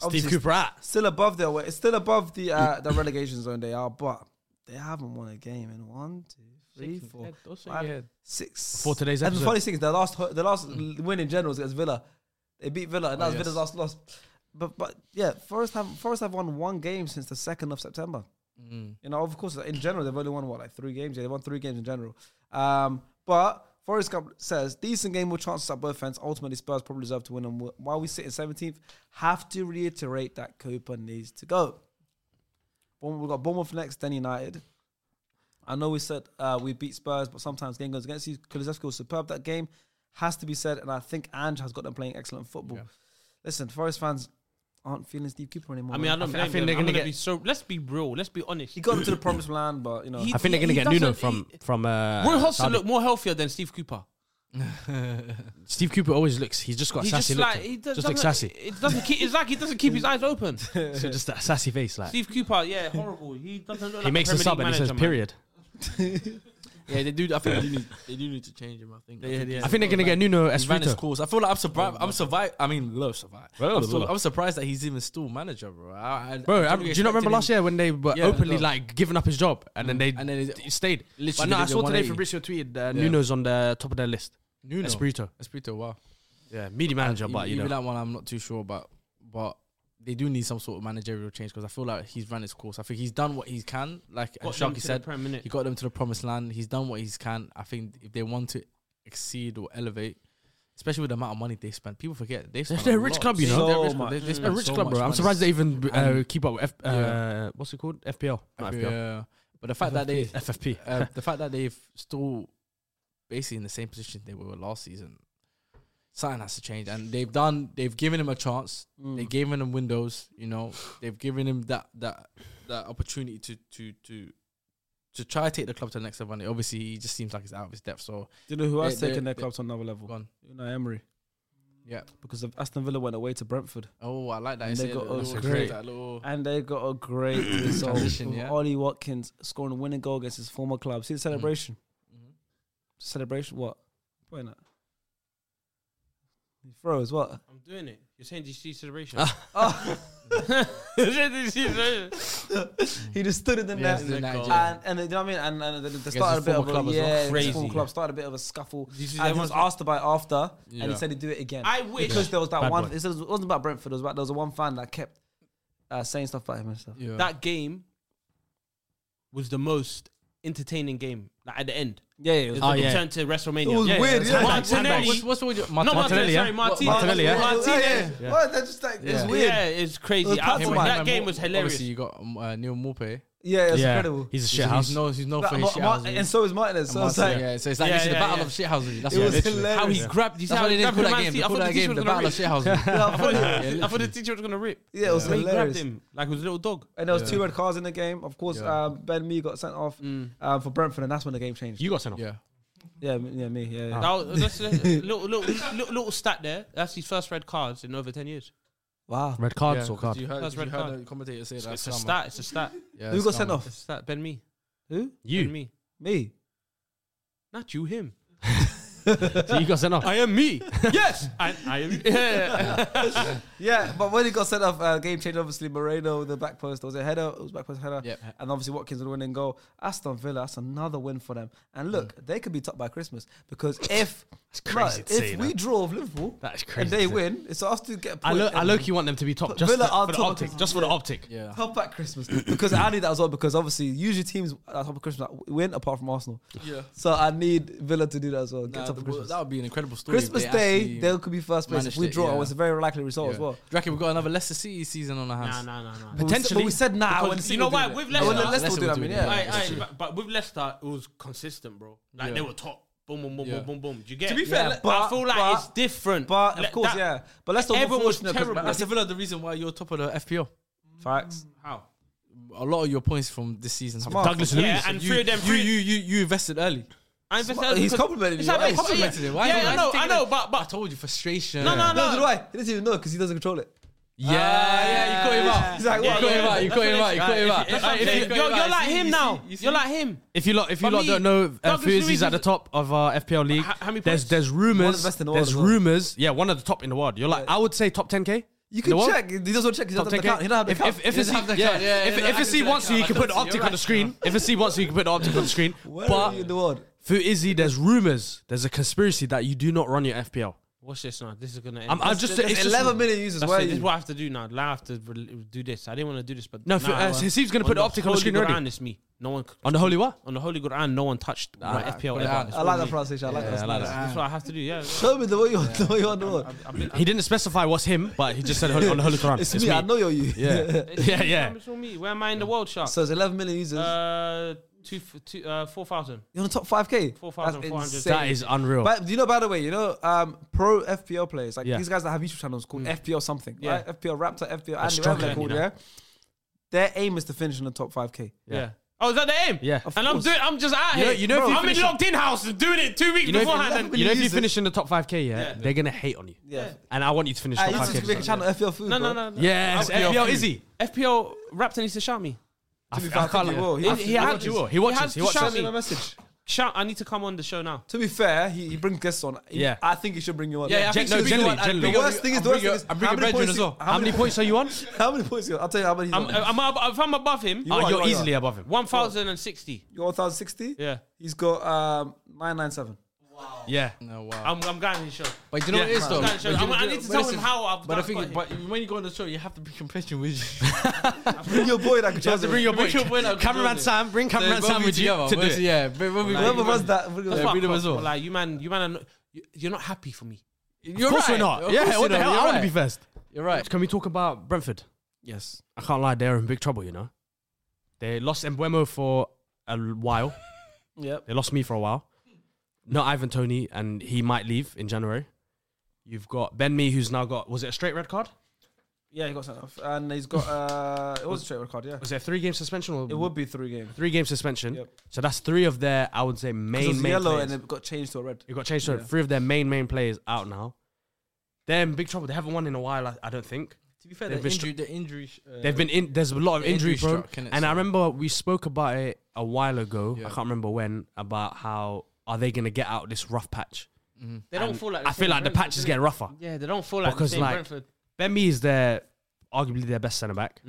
S1: obviously
S2: Steve Cooper at.
S1: still above their way. It's still above the uh, the relegation zone they are, but They haven't won a game in one, two, three,
S4: Shaking
S1: four,
S4: head, don't shake
S1: five,
S4: your head.
S1: six.
S2: For today's
S1: and the
S2: episode. Mm.
S1: funny thing is, their last ho- their last l- win in general was against Villa. They beat Villa, and that
S3: Oh,
S1: was
S3: yes.
S1: Villa's last loss. But but yeah, Forest have Forest have won one game since the second of September.
S2: Mm.
S1: You know, of course, in general they've only won what like three games. Yeah, they won three games in general. Um, but Forest Gump says decent game with chances at both ends. Ultimately, Spurs probably deserve to win. And wh- while we sit in seventeenth, have to reiterate that Cooper needs to go. Bournemouth- We've got Bournemouth next, then United. I know we said uh, we beat Spurs, but sometimes game goes against you. Kulusevski was superb that game. Has to be said, and I think Ange has got them playing excellent football. Listen, Forest fans aren't feeling Steve Cooper anymore.
S4: I mean, I
S1: man.
S4: don't
S3: I
S4: blame
S3: think
S4: them.
S3: they're
S4: I'm
S3: gonna
S4: gonna
S3: get-
S4: be so. Let's be real. Let's be honest.
S1: he got them to the promised land, but you know,
S4: He-
S2: I think they're gonna
S4: he
S2: get Nuno
S4: doesn't-
S2: from
S4: he-
S2: from uh,
S4: Roy Hodgson
S2: Saudi.
S4: looked more healthier than Steve Cooper.
S2: Steve Cooper always looks. He's just got a
S4: He
S2: sassy
S4: just
S2: look.
S4: like
S2: to him.
S4: he
S2: just
S4: does, doesn't.
S2: looks sassy.
S4: It doesn't keep. It's like he doesn't keep his eyes open.
S2: so just that sassy face. Like
S4: Steve Cooper, yeah, horrible. He doesn't look.
S2: he makes a sub and he says, "Period."
S3: Yeah, they <laughs> do. I think they do need. They do need to change him. I think. I think,
S2: I think they're gonna get Nuno
S3: he's ran his
S2: Espirito.
S3: course. I feel like I'm surprised. I'm survived. I mean, love survived.
S2: Well,
S3: I'm,
S2: well,
S3: still-
S2: well.
S3: I'm surprised that he's even still manager, bro. I, I,
S2: Bro,
S3: I
S2: I- do you not remember last year when they were
S3: Yeah,
S2: openly
S3: no.
S2: like giving up his job and then they
S3: And then
S2: he stayed? But
S3: literally
S2: no, I
S3: did a
S2: saw today
S3: 180.
S2: Fabrizio tweeted uh, Nuno's on the top of their list.
S3: Nuno
S2: Espirito,
S3: Espirito, wow.
S2: yeah, media manager,
S3: Even-
S2: but you
S3: even
S2: know,
S3: that one, I'm not too sure about. But they do need some sort of managerial change because I feel like he's ran his course. I think he's done what he can. Like
S4: Got them
S3: Sharky
S4: to the
S3: said,
S4: Prem, innit?
S3: he got them to the promised land. He's done what he can. I think if they want to exceed or elevate, especially with the amount of money they spend, people forget they spend
S2: they're a
S3: lot.
S2: rich club, you
S3: They're
S2: know.
S3: a
S1: So
S3: rich club.
S1: much.
S3: They- they
S2: a
S3: spend
S2: rich
S3: so
S2: club,
S3: much
S2: bro. I'm
S3: money.
S2: surprised they even uh,
S3: And-
S2: keep up with F-
S3: Yeah.
S2: uh, what's it called? FPL, not FPL,
S3: Yeah, but the fact
S1: <laughs>
S3: that they
S2: FFP. <laughs>
S3: uh, the fact that they've still basically in the same position they were last season, something has to change. And they've done, they've given him a chance.
S1: mm.
S3: They've given him windows. You know, they've given him that that that opportunity to to to to try to take the club to the next level. And obviously, he just seems like he's out of his depth. So
S1: Do you know who
S3: They-
S1: has
S3: they-
S1: taken their
S3: they-
S1: club to another level?
S3: gone.
S1: Unai Emery,
S3: Yeah.
S1: because of Aston Villa went away to Brentford
S3: Oh, I like that.
S1: And
S3: It's
S1: they
S3: a
S1: got
S3: little-
S1: us
S3: little-
S1: great.
S3: that little-
S1: and they got a great result
S3: Oh. <coughs> Transition,
S1: with
S3: yeah. Mm.
S1: Ollie Watkins scoring a winning goal against his former club. See the celebration?
S3: mm-hmm.
S1: Celebration? What? Point at. He throws what?
S4: I'm doing it. You're saying DC celebration.
S3: Ah.
S4: <laughs> Oh. You're saying DC celebration.
S1: <laughs> he just stood in the
S3: Yeah,
S1: net.
S3: in the net, yeah.
S1: And, and you know what I mean, and, and they, they
S3: his
S1: started a bit of
S3: former
S1: a,
S3: club as
S1: yeah,
S3: well.
S1: his
S4: Crazy.
S1: former club started a bit of a scuffle.
S4: Did you see
S1: and he
S4: that
S1: was
S4: one-
S1: asked about it after, and
S3: Yeah.
S1: he said he'd do it again.
S4: I wish.
S1: because there was that
S2: Bad
S1: one.
S2: boy.
S1: It was- it wasn't about Brentford. It was about there was a one fan that kept uh, saying stuff about him and stuff.
S3: Yeah.
S4: that game was the most entertaining game. Like at the end,
S1: Yeah, yeah. It was
S4: it
S2: Oh,
S4: like
S2: yeah.
S4: it turned to WrestleMania.
S1: It was
S2: Yeah,
S1: weird.
S2: it's
S1: Yeah,
S2: handbags, handbags.
S3: What's, what's the word?
S4: No, Martinelli,
S2: Martinelli, yeah?
S4: sorry, Martinez.
S2: Martinelli, yeah?
S4: Martinez.
S1: Yeah. What? That's just like it's
S3: Yeah.
S1: weird.
S4: Yeah, it's crazy.
S1: It was
S4: I thought
S1: pantomime.
S4: that game was hilarious.
S3: Obviously, you got um, uh, Neil Morpe.
S1: Yeah, it's
S2: yeah,
S1: incredible.
S2: he's a
S3: He's,
S2: shit house.
S3: he's no, he's no
S1: Like,
S3: for his
S1: Ma-
S3: shit
S1: Ma-
S3: house,
S1: and so is Martinez. So it's
S3: Martin,
S1: like
S3: yeah, so it's like
S4: Yeah,
S3: literally
S4: yeah,
S3: the battle
S4: yeah.
S3: of shithouses. That's
S1: it
S3: what
S1: was
S3: literally.
S1: hilarious.
S4: How he grabbed. He's
S3: That's
S4: how
S3: why they
S4: he
S3: didn't
S4: grabbed
S3: call
S4: Man
S3: that game.
S4: City.
S3: They
S4: I
S3: called
S4: thought the
S3: that
S4: teacher
S3: game
S4: was
S3: the
S4: gonna
S3: battle of
S4: rip. <laughs>
S3: shithouses.
S1: Yeah, I thought-
S3: Yeah,
S4: I thought the teacher was gonna rip.
S1: Yeah, it was
S4: But he grabbed
S1: hilarious.
S4: him like he was a little dog.
S1: And there was two red cards in the game. Of course,
S3: Yeah.
S1: um, Ben Mee got sent off um, for Brentford, and that's when the game changed.
S2: Mm. you got sent off.
S3: yeah.
S1: yeah, m- yeah, me, yeah. yeah.
S4: That was, that's a little, little, little, little stat there. That's his first red cards in over ten years.
S1: Wow.
S2: Red cards or card?
S3: You heard,
S4: That's
S3: you
S4: red
S3: heard
S4: card.
S3: the commentator say
S4: It's,
S3: that.
S4: a stat. It's a stat.
S1: Who got sent off?
S4: It's a stat. Ben me.
S1: Who?
S4: Ben
S2: You,
S4: me.
S1: Me.
S4: Not you. Him.
S2: So you got sent off.
S4: am me. yes, I, I am. <laughs> Yeah.
S1: Yeah, but when he got sent off, uh, game change. Obviously, Moreno with the back post was it a header. It was back post header,
S3: Yep.
S1: and obviously Watkins with a winning goal. Aston Villa, that's another win for them.
S2: Mm.
S1: And look, they could be top by Christmas because if
S2: crazy
S1: Look,
S2: to say,
S1: if
S2: no?
S1: we draw with Liverpool
S2: That is
S1: and
S2: crazy
S1: they
S2: to-
S1: win, it's us to get a
S2: I,
S1: point.
S2: lo- I
S1: and
S2: low key want them to be top
S1: But
S2: just
S1: Villa
S2: for,
S1: are
S2: for the
S1: top
S2: optic,
S1: because-
S2: just for the optic.
S3: Yeah.
S1: Top at Christmas because I need that as well. Because obviously, usually teams at top of Christmas win apart from Arsenal.
S3: Yeah.
S1: So I need Villa to do that as well. Get
S3: Nah,
S1: top
S3: the-
S1: of Christmas.
S3: that would be an incredible story. if
S1: Christmas
S3: they
S1: Day,
S3: actually-
S1: they could be first place. If
S3: managed
S1: we
S3: it,
S1: draw,
S3: yeah.
S1: it's a very likely result
S3: yeah.
S1: as well.
S3: Do you reckon we've got another Leicester City season on our
S4: Nah,
S3: hands?
S4: nah, nah, nah.
S1: But we said- but we said nah.
S3: Because
S1: when
S4: you
S1: City
S4: know
S1: did
S4: why?
S1: it.
S4: With
S1: Yeah, when
S4: Leicester-
S1: Leicester
S3: Leicester
S1: do it, I
S3: would
S1: mean,
S3: do it,
S1: yeah.
S3: yeah.
S4: Aye,
S3: that's
S4: aye,
S3: true.
S4: but, but with Leicester, it was consistent, bro. Like
S3: Yeah.
S4: they were top. Boom, boom, boom,
S3: Yeah.
S4: boom, boom, boom. Do you get?
S3: To be
S4: it?
S3: fair,
S4: Yeah,
S3: like-
S4: but I
S1: but-
S4: feel like
S1: but-
S4: it's different.
S1: But
S4: Like
S1: of course,
S4: that-
S1: yeah. But Leicester were
S4: everyone was
S1: fortunate 'cause
S4: terrible.
S1: Leicester-
S3: Leicester Villa, the reason why you're top of the FPL.
S1: Facts.
S4: How?
S3: A lot of your points from this season. have-
S1: Smart.
S2: Douglas
S4: Yeah,
S2: Luiz.
S4: and
S3: you,
S4: three of them.
S3: You,
S4: Three,
S3: you, you, you invested early.
S4: I invested
S1: He's
S4: because-
S1: complimented
S4: It's
S1: you.
S4: like
S1: Why is
S4: they
S1: he
S4: complimented
S3: complimented
S4: him.
S3: him? Why is
S4: yeah,
S3: he
S4: I know, I
S3: complimented
S4: know,
S3: him?
S4: but
S3: I
S4: but
S3: told you, frustration.
S4: no, no,
S1: No,
S4: no.
S1: did I? He didn't even know because he doesn't control it.
S3: Yeah, yeah, you caught him out.
S1: He's like,
S4: Yeah,
S1: what?
S4: yeah,
S3: him out, you
S4: that's
S3: caught him
S4: what it
S3: out, you
S4: is.
S3: caught him out.
S4: That's what I'm
S3: If you-
S4: saying.
S3: you
S4: You're
S3: caught
S4: you're
S3: him out.
S4: like
S3: You
S4: him
S3: see-
S4: now.
S3: you see-
S4: You're like him.
S2: If you lot, if you
S4: But
S2: lot
S4: me,
S2: don't know, uh,
S4: Douglas Luiz
S2: Fuzi's at
S4: is-
S2: the top of uh, our FPL league.
S4: How- how many
S2: there's
S4: points?
S2: there's rumors.
S1: best in the world
S2: there's
S1: as well.
S2: rumors. Yeah, one of the top in the world. You're like, I would say top 10k.
S1: You can
S2: The what?
S1: check. He doesn't check. He doesn't have the
S2: Top 10K?
S1: account. He don't have the
S2: If-
S1: account.
S2: if- if
S1: He
S2: it's-
S1: doesn't have the
S2: yeah,
S1: account.
S3: Yeah,
S2: if-
S3: yeah,
S2: if
S3: I
S2: it's he
S3: can
S2: wants
S3: see
S2: you,
S3: that.
S2: you can
S3: I
S2: put the
S3: can see
S2: optic
S3: it
S2: on the
S3: right
S2: screen.
S1: <laughs>
S2: If it's he wants you, you can put the optic on the screen.
S1: Where
S2: but
S1: are you in the world?
S2: for Izzy, there's rumors. There's a conspiracy that you do not run your FPL.
S4: Watch this now. This is gonna end.
S2: I'm, I'm just it's
S1: There's
S2: just-
S1: 11 million users.
S4: That's
S1: Where are
S4: it. This is
S1: you?
S4: what I have to do now. Now I have to re- do this. I didn't want to do this, but
S2: No,
S4: now
S2: for-
S4: I
S2: uh,
S4: will.
S2: Haseeb's gonna put the optic on the
S4: Holy
S2: screen already.
S4: Quran, It's me. No one
S2: On the holy what?
S4: on the Holy Quran. No one touched my FPL.
S3: Quran.
S4: ever. It's
S1: I
S4: all
S1: like
S4: me.
S1: that pronunciation. I like
S4: That's,
S1: that.
S4: nice.
S1: pronunciation.
S4: That's what I have to do. Yeah.
S1: Show me the way you are. <laughs> The way you are in the world.
S4: I've been-
S2: He didn't specify what's him, but he just said holy, on the Holy Quran.
S1: It's me. I know you're you.
S2: Yeah, <laughs>
S4: It's
S2: yeah,
S4: me,
S2: yeah.
S4: fam, It's all me. Where am I in the world, Shark?
S1: So it's 11 million users.
S4: Uh, two, f- two, uh, four thousand.
S1: You're on the top 5K.
S4: 4,400.
S1: That's insane.
S2: That is unreal.
S1: But do you know, by the way, you know, um, pro FPL players, like
S2: Yeah.
S1: these guys that have YouTube channels called FPL something,
S4: Yeah.
S1: right? FPL Raptor, FPL Andy, whatever
S2: struggling,
S1: they're called,
S2: you know.
S1: yeah? Their aim is to finish in the top 5K.
S4: Yeah. Oh, is that the aim?
S2: Yeah. Of
S4: And I'm
S1: course.
S4: doing. I'm just out
S2: You know-
S4: here.
S2: you know if
S4: Bro,
S2: you
S4: I'm in
S2: finish-
S4: locked in house and doing it two weeks
S2: you know,
S4: beforehand.
S2: if,
S4: and-
S2: you, you know if you
S1: users.
S2: finish in the top 5K, yeah, they're gonna hate on you.
S1: Yeah.
S2: And I want you to finish
S1: Uh,
S2: top
S1: you just
S2: 5K.
S1: make a channel FPL food.
S4: no,
S1: bro.
S4: no, no, no.
S2: Yes,
S4: I'm-
S2: FPL Izzy.
S4: FPL Raptor needs to shout me.
S2: I,
S1: To be
S2: f-
S1: fair,
S2: I
S1: I think
S2: can't.
S1: he will.
S4: He,
S1: He,
S4: he,
S1: he
S4: has,
S2: he will. He watches,
S4: has
S2: he
S4: to
S2: watches.
S4: shout
S1: sent me a
S4: me.
S1: message.
S4: Shout. I need to come on the show now.
S1: To be fair, he, he brings guests on. He-
S2: Yeah.
S1: I think he should bring you on.
S3: Yeah, yeah, I think
S2: no,
S3: so.
S2: generally,
S3: Bring you-
S2: generally.
S3: I'll
S1: The
S3: bring
S1: worst
S3: you-
S1: thing is,
S3: I'll
S1: the worst
S3: bring
S1: thing
S3: you-
S1: is,
S3: I'll bring
S1: how
S3: your
S1: many
S3: brethren
S1: points
S3: as
S1: he-
S3: well.
S2: How many points uh, are you on?
S1: <laughs> How many points? I'll tell you how many.
S4: I'm, I'm, ab- if I'm above him,
S1: You
S2: Oh,
S1: are, you
S2: you're
S1: are.
S2: easily above him.
S4: one thousand and sixty.
S1: You're 1,060.
S4: Yeah.
S1: He's got um, 997.
S2: Yeah.
S3: No, wow.
S4: I'm, I'm going to his show.
S3: But do you know what it is,
S4: I'm
S3: though?
S4: going to his show.
S3: But you
S4: I'm,
S3: know-
S4: I need to
S3: but
S4: tell him
S3: listen,
S4: how I've
S3: But I
S4: got
S3: think,
S4: him.
S3: but when you go on the show, you have to be compassionate
S2: <laughs>
S3: with you.
S1: Bring your boy that could
S2: have to bring your boy.
S3: Bring your boy now,
S2: Cameraman
S3: Jordan.
S2: Sam, bring cameraman
S3: We'll
S2: Sam
S3: be
S2: with you
S3: together,
S2: to do
S3: we'll
S2: it.
S3: be- Yeah, but we'll be-
S1: Whoever was that. bring
S4: That's
S1: your-
S4: what
S3: read
S4: I
S3: them as
S4: thought.
S3: well.
S4: Like you, man, you man, are not, you, you're not happy for me.
S3: You're
S2: Of course we're
S3: right.
S2: not.
S3: Of course
S2: Yeah,
S3: you
S2: what the
S3: know,
S2: hell?
S3: you're
S2: I want to
S3: right.
S2: be first.
S3: You're right.
S2: Can we talk about Brentford?
S3: Yes.
S2: I can't lie, they're in big trouble, you know. They lost Embuemo for a
S3: <laughs>
S2: while.
S1: Yep.
S2: They lost me for a while. Not Ivan Tony, and he might leave in January. You've got Ben Me, who's now got was it a straight red card?
S1: Yeah, he got sent off. And he's got, uh, it was a straight record, yeah.
S2: Was it a three game suspension or
S1: It would be three games.
S2: three game suspension?
S1: Yep.
S2: So that's three of their I would say
S1: It
S2: main
S1: was
S2: main
S1: yellow
S2: players.
S1: and it got changed to a red.
S2: It got changed to
S1: Yeah.
S2: three of their main main players out now. They're in big trouble. They haven't won in a whiile, I, I don't think.
S3: To be fair,
S2: They've
S3: the
S2: been str-
S3: injury, the injury. sh- uh,
S2: They've been in. There's a lot of
S3: the
S2: injury,
S3: injury
S2: prone,
S3: struck, innit,
S2: and I
S3: so-
S2: remember we spoke about it a while ago.
S3: Yeah.
S2: I can't remember when. About how are they going to get out this rough patch?
S4: They don't
S2: And
S4: fall like.
S2: I feel like the patch is getting rougher.
S4: Yeah, they don't fall like
S2: Because,
S4: the same
S2: like,
S4: Brentford.
S2: Ben Mee is their arguably their best centre back.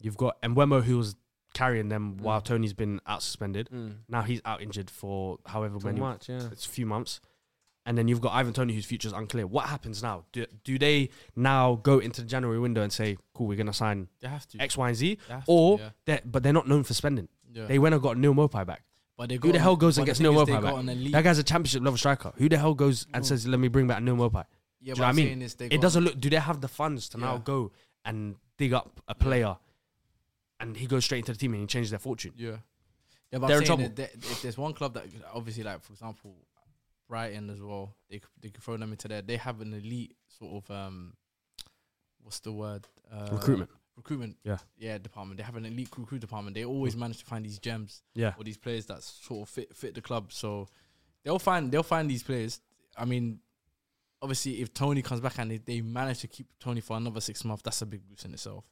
S2: You've got Mwemo who was carrying them while Tony's been out suspended. Now he's out injured for however many
S4: much, yeah.
S2: it's a few months. And then you've got Ivan Tony whose future's unclear. What happens now? Do, do they now go into the January window and say, "Cool, we're gonna sign
S3: They have to.
S2: X, Y, and Z,"
S3: They have to,
S2: or
S3: yeah.
S2: they're, but they're not known for spending.
S3: Yeah.
S2: They went and got Neil Mopai back.
S3: But they
S2: Who
S3: got
S2: the
S3: an-
S2: hell goes
S3: but
S2: and
S3: the
S2: gets
S3: thing
S2: Neil
S3: is they
S2: Mopai
S3: got an
S2: back?
S3: elite-
S2: That guy's a championship level striker. Who the hell goes and says, "Let me bring back Neil Mopai"?
S3: Yeah, but
S2: Do you know what I
S3: I'm
S2: mean?
S3: saying is they
S2: it
S3: got-
S2: doesn't look. Do they have the funds to now
S3: Yeah.
S2: go and dig up a player, and he goes straight into the team and he changes their fortune?
S3: Yeah. Yeah, but
S2: They're
S3: I'm saying
S2: in trouble.
S3: that there- if there's one club that could- obviously, like for example, Brighton as well, they could, they could throw them into there. They have an elite sort of um, what's the word? Uh,
S2: Recruitment.
S3: Recruitment.
S2: Yeah.
S3: Yeah, department. They have an elite recruit department. They always manage to find these gems
S2: Yeah,
S3: or these players that sort of fit fit the club. So they'll find they'll find these players. I mean, obviously, if Tony comes back and they, they manage to keep Tony for another six months, that's a big boost in itself.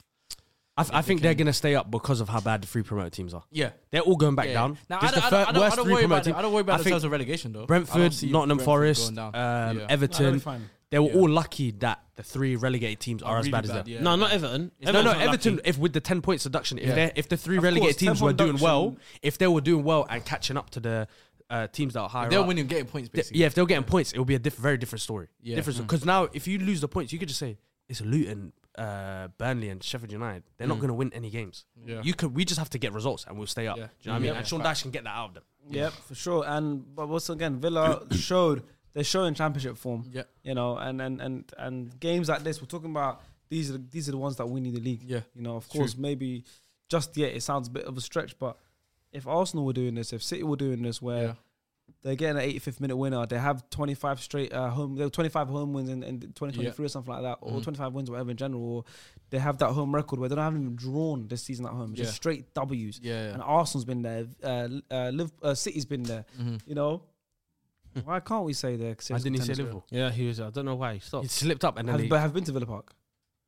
S2: I, th- I think they're gonna stay up because of how bad the three promoter teams are.
S3: Yeah.
S2: They're all going back
S3: Yeah.
S2: down.
S3: Now,
S2: This
S3: I,
S2: is
S3: don't, I, don't,
S2: the fir-
S3: I, don't,
S2: worst
S3: I don't
S2: three
S3: worry
S2: promoter
S3: about
S2: team.
S3: the, I don't worry
S2: I
S3: about the
S2: think
S3: terms of relegation though. I don't
S2: Brentford,
S3: see
S2: Nottingham
S3: Brentford
S2: Forest,
S3: going down.
S2: um,
S3: Yeah.
S1: No, they'll be
S2: Everton.
S1: fine.
S2: They were
S3: Yeah.
S2: all lucky that the three relegated teams are, as
S3: really
S2: bad, as
S3: bad,
S2: them.
S3: yeah.
S4: No, not Everton.
S2: No, no,
S4: Everton's not
S2: Everton.
S4: lucky.
S2: If with the ten point deduction, if
S3: Yeah.
S2: they if the three
S1: Of course,
S2: relegated
S1: 10
S2: teams were
S1: point
S2: doing well,
S1: deduction.
S2: if they were doing well and catching up to the uh, teams that are higher,
S3: They're
S2: up,
S3: winning, getting points
S2: th-
S3: basically.
S2: yeah, if they're getting points, it will be a diff- very different story.
S3: Yeah.
S2: Different because now if you lose the points, you could just say it's Luton, uh, Burnley, and Sheffield United. They're not going to win any games.
S3: Yeah.
S2: You could. We just have to get results, and we'll stay up.
S3: Yeah.
S2: Do you know what I mean?
S3: Yeah.
S2: And Sean Dyche can get that out of them.
S1: Yep, for sure. And but once again, Villa showed they're showing championship form.
S3: Yeah.
S1: you know, and and and and games like this, we're talking about these are the, these are the ones that we need the league.
S3: Yeah.
S1: you know, of course, maybe just yet it sounds a bit of a stretch, but if Arsenal were doing this, if City were doing this, where
S3: Yeah.
S1: they're getting an 85th minute winner, they have 25 straight uh, home, they have 25 home wins in, in 2023 or something like that, or
S4: Mm-hmm.
S1: 25 wins, whatever in general, or they have that home record where they don't haven't even drawn this season at home, just
S3: Yeah.
S1: straight W's.
S3: Yeah, yeah.
S1: and Arsenal's been there, uh, uh, Liv- uh, City's been there. You know,
S4: Hmm.
S1: why can't we say they're?
S2: I didn't he say
S1: contenders?
S2: Liverpool.
S4: Yeah, he was. I don't know why he
S2: He
S4: stopped.
S2: slipped up and then
S1: Have,
S2: they,
S1: but have been to Villa Park.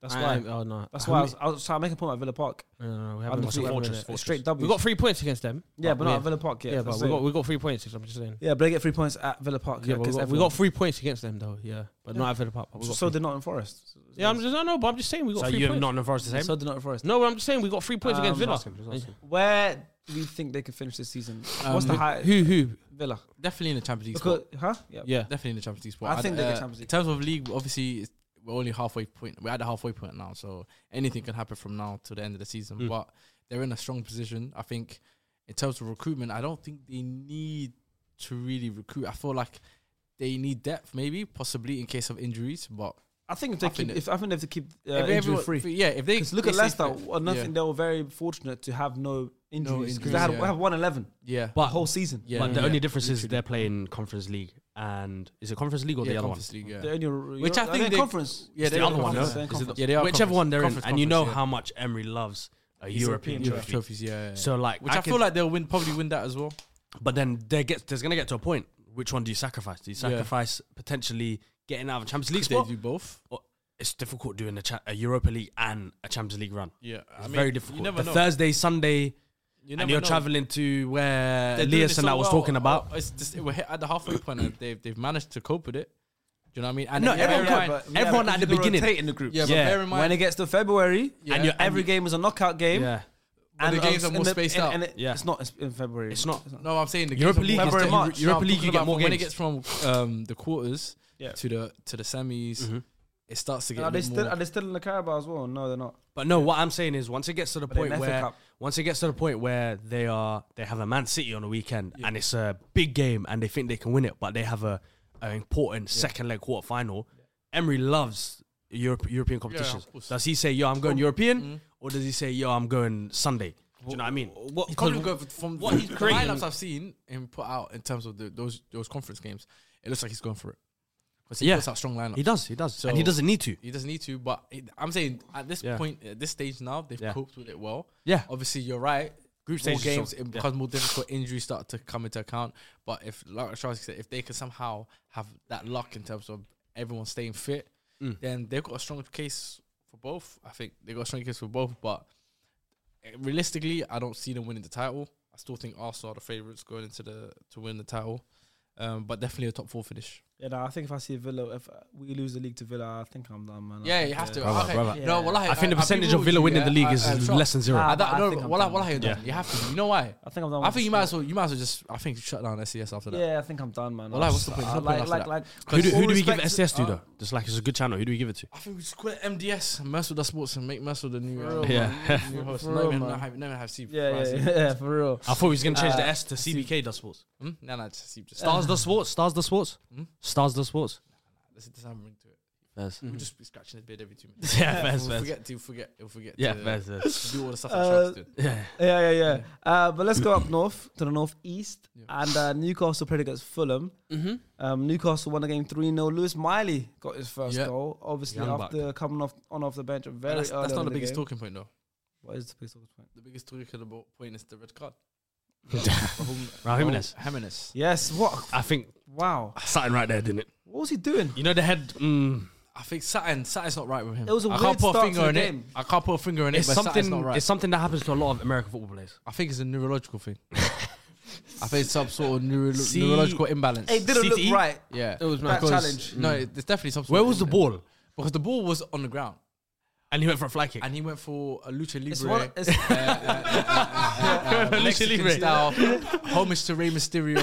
S1: That's
S4: I
S1: why.
S4: am- oh no,
S1: That's why I was, I was trying to make a point at Villa Park.
S4: No, no, no, we
S1: I'm
S4: haven't.
S1: just
S4: we
S1: like,
S4: haven't
S1: fortress,
S4: done it.
S1: fortress.
S4: Straight double. We got three points against them.
S1: Yeah, but not
S4: yeah.
S1: at Villa Park yet.
S4: Yeah,
S1: that's
S4: but we
S1: the
S4: got
S1: same.
S4: we got three points. I'm just saying.
S1: yeah, but they get three points at Villa Park.
S4: Yeah, but we,
S1: against
S4: got, we
S1: everyone.
S4: got three points against them though. Yeah, but not at Villa Park. but we got
S1: So
S4: three.
S1: they're not in Forest.
S4: yeah, I'm just no, no, but I'm just saying we got
S2: So
S4: three
S2: you Ah, have
S4: points.
S2: not Forest the same?
S1: So they're not in Forest.
S4: no, but I'm just saying we got three points
S1: Um,
S4: against Villa.
S2: Ask him, just ask him.
S1: Where do you think they could finish this season? What's the
S3: who-
S1: high?
S4: Who who?
S1: Villa.
S3: um, Definitely in the Champions League
S1: Because,
S3: spot.
S1: huh? Yeah.
S4: Yeah,
S3: Definitely in the Champions League spot.
S1: I
S3: I'd-
S1: think they get Champions
S3: In
S1: League.
S3: terms of league, obviously, it's- we're only halfway point. We're at the halfway point now, so anything can happen from now to the end of the season.
S4: Mm.
S3: But they're in a strong position. I think in terms of recruitment, I don't think they need to really recruit. I feel like they need depth, maybe possibly in case of injuries, but
S1: I think if they
S3: I think
S1: keep,
S3: it-
S1: if I think if they keep uh,
S3: If
S1: injury
S3: everyone-
S1: free.
S3: Yeah, if they
S1: Because look
S3: they
S1: at
S3: stay
S1: Leicester,
S3: fit.
S1: or nothing.
S3: Yeah,
S1: They were very fortunate to have no injuries because
S3: injuries,
S1: they had
S3: yeah.
S1: have one eleven
S3: yeah.
S1: the whole season.
S3: yeah,
S2: but the
S3: yeah,
S2: only difference is
S3: literally.
S2: they're playing Conference League and is it Conference League or
S3: yeah,
S2: the other one?
S3: Conference League, yeah.
S1: The only
S3: Which I
S1: are
S3: think
S1: they in
S3: they-
S1: conference.
S3: yeah,
S2: It's
S3: they
S2: the
S3: are
S2: other one, no?
S3: conference,
S1: they're in
S2: Is it the-
S1: conference.
S3: Yeah, they are
S2: Whichever one they're in,
S3: conference-
S2: and you know
S3: conference, yeah.
S2: how much Emery loves a European,
S1: European
S3: Yeah,
S2: trophy.
S1: trophy.
S3: trophies, yeah, yeah.
S2: So like,
S3: which I, feel like they'll win, probably win that as well.
S2: but then there gets there's gonna get to a point. Which one do you sacrifice? Do you
S3: Yeah.
S2: sacrifice potentially getting out of a Champions League
S3: If they
S2: spot?
S3: do both,
S2: Or- It's difficult doing a, cha- a Europa League and a Champions League run.
S3: yeah,
S2: It's very difficult. the Thursday, Sunday,
S3: you
S2: and you're traveling to
S3: They're
S2: where
S3: doing
S2: Elias
S3: it
S2: and
S3: so
S2: I was
S3: well.
S2: talking about.
S3: Oh, it's just, we're hit at the halfway point, and they've they've managed to cope with it. Do you know what I mean? And
S2: No,
S3: then, yeah,
S2: everyone
S3: bear in
S2: could,
S3: mind-
S2: but- everyone
S1: because
S2: at the
S1: you can
S2: beginning.
S1: rotate in the group.
S3: yeah,
S2: yeah.
S3: but bear in mind,
S1: When it gets to February,
S3: yeah,
S2: and you're
S1: every game is a knockout game.
S2: yeah.
S3: but the games are
S1: in
S3: more
S1: the-
S3: spaced
S1: and-
S3: out.
S1: And it-
S2: Yeah.
S1: it's not it's in February.
S2: It's not.
S3: no, I'm saying the
S2: Europa
S3: games
S2: League
S3: Are
S1: is February,
S3: more spaced-
S1: March.
S3: No, I'm
S2: Europa League,
S3: talking
S2: you get
S3: about
S2: more
S3: When it
S2: games.
S3: gets from um, the quarters
S1: Yeah.
S3: to the to the semis,
S2: Mhm.
S3: it starts to get.
S1: And Are
S3: a
S1: they
S3: bit
S1: still
S3: more-
S1: are they still in the Carabao as well? No, they're not.
S2: But no, what I'm saying is once it gets to the
S1: But they're in
S2: point
S1: the FA
S2: where
S1: Cup.
S2: once it gets to the point where they are they have a Man City on the weekend and it's a big game and they think they can win it, but they have a an important second leg quarter final. Emery loves Europe, European competitions.
S3: of course.
S2: does he say, "Yo, I'm going European," or does he say, "Yo, I'm going Sunday"? Do you know what I mean?
S4: What,
S3: He's probably going for- from
S4: what he's
S3: the
S4: creating-
S3: lineups I've seen him put out in terms of the, those those conference games. It looks like he's going for it because he
S2: Yeah.
S3: puts out strong lineups.
S2: He does, he does,
S3: So-
S2: and he doesn't need to.
S3: He doesn't need to, but it, I'm saying at this
S2: Yeah.
S3: point, at this stage now, they've
S2: Yeah.
S3: coped with it well.
S2: Yeah.
S3: Obviously, you're right. Group more
S2: stage is
S3: games,
S2: so-
S3: it
S2: yeah.
S3: becomes more difficult. Injuries start to come into account. But if, like Charles said, if they can somehow have that luck in terms of everyone staying fit, then they've got a strong case for both. I think they've got a strong case for both. But eh, realistically, I don't see them winning the title. I still think Arsenal are the favourites going into the to win the title. Um, but definitely a top four finish.
S1: Yeah, no, I think if I see Villa, if we lose the league to Villa, I think I'm done, man.
S3: Yeah, you have to.
S2: Brother,
S3: Okay.
S2: brother.
S3: No,
S1: Yeah.
S3: wallahi,
S2: I think the
S3: I'll be
S2: percentage
S3: real
S2: of Villa
S3: with you,
S2: winning the
S3: yeah.
S2: league
S3: I-
S2: is
S3: I'm shocked.
S2: less than zero.
S1: Ah,
S3: I don't
S1: I
S3: know.
S1: think I'm
S3: Well,
S1: done.
S3: well, you done. You have to. You know why?
S1: I think I'm done.
S3: I
S1: with
S3: think you
S1: this,
S3: might
S1: yeah.
S3: as well. You might as well just. I think shut down SES after that.
S1: Yeah, I think I'm done, man.
S3: Well, I was the point. There's no point
S1: like,
S3: after
S1: like,
S3: that.
S1: like,
S2: Who do,
S1: all
S2: who do we give
S1: respect
S2: STS to
S1: uh,
S2: though? Just like it's a good channel. Who do we give it to?
S3: I think we just call it MDS, Mercer the Sports, and make Mercer the new, uh,
S2: Yeah. <laughs>
S3: new host.
S1: For
S3: Not
S1: real,
S3: even,
S1: man.
S3: not have, never have Steve.
S1: Yeah,
S3: Right,
S1: yeah,
S3: Steve.
S1: yeah, <laughs> yeah, for real.
S2: I thought we was gonna change the
S1: Uh,
S2: S to CBK. Does sports
S3: Hmm? No, no, just Steve. Just
S2: stars the sports stars the sports stars the sports.
S3: This is having ring to it.
S2: Fairs.
S3: We'll just be scratching his beard every two <laughs> minutes.
S2: Yeah, fairs,
S3: we'll
S2: fairs.
S3: forget to forget. We'll forget.
S2: Yeah,
S3: to
S2: fairs, fairs.
S3: Do all the stuff.
S1: Uh,
S3: that Sharks did.
S1: Yeah, yeah, yeah. Uh, but let's go up north to the northeast, and uh, Newcastle played against Fulham.
S4: Mm-hmm.
S1: Um, Newcastle won the game three 0 Lewis Miley got his first
S3: Yeah.
S1: goal, obviously
S2: Young
S1: after coming off on off the bench very
S3: That's,
S1: early.
S3: that's
S1: on
S3: not
S1: in
S3: the biggest
S1: game.
S3: talking point though.
S1: What is the biggest talking point?
S3: The biggest talking about point is the red card. <laughs>
S2: Raul Jimenez.
S3: Jimenez.
S1: Yes. What?
S2: I think
S1: Wow.
S2: something right there, didn't it?
S1: What was he doing?
S2: You know the head. Mm,
S3: I think Saturn, Saturn's not right with him.
S1: It was a
S3: I
S1: weird
S3: can't put
S1: start
S3: a finger
S1: to the
S3: on
S1: game.
S3: it. I can't put a finger on it.
S2: it's
S3: but Saturn's
S2: something.
S3: not right.
S2: It's something that happens to a lot of American football players.
S3: I think it's a neurological thing. I think it's some sort of neuro-
S2: <laughs> See-
S3: neurological imbalance.
S1: It didn't
S2: CTE?
S1: look right.
S3: yeah,
S4: It was
S1: That
S4: mad.
S1: challenge.
S3: No, it- it's definitely some. Sort
S2: Mm. Where
S3: of
S2: was the
S3: imbalance.
S2: ball?
S3: Because the ball was on the ground,
S2: And he went for a fly kick.
S3: and he went for a lucha libre.
S1: It's one. It's,
S2: <laughs>
S3: uh, Mexican
S2: libre.
S3: style, homage to Rey
S2: <laughs>
S3: Mysterio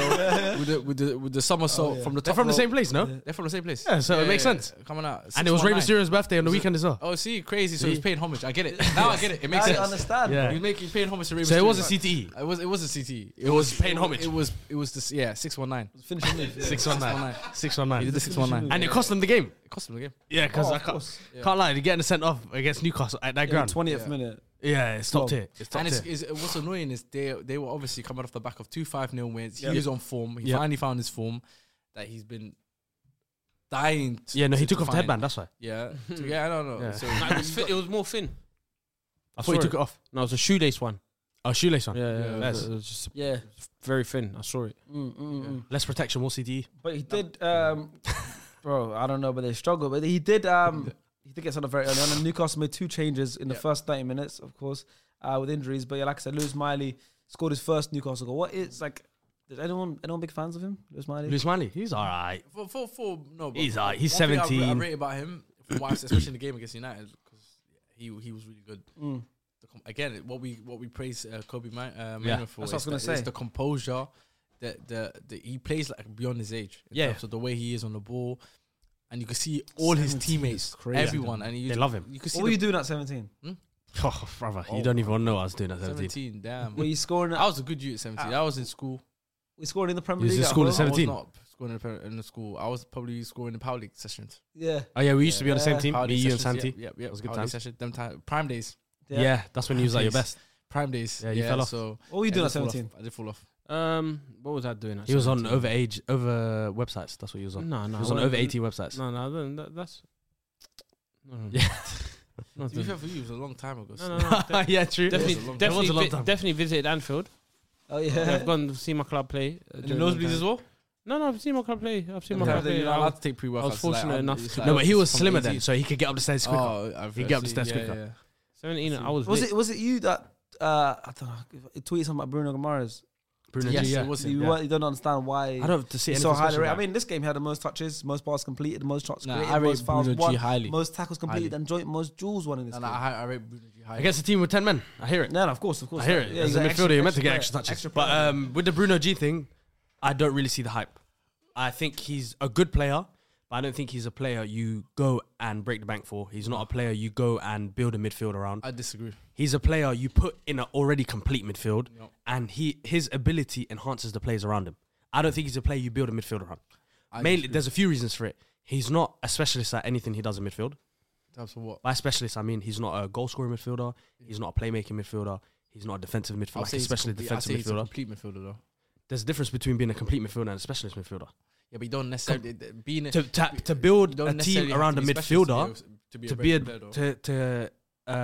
S3: with the with the with the somersault from the top.
S2: Oh, They're from the
S3: rope.
S2: same place, no?
S3: They're from the same place.
S2: Yeah, so it makes sense.
S3: Coming out,
S2: And it was Rey
S3: 619.
S2: Mysterio's birthday on the weekend as well.
S3: Oh, see, crazy. So he's paying homage. I get
S2: <laughs>
S3: it. Now I get it. It makes
S1: I
S3: sense.
S1: understand.
S2: Yeah.
S3: He's making he's paying homage to Rey
S2: So it
S3: Mysterio.
S2: wasn't CTE.
S3: It was it was a CT. It,
S2: was paying homage.
S3: It was it was this yeah six one nine.
S1: Finishing move. yeah.
S2: Six on nine. Six on nine.
S3: He did the six one nine.
S2: And it cost them the game.
S3: It cost him the game.
S2: Yeah, because
S1: Oh,
S2: I
S1: of
S2: can't,
S1: course.
S2: can't lie. They're getting sent off against Newcastle at that ground.
S1: Twentieth minute.
S2: Yeah, it's top
S1: Well,
S2: tier. It's top
S3: and it's,
S2: tier.
S3: it's, what's annoying is they they were obviously coming off the back of two five nil wins.
S1: Yeah.
S3: He was on form. He
S2: Yeah.
S3: finally found his form that he's been dying. To,
S2: Yeah, no, he
S3: to-
S2: took
S3: to
S2: off the
S3: find.
S2: headband. That's why.
S3: Yeah, <laughs> to- yeah, I don't know.
S2: Yeah.
S3: So
S4: it, was thin- it was more thin.
S2: I thought he
S4: saw
S2: took it off.
S4: No, it was a shoelace one.
S2: Oh, shoelace one.
S4: Yeah, yeah, it was-
S2: Yes.
S4: it was just
S1: Yeah.
S4: very thin. I saw it.
S1: Mm, mm, mm.
S2: Less protection, more E. CTE.
S1: <laughs> But he did, um, bro. I don't know, but they struggled. But he did. Um, He did get sent off very early on. And Newcastle made two changes in the first 30 minutes, of course, uh, with injuries. But yeah, like I said, Lewis Miley scored his first Newcastle goal. What is like? Is anyone anyone big fans of him, Lewis Miley?
S2: Luis Manley, he's all right.
S3: For, for, for no, but
S2: He's all right. He's
S3: one thing I re- I
S2: 17.
S3: rate about him, from what I've seen, especially in the game against United, because he he was really good.
S1: Mm.
S3: The com- Again, what we what we praise uh, Kobe Man, uh, Manu for
S1: that's what I
S3: is,
S1: was gonna
S3: the, is
S1: say.
S3: the composure. That the, the he plays like beyond his age. In
S2: Yeah.
S3: terms of the way he is on the ball, and you can see all his teammates,
S1: crazy.
S3: everyone, and you,
S2: They love him.
S3: You can see
S1: What were
S3: the
S1: you doing at 17?
S2: Oh, brother, you don't even want to know what I
S3: <laughs>
S2: was doing at 17.
S3: 17. Damn,
S1: Were you
S2: <laughs>
S1: scoring?
S3: I
S1: At, Ah.
S3: was a good youth at 17. I was in school.
S1: were you scoring in the Premier League?
S2: You was in
S1: at
S2: school at
S1: home?
S3: I was
S2: 17.
S3: not scoring in the, pre- in the school. I was probably scoring in power league sessions.
S1: Yeah,
S2: Oh, yeah, we used to be on the same
S1: Yeah.
S2: team.
S3: Power
S2: Me,
S3: league
S2: you, and
S3: sessions,
S2: Santi.
S3: Yep, yep, yep.
S2: It was a good
S3: Power league
S2: time.
S3: Session, them time. Prime days.
S2: Yeah. that's when you was at your best.
S3: Prime days.
S2: Yeah, you fell off.
S3: So
S1: What were you
S3: I
S1: doing at
S3: did fall off.
S1: 17?
S3: I did fall off.
S4: Um, what was I doing? At
S2: He was on
S4: 17?
S2: over age, over websites. That's what he was on.
S4: No, no,
S2: he was on
S4: Mm, I
S2: over
S4: wasn't-
S2: 80 websites.
S4: No, no, then that, that's. <laughs> No, no,
S2: Yeah.
S4: no,
S3: To be fair
S4: no,
S3: for you, it was a long time ago.
S4: no,
S3: so-
S4: no. Def-
S2: yeah, true.
S4: Definitely,
S3: was a long time.
S2: That was
S4: definitely,
S2: a long
S4: vi-
S2: time.
S4: definitely visited Anfield.
S1: Oh yeah.
S4: I've gone to see my club play. uh,
S3: And the
S4: during
S3: nosebleeds as
S4: lockdown.
S3: well.
S4: No, no, I've seen my club play. I've seen my
S3: Yeah,
S4: club
S3: but
S4: play.
S3: you're not
S4: I
S3: allowed
S4: was,
S3: to take pre-workouts.
S4: I was fortunate
S3: I'm-
S4: enough.
S3: it's
S4: No,
S2: no, but he was
S3: from
S2: slimmer then,
S3: 18.
S2: so he could get up the stairs quicker.
S3: Oh, I've
S2: He could get up the
S3: seen-
S2: stairs
S3: yeah,
S2: quicker.
S3: yeah, yeah.
S4: Seventeen. I was.
S1: Was
S4: lit.
S1: it was it you that uh I don't know tweeted something about Bruno Gamara's?
S2: Bruno
S3: Yes,
S2: G, yeah.
S3: it was
S1: You,
S3: him.
S1: weren't- you don't understand why.
S2: I don't have to see
S1: He's
S2: anything
S1: so highly
S2: special
S1: rated. I
S2: about it.
S1: mean, this game he had the most touches, most balls completed, the most shots
S3: Nah,
S1: created,
S3: I rate
S1: most fouls
S3: Bruno G
S1: won,
S3: highly.
S1: most tackles completed, and joint most duels won in this
S3: And
S1: game.
S3: I, I rate Bruno G high.
S2: Against a team with 10 men. I hear it.
S1: No, no, of course, of course.
S2: I hear
S1: Yeah,
S2: it. As
S1: he's
S2: a
S1: an
S2: midfielder,
S1: extra-
S2: you're meant to get
S1: player,
S2: extra touches.
S1: extra
S2: but
S1: player.
S2: um, with the Bruno G thing, I don't really see the hype. I think he's a good player, but I don't think he's a player you go and break the bank for. He's not a player you go and build a midfield around.
S3: I disagree.
S2: He's a player you put in an already complete midfield,
S3: Yep.
S2: and he his ability enhances the players around him. I don't think he's a player you build a midfield around.
S3: I
S2: Mainly,
S3: disagree.
S2: there's a few reasons for it. He's not a specialist at anything he does in midfield.
S3: In terms of what?
S2: By specialist, I mean he's not a goal scoring midfielder. He's not a playmaking midfielder. He's not a defensive midfielder,
S3: I'll
S2: like
S3: say
S2: a
S3: he's a
S2: specialist
S3: complete- I'll say
S2: defensive
S3: he's a
S2: midfielder.
S3: Complete midfielder though.
S2: There's a difference between being a complete midfielder and a specialist midfielder.
S3: Yeah, but you don't necessarily being a-
S2: To to, to
S3: you
S2: build
S3: don't
S2: a
S3: necessarily
S2: team
S3: have
S2: around
S3: to
S2: a
S3: be specialist
S2: midfielder,
S3: to be a
S2: to be a,
S3: great player, though.
S2: to to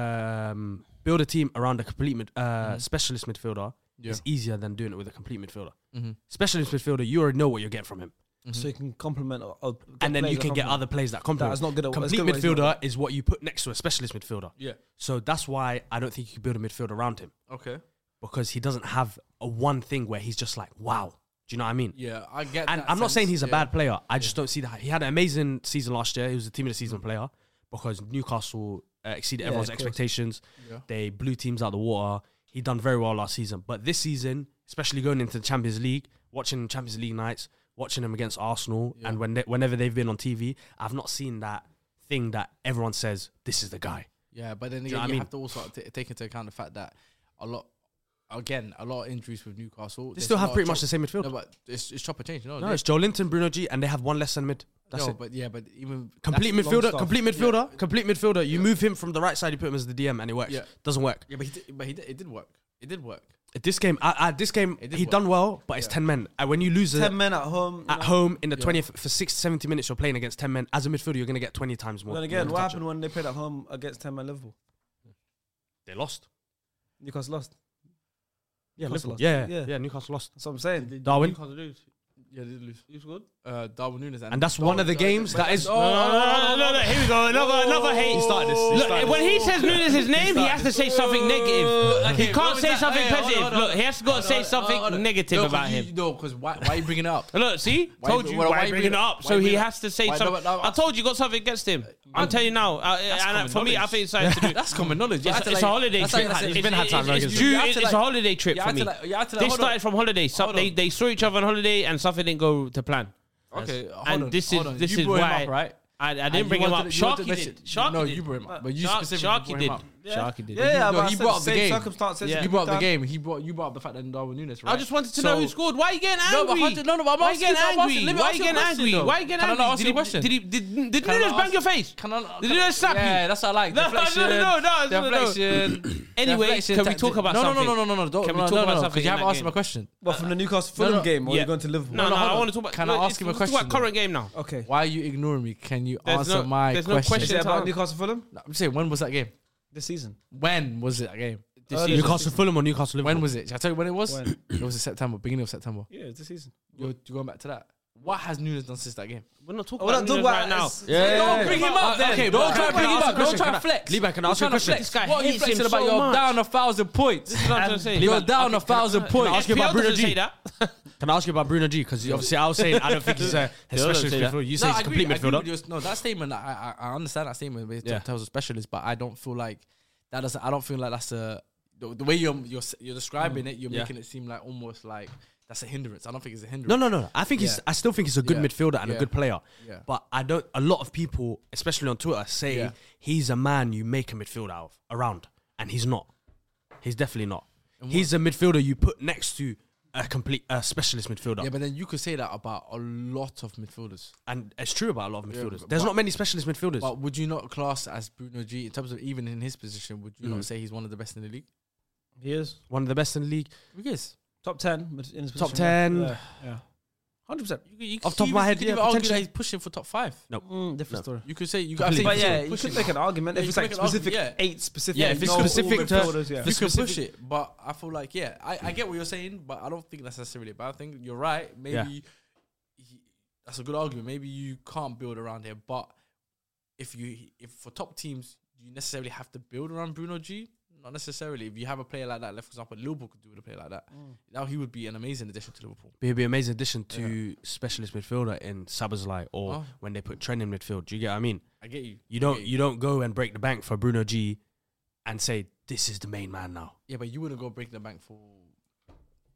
S2: um, build a team around a complete mid, uh, specialist midfielder
S3: Mm-hmm. Yeah.
S2: is easier than doing it with a complete midfielder.
S3: Mhm.
S2: Specialist midfielder, you already know what you're getting from him,
S1: So you can complement, or, or get
S2: and then
S1: players
S2: you
S1: that
S2: can get
S1: complement.
S2: other players that complement.
S1: That's not good at- that's
S2: complete
S1: good when he's not
S2: midfielder is what you put next to a specialist midfielder.
S3: Yeah.
S2: So that's why I don't think you can build a midfield around him
S3: Okay.
S2: because he doesn't have a one thing where he's just like, wow. Do you know what I mean?
S3: Yeah, I get.
S2: And
S3: that
S2: I'm not saying
S3: sense,
S2: he's a
S3: yeah. Mm.
S2: bad player. I just don't see that. He had an amazing season last year. He was a team of the season player because Newcastle uh, exceeded
S1: Yeah,
S2: everyone's
S1: of course.
S2: expectations.
S3: Yeah.
S2: They blew teams out of the water. He done very well last season, but this season, especially going into the Champions League, watching Champions League nights, watching them against Arsenal, and when they, whenever they've been on TV, I've not seen that thing that everyone says this is the guy.
S3: Yeah, but then
S2: you
S3: again,
S2: know what I
S3: you
S2: mean?
S3: have to also t- take into account the fact that a lot, again, a lot of injuries with Newcastle.
S2: They
S3: There's
S2: still
S3: a
S2: have
S3: lot of
S2: pretty much
S3: chop-
S2: the same midfield.
S3: No, but it's, it's chopper change. No,
S2: No,
S3: they-
S2: it's Joe Linton, Bruno G, and they have one less than mid. That's
S3: no,
S2: it.
S3: but yeah, but even
S2: Complete
S3: that's long
S2: midfielder,
S3: stuff.
S2: complete midfielder, complete midfielder. You move him from the right side, you put him as the DM, and it works.
S3: Yeah.
S2: Doesn't work.
S3: Yeah, but he did, but he did, it did work. It did work.
S2: At This game, I, I, this game,
S3: It did
S2: he
S3: work.
S2: done well, but it's ten men. And when you lose
S1: ten
S2: it
S1: men at home. you
S2: at
S1: know.
S2: home in the twentieth for 60, 70 minutes, you're playing against ten men. As a midfielder, you're gonna get twenty times more.
S1: Then again,
S2: more
S1: what
S2: touches.
S1: happened when they played at home against ten men Liverpool?
S2: They lost.
S1: Newcastle lost.
S2: Yeah,
S1: Newcastle lost.
S2: Yeah, yeah,
S1: yeah.
S2: Newcastle lost.
S1: That's what I'm saying.
S2: Darwin,
S3: Yeah, they did lose. He was good. Uh, Darwin Nunes,
S2: and that's one of the games that is.
S3: Oh, no, no, no, no, no,
S4: Here we go. Another, another hate.
S2: He started this. He started
S4: Look, when
S2: this.
S4: he says Nunes' name, he has to say something negative. he
S3: what
S4: can't
S3: was
S4: say
S3: that?
S4: something
S3: Hey, hold on,
S4: positive.
S3: hold on.
S4: Look, he has got to
S3: Hold
S4: say
S3: on, hold
S4: something
S3: on.
S4: negative
S3: No, 'cause
S4: about
S3: you-
S4: him.
S3: No, because why? Why are you bringing it up?
S4: Look, see,
S3: Why
S4: told
S3: you-
S4: you
S3: why
S4: why,
S3: you
S4: bringing
S3: bringing
S4: it up.
S3: up? Why
S4: So
S3: you
S4: he
S3: bringing
S4: has
S3: up?
S4: to say
S3: Why- no,
S4: something.
S3: but no,
S4: I told you got something against him. I'm telling you now. Uh, and
S3: common
S4: for me, I
S3: knowledge.
S4: think it's something to do.
S3: That's common knowledge. You
S4: It's,
S3: have to
S4: it's a
S3: like-
S4: holiday
S3: that's
S4: trip.
S3: like- that's-
S4: It's,
S3: it's
S4: it's,
S3: been had time,
S4: it's,
S3: like,
S4: due-
S3: you have to
S4: it's
S3: like-
S4: a holiday trip
S3: you
S4: for
S3: have
S4: me.
S3: to like- you have to like-
S4: they
S3: hold on.
S4: started from holiday. Some,
S3: Hold
S4: they,
S3: on.
S4: they saw each other on holiday and something didn't go to plan.
S3: Okay, hold
S4: and
S3: on,
S4: this
S3: hold
S4: is
S3: on.
S4: this
S3: You
S4: is
S3: brought him
S4: why
S3: up, right?
S4: I, I didn't
S3: And
S4: bring
S3: you
S4: him up.
S3: wanted- you wanted
S4: Sharky
S3: to mention-
S4: did. Sharky
S3: no,
S4: did.
S3: you brought him up, but you
S4: Shark-
S3: specifically
S4: Sharky
S3: brought him
S4: did.
S3: up.
S4: Sharky did.
S1: Yeah, yeah,
S3: No,
S1: but I
S3: he
S1: said
S3: brought up the
S1: same
S3: game.
S1: circumstances.
S4: Yeah.
S3: You brought up the
S1: Dan-
S3: game. He brought you brought up the fact that Darwin Nunes. Right?
S4: I just wanted to
S3: So-
S4: know who scored. Why are you getting angry?
S3: No, but I want to- no, no, but I'm
S4: Why are you
S3: asking-
S4: getting
S3: I'm asking-
S4: angry?
S3: let me
S4: Why are
S3: ask
S4: you
S3: you a
S4: getting
S3: question,
S4: angry?
S3: though.
S4: Why are you getting
S3: Can I
S4: angry?
S3: not ask
S4: did
S3: you a
S4: he-
S3: question?
S4: Did he? Did, did
S3: Can I
S4: Nunes
S3: not
S4: bang
S3: ask-
S4: your face?
S3: Can I,
S4: Did
S3: can I-
S4: Nunes slap
S3: yeah,
S4: you?
S3: that's what I like.
S4: No, no, no,
S3: deflection,
S4: no, no, no, no.
S3: deflection.
S4: Anyway,
S3: deflection
S4: can we
S3: tactic.
S4: talk about
S3: no,
S4: something?
S3: No, no, no, no, no. Don't,
S4: Can we
S3: no,
S4: talk
S3: no,
S4: about
S3: no, 'cause
S4: something in
S3: You haven't
S4: that
S3: asked him
S4: game?
S3: a question.
S1: What from the Newcastle Fulham
S3: no.
S1: game, or
S4: Yeah.
S1: you going to Liverpool?
S4: No, no,
S3: hold
S4: I
S3: on.
S4: want to talk about.
S3: Can I
S4: let's-
S3: ask him a
S4: let's talk
S3: question,
S4: about current game now?
S1: Okay.
S3: Why are you ignoring me? Can you
S4: There's
S3: answer
S4: no-
S3: my
S4: there's no
S3: question?
S1: Is
S4: question.
S1: it about
S4: time.
S1: Newcastle Fulham
S3: I'm saying, when was that game?
S1: this season?
S3: When was it that game?
S1: Early this
S2: Newcastle, Fulham, or Newcastle. Liverpool?
S3: When was it? Shall I tell you when it was?
S1: When?
S3: It was in September, beginning of September.
S1: Yeah, it's this season.
S3: You're, you're going back to that. What has Nunes done since that game?
S4: We're not talking
S1: We're
S4: about
S1: not talking
S4: Nunes right
S1: about-
S4: now.
S1: Yeah.
S3: Don't bring him up then.
S4: Okay,
S3: don't
S4: but-
S3: try to bring
S4: Can I
S3: him
S4: ask
S3: up.
S4: you a
S3: Don't try
S4: question?
S3: to flex.
S2: Liban, can I
S3: You're
S2: ask you a
S3: trying to
S2: question?
S3: flex.
S2: This guy
S3: what are you
S4: hates him
S3: flexing about?
S4: so
S3: you're
S4: much.
S3: down a thousand points.
S4: This is what I'm trying to say.
S3: You're
S4: Liban,
S3: down
S4: okay,
S3: a thousand
S4: can I-
S3: points.
S4: can I
S2: Ask you about
S4: FPL
S2: Bruno
S4: doesn't
S2: G.
S4: say that.
S2: Can I ask you about Bruno G? Because obviously I was saying I don't think he's uh,
S4: <laughs>
S2: a a
S4: don't
S2: specialist
S4: say that.
S2: midfielder. You say he's a
S3: I agree-
S2: complete
S3: I agree
S2: midfielder.
S3: with you. No, that statement, I, I I understand that statement. But it
S2: Yeah.
S3: tells a specialist, but I don't feel like that doesn't. I don't feel like that's a the, the way you're you're s- you're describing it. You're
S2: Yeah.
S3: making it seem like almost like that's a hindrance. I don't think it's a hindrance.
S2: No, no, no. I think he's.
S3: Yeah.
S2: I still think he's a good
S3: Yeah.
S2: midfielder and
S3: Yeah.
S2: a good player.
S3: Yeah.
S2: But I don't. A lot of people, especially on Twitter, say
S3: Yeah.
S2: he's a man you make a midfielder out of, around, and he's not. He's definitely not. He's a midfielder you put next to a complete a specialist midfielder,
S3: Yeah, but then you could say that about a lot of midfielders.
S2: and it's true about a lot of
S3: Yeah,
S2: midfielders.
S3: but-
S2: There's
S3: but-
S2: not many specialist midfielders.
S3: But would you not class as Bruno G in terms of even in his position? Would you not say he's one of the best in the league?
S1: He is
S2: One of the best in the league.
S3: Yes.
S1: top ten. but In his
S2: Top
S1: position.
S2: 10.
S1: Yeah, yeah, hundred percent.
S3: You, you
S2: Off
S3: could
S2: top of my
S3: even-
S2: head,
S3: you could
S2: yeah,
S3: even argue that
S2: potentially.
S3: he's pushing for top five.
S1: Mm, different story.
S3: You could say you could say
S1: But
S3: he's
S1: yeah, you
S3: pushing
S1: could make an argument
S3: Yeah,
S1: if
S3: you
S1: it's
S3: could
S1: like
S3: make an
S1: specific
S3: argument, yeah.
S1: eight specific.
S2: Yeah, if it's
S1: no, all
S2: specific to-
S1: midfielders, yeah.
S3: you
S2: This
S3: could push
S2: specific-
S3: it, but I feel like yeah, I, I get what you're saying, but I don't think that's necessarily a bad thing. You're right. Maybe
S2: Yeah.
S3: he- that's a good argument. Maybe you can't build around him, but if you if for top teams you necessarily have to build around Bruno G. Not necessarily. If you have a player like that, like for example, Liverpool could do with a player like that.
S2: Mm.
S3: Now he would be an amazing addition to Liverpool.
S2: But he'd be an amazing addition to specialist midfielder in Sabazlai or
S3: Oh.
S2: when they put Trent in midfield. Do you get what I mean?
S3: I get you. I
S2: You don't
S3: get
S2: you don't go and break the bank for Bruno G and say this is the main man now.
S3: Yeah, but you wouldn't go break the bank for.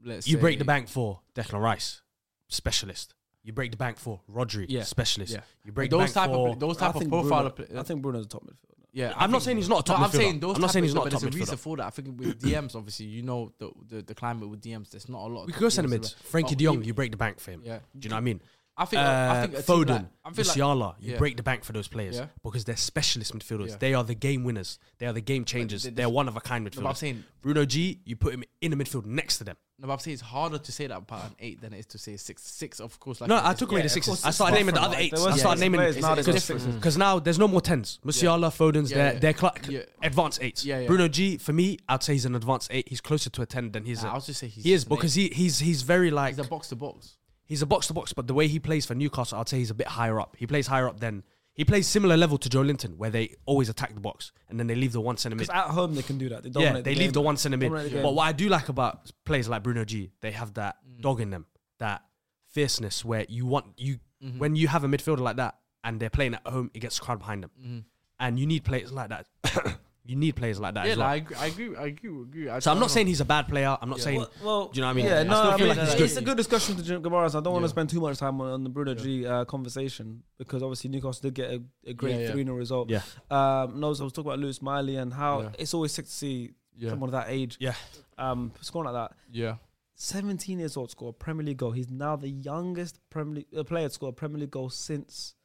S3: Let's
S2: You break the
S3: say-
S2: bank for Declan Rice, specialist. You break the bank for Rodri,
S3: Yeah.
S2: specialist.
S3: Yeah.
S2: You break
S3: those
S2: the bank
S3: type
S2: for.
S3: of those
S1: I
S3: type of
S1: think
S3: profile.
S1: Bruno-
S3: of pla-
S1: I think Bruno's a top midfielder.
S3: Yeah,
S2: I'm not saying he's not a top
S3: No, I'm saying
S2: midfielder.
S3: those.
S2: I'm not
S3: type
S2: saying
S3: of-
S2: he's not a
S3: but
S2: top
S3: There's a reason
S2: midfielder.
S3: for that. I think with DMs, obviously, you know the the, the climate with DMs. There's not a lot. of
S2: we could
S3: top
S2: go
S3: DMs
S2: centre
S3: around.
S2: mids. Frankie
S3: But
S2: De Jong,
S3: even-
S2: you break the bank for him.
S3: Yeah.
S2: Do you know what I mean?
S3: I think. I
S2: Uh,
S3: think a team
S2: Foden,
S3: like- I feel like-
S2: Musiala, you
S3: yeah.
S2: break the bank for those players
S3: Yeah.
S2: because they're specialist midfielders.
S3: Yeah.
S2: They are the game winners. They are the game changers.
S3: th-
S2: They, are
S3: this-
S2: one of a kind
S3: No,
S2: midfielders.
S3: but I'm saying.
S2: Bruno G, you put him in the midfield next to them.
S3: No, but I'm saying it's harder to say that about an eight than it is to say six. Six, of course. Like
S2: no,
S3: you
S2: I
S3: just-
S2: took away
S3: yeah,
S2: the
S3: of
S2: sixes.
S3: course,
S2: I
S3: it's
S2: started
S3: far
S2: naming the
S3: from
S2: other
S3: like-
S2: eights.
S1: there was
S2: I started
S1: six
S2: naming
S1: players, now
S2: because
S1: there's
S3: six. Mm.
S2: now there's no more tens. Musiala, Foden's,
S3: Yeah,
S2: they're
S3: yeah.
S2: they're cla-
S3: Yeah.
S2: advanced eights.
S3: Yeah, yeah.
S2: Bruno G, for me, I'd say he's an advanced eight. He's closer to a ten than he's.
S3: Nah,
S2: a-
S3: I was just say he's
S2: he is
S3: just an
S2: because he he's he's very like
S3: He's a box to box.
S2: he's a box to box, but the way he plays for Newcastle, I'd say he's a bit higher up. He plays higher up than he plays similar level to Joe Linton, where they always attack the box and then they leave the one centimeter.
S1: Because at home they can do that. They
S2: Yeah,
S1: dominate
S2: they
S1: the
S2: leave
S1: game.
S2: the one centre mid.
S1: Dominate the
S2: But
S1: game.
S2: what I do like about players like Bruno G, they have that
S3: Mm.
S2: dog in them, that fierceness where you want you
S3: Mm-hmm.
S2: when you have a midfielder like that and they're playing at home, it gets crowd behind them,
S3: Mm-hmm.
S2: and you need players like that. <coughs> you need players like that
S3: Yeah,
S2: as well.
S3: I agree. I agree. I agree. agree. I
S2: so I'm
S3: don't
S2: not
S3: know.
S2: saying he's a bad player. I'm not saying.
S1: Well, well,
S2: do you know what I mean?
S1: Yeah, no,
S2: still
S1: I
S2: feel
S1: mean,
S2: like he's
S1: uh,
S2: good.
S1: it's a good discussion to Jim Gabaras. I don't want to spend too much time on, on the Bruno G uh, conversation because obviously Newcastle did get a, a great
S3: Yeah, yeah.
S1: 3 0 result.
S2: Yeah.
S1: Um, no, so I was talking about Lewis Miley and how
S3: Yeah.
S1: it's always sick to see
S3: Yeah.
S1: someone of that age
S2: Yeah.
S1: um, scoring like that.
S3: Yeah.
S1: 17 years old, score a Premier League goal. He's now the youngest Premier League uh, player to score a Premier League goal since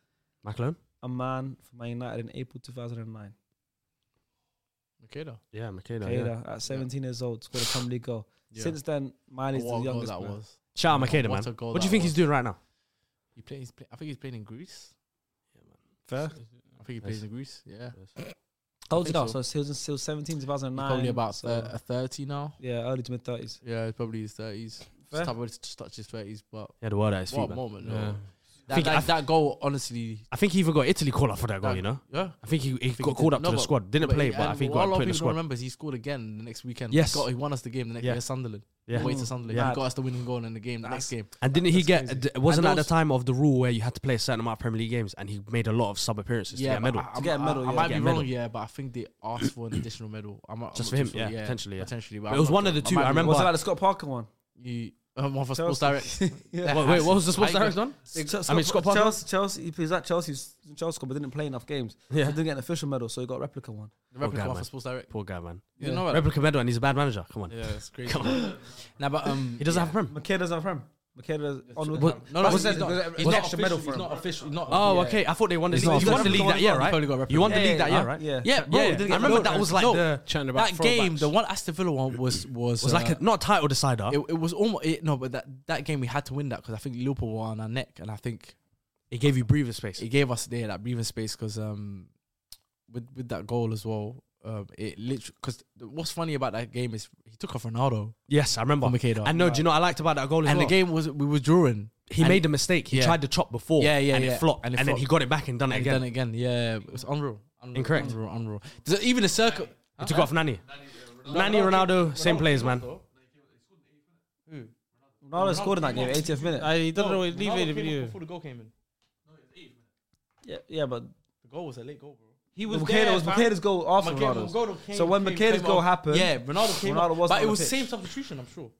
S2: Michael Owen?
S1: a man for Man United in April 2009.
S3: Okay, though.
S2: Yeah, Makeda.
S1: Keita,
S2: Yeah.
S1: at 17 years old, scored a Premier League goal. Since then, Miley's
S3: What a
S1: the
S3: goal
S1: youngest.
S3: that
S1: man.
S3: was.
S2: Shout out Ah, Makeda,
S3: What
S2: man.
S3: a goal
S2: What do you
S3: that
S2: think he's
S3: was.
S2: doing right now?
S3: He play, he's play, I think he's playing in Greece.
S1: Fair.
S2: uh,
S3: I think he plays in Greece. Yeah.
S1: How old is he
S3: I
S1: now?
S3: think
S1: So he was, in- he was 17, 2009.
S3: Probably about
S1: so-
S3: thir- a 30 now.
S1: Yeah, early to mid 30s.
S3: Yeah, it's probably his thirties.
S1: Fair.
S3: Just have just touched his thirties, but
S2: He had a word at his feet.
S3: what a
S2: man.
S3: moment!
S2: Yeah.
S3: No. That,
S2: Think-
S3: that,
S2: I-
S3: that goal, honestly,
S2: I think he even got Italy called up for that goal.
S3: that-
S2: You know,
S3: yeah.
S2: I think he, he
S3: I think
S2: got
S3: he
S2: called
S3: did.
S2: up
S3: No,
S2: to the
S3: but-
S2: squad. Didn't play, but I
S3: and
S2: think
S3: what a
S2: got
S3: lot of
S2: put in
S3: people
S2: the
S3: don't
S2: squad.
S3: remember is he scored again the next weekend.
S2: Yes.
S3: he, got, he won us the game the next
S2: Yeah.
S3: yeah. against Sunderland.
S2: Yeah.
S3: away to Sunderland.
S1: Mad.
S3: He got us the winning goal in the game. The next game,
S2: And didn't he
S1: That's
S2: get?
S1: crazy.
S2: d- Wasn't at
S3: And
S2: the
S3: also-
S2: time of the rule where you had to play a certain amount of Premier League games, and he made a lot of sub appearances to get a
S3: but
S2: medal.
S3: I,
S1: To
S3: I'm-
S1: get a medal,
S3: I,
S1: yeah.
S3: I might
S2: Get
S3: be
S2: a
S3: wrong,
S2: medal.
S3: yeah, but I think they asked for an additional medal. I'm, I'm I'm
S2: Just for
S3: not
S2: him,
S3: too
S2: yeah,
S3: sure.
S2: potentially, yeah.
S3: potentially.
S2: But it was one of the two. I remember.
S1: Was it like the Scott Parker one?
S3: You, uh, one for
S1: Chelsea.
S3: Sports Direct.
S1: <laughs> Yeah.
S2: Wait, wait, what was the sports
S3: I-
S2: director on?
S1: Scott,
S2: mean, Scott Parker?
S1: Chelsea, Chelsea, he was at Chelsea's Chelsea, but didn't play enough
S3: <laughs>
S1: games.
S2: Yeah.
S1: So he didn't get an official medal, so he got a replica one.
S3: The replica
S2: guy,
S3: one
S2: man.
S3: for Sports Direct.
S2: Poor guy, man.
S3: You know what?
S2: Replica medal, and he's a bad manager. Come on,
S3: Yeah, it's crazy.
S2: come on.
S3: Nah, but um,
S2: He doesn't have a prem.
S1: Makeda's our friend. Makeda's on the
S2: What-
S1: That's what
S3: No, no, he's not.
S1: I'm
S3: He's
S1: saying,
S3: not
S1: there's an
S3: official.
S1: extra medal for
S3: He's
S1: him.
S3: not official. He's not.
S2: Oh,
S3: yeah.
S2: okay. I thought they won the league.
S1: not
S2: You won the
S1: official.
S2: league that year, right?
S3: Probably got a replica.
S2: You won the
S1: Yeah,
S2: league that
S1: yeah,
S2: year,
S1: yeah.
S2: right?
S1: Yeah.
S3: Yeah, bro.
S2: I
S3: it didn't get
S2: remember
S3: voted.
S2: that was like
S3: No,
S2: the-
S4: Chatting about
S3: that game.
S4: throwbacks.
S3: The one Aston Villa one was was
S2: It was like
S3: uh,
S2: a, not a title decider.
S3: It, it was almost it, no, but that that game we had to win that because I think Liverpool were on our neck, and I think
S2: It gave you breather space.
S3: it gave us there that breathing space because um with with that goal as well. Um, it literally because what's funny about that game is he took off Ronaldo
S2: Yes, I remember.
S3: From Makeda.
S2: And no, do you know what I liked about that goal? As
S3: and
S2: well?
S3: the game was we was drawing.
S2: he
S3: And-
S2: made a mistake. He
S3: Yeah.
S2: tried to chop before.
S3: Yeah, yeah,
S2: and
S3: yeah.
S2: It flopped,
S3: And
S2: and,
S3: it
S2: then
S3: flopped.
S2: he got it back and done it
S3: and
S2: again.
S3: then again, yeah, it was unreal. unreal
S2: Incorrect.
S3: Unreal, unreal. Does it- even the circle.
S2: He took off Nani. Nani, Ronaldo, same players, man.
S1: Ronaldo scored in that game, 80th minute.
S4: I don't know. Leave it. in the video.
S3: the goal came in.
S1: yeah, yeah, but
S3: The goal was a late goal, bro.
S4: He was
S1: Makeda
S4: there,
S1: was
S4: fam.
S1: Makeda's goal after
S3: Makeda-
S1: Ronaldo's.
S3: Ronaldo came-
S1: so when
S3: came-
S1: Makeda's
S3: came
S1: goal
S3: off.
S1: happened,
S3: yeah, Ronaldo came.
S1: Ronaldo
S3: off,
S1: was
S3: but
S1: on
S3: it
S1: the
S3: was
S1: pitch.
S3: same substitution, I'm sure.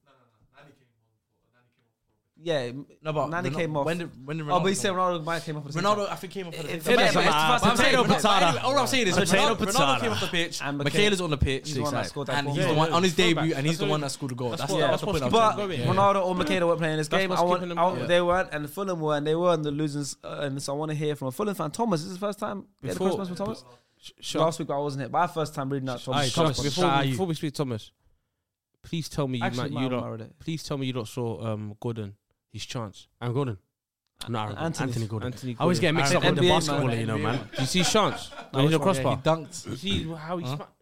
S1: yeah,
S3: No, but
S1: Nani
S3: Ronaldo-
S1: came off.
S3: When did when did Ronaldo?
S1: Oh, but you said
S3: come off?
S1: Ronaldo might came off. At the same time.
S3: Ronaldo, I think came off. at the same
S1: It
S3: time.
S1: doesn't matter.
S3: But- but- but I'm saying-
S2: Potato,
S3: but no, but
S2: potato.
S3: anyway, All I'm saying is
S2: Potato,
S3: Ronaldo Ronaldo
S2: potato.
S3: came off the pitch.
S1: And
S3: And
S1: Mikel-
S3: Mikel is on the pitch.
S1: he's the one that
S3: exactly.
S1: scored that
S3: and
S1: goal.
S3: he's
S1: Yeah,
S3: the one
S4: yeah,
S3: on his
S4: full back.
S3: debut, and he's
S4: That's
S3: the
S4: what-
S3: one that scored the goal. That's
S4: that's
S3: what-
S4: what-
S3: that's the point I'm
S1: But
S3: trying to get.
S1: Ronaldo or Makeda weren't playing this
S4: That's
S1: game.
S4: what's
S1: I want,
S4: keeping them
S1: I want-
S4: out.
S1: They weren't, and Fulham were, and they were in the losers. Uh, and so I want to hear from a Fulham fan. Thomas, this is the first time you had a
S4: Before-
S1: correspondence from Thomas?
S4: Sure.
S1: Last week I wasn't here, but I first time reading that
S4: Aye,
S1: Thomas.
S4: Thomas,
S1: correspondence.
S4: before,
S3: you.
S4: we, before we speak, Thomas, please tell me you,
S1: Actually,
S4: might, you
S1: Mauro
S4: lot,
S1: Mauro did it.
S4: please tell me you lot saw um, Gordon his chance.
S2: Aaron Gordon. No, Aaron Gordon.
S1: Anthony.
S2: Anthony, Gordon.
S4: Anthony
S2: I always get
S4: Gordon.
S2: mixed up
S1: Aaron
S2: with the
S1: Gordon. NBA,
S2: basketballer,
S1: man.
S2: you know, man.
S4: Do you see his chance?
S3: No,
S4: no,
S3: which
S4: the
S3: one? Yeah,
S4: crossbar.
S3: he
S4: You
S3: dunked.
S4: <clears throat> see how he
S3: Huh?
S4: smacked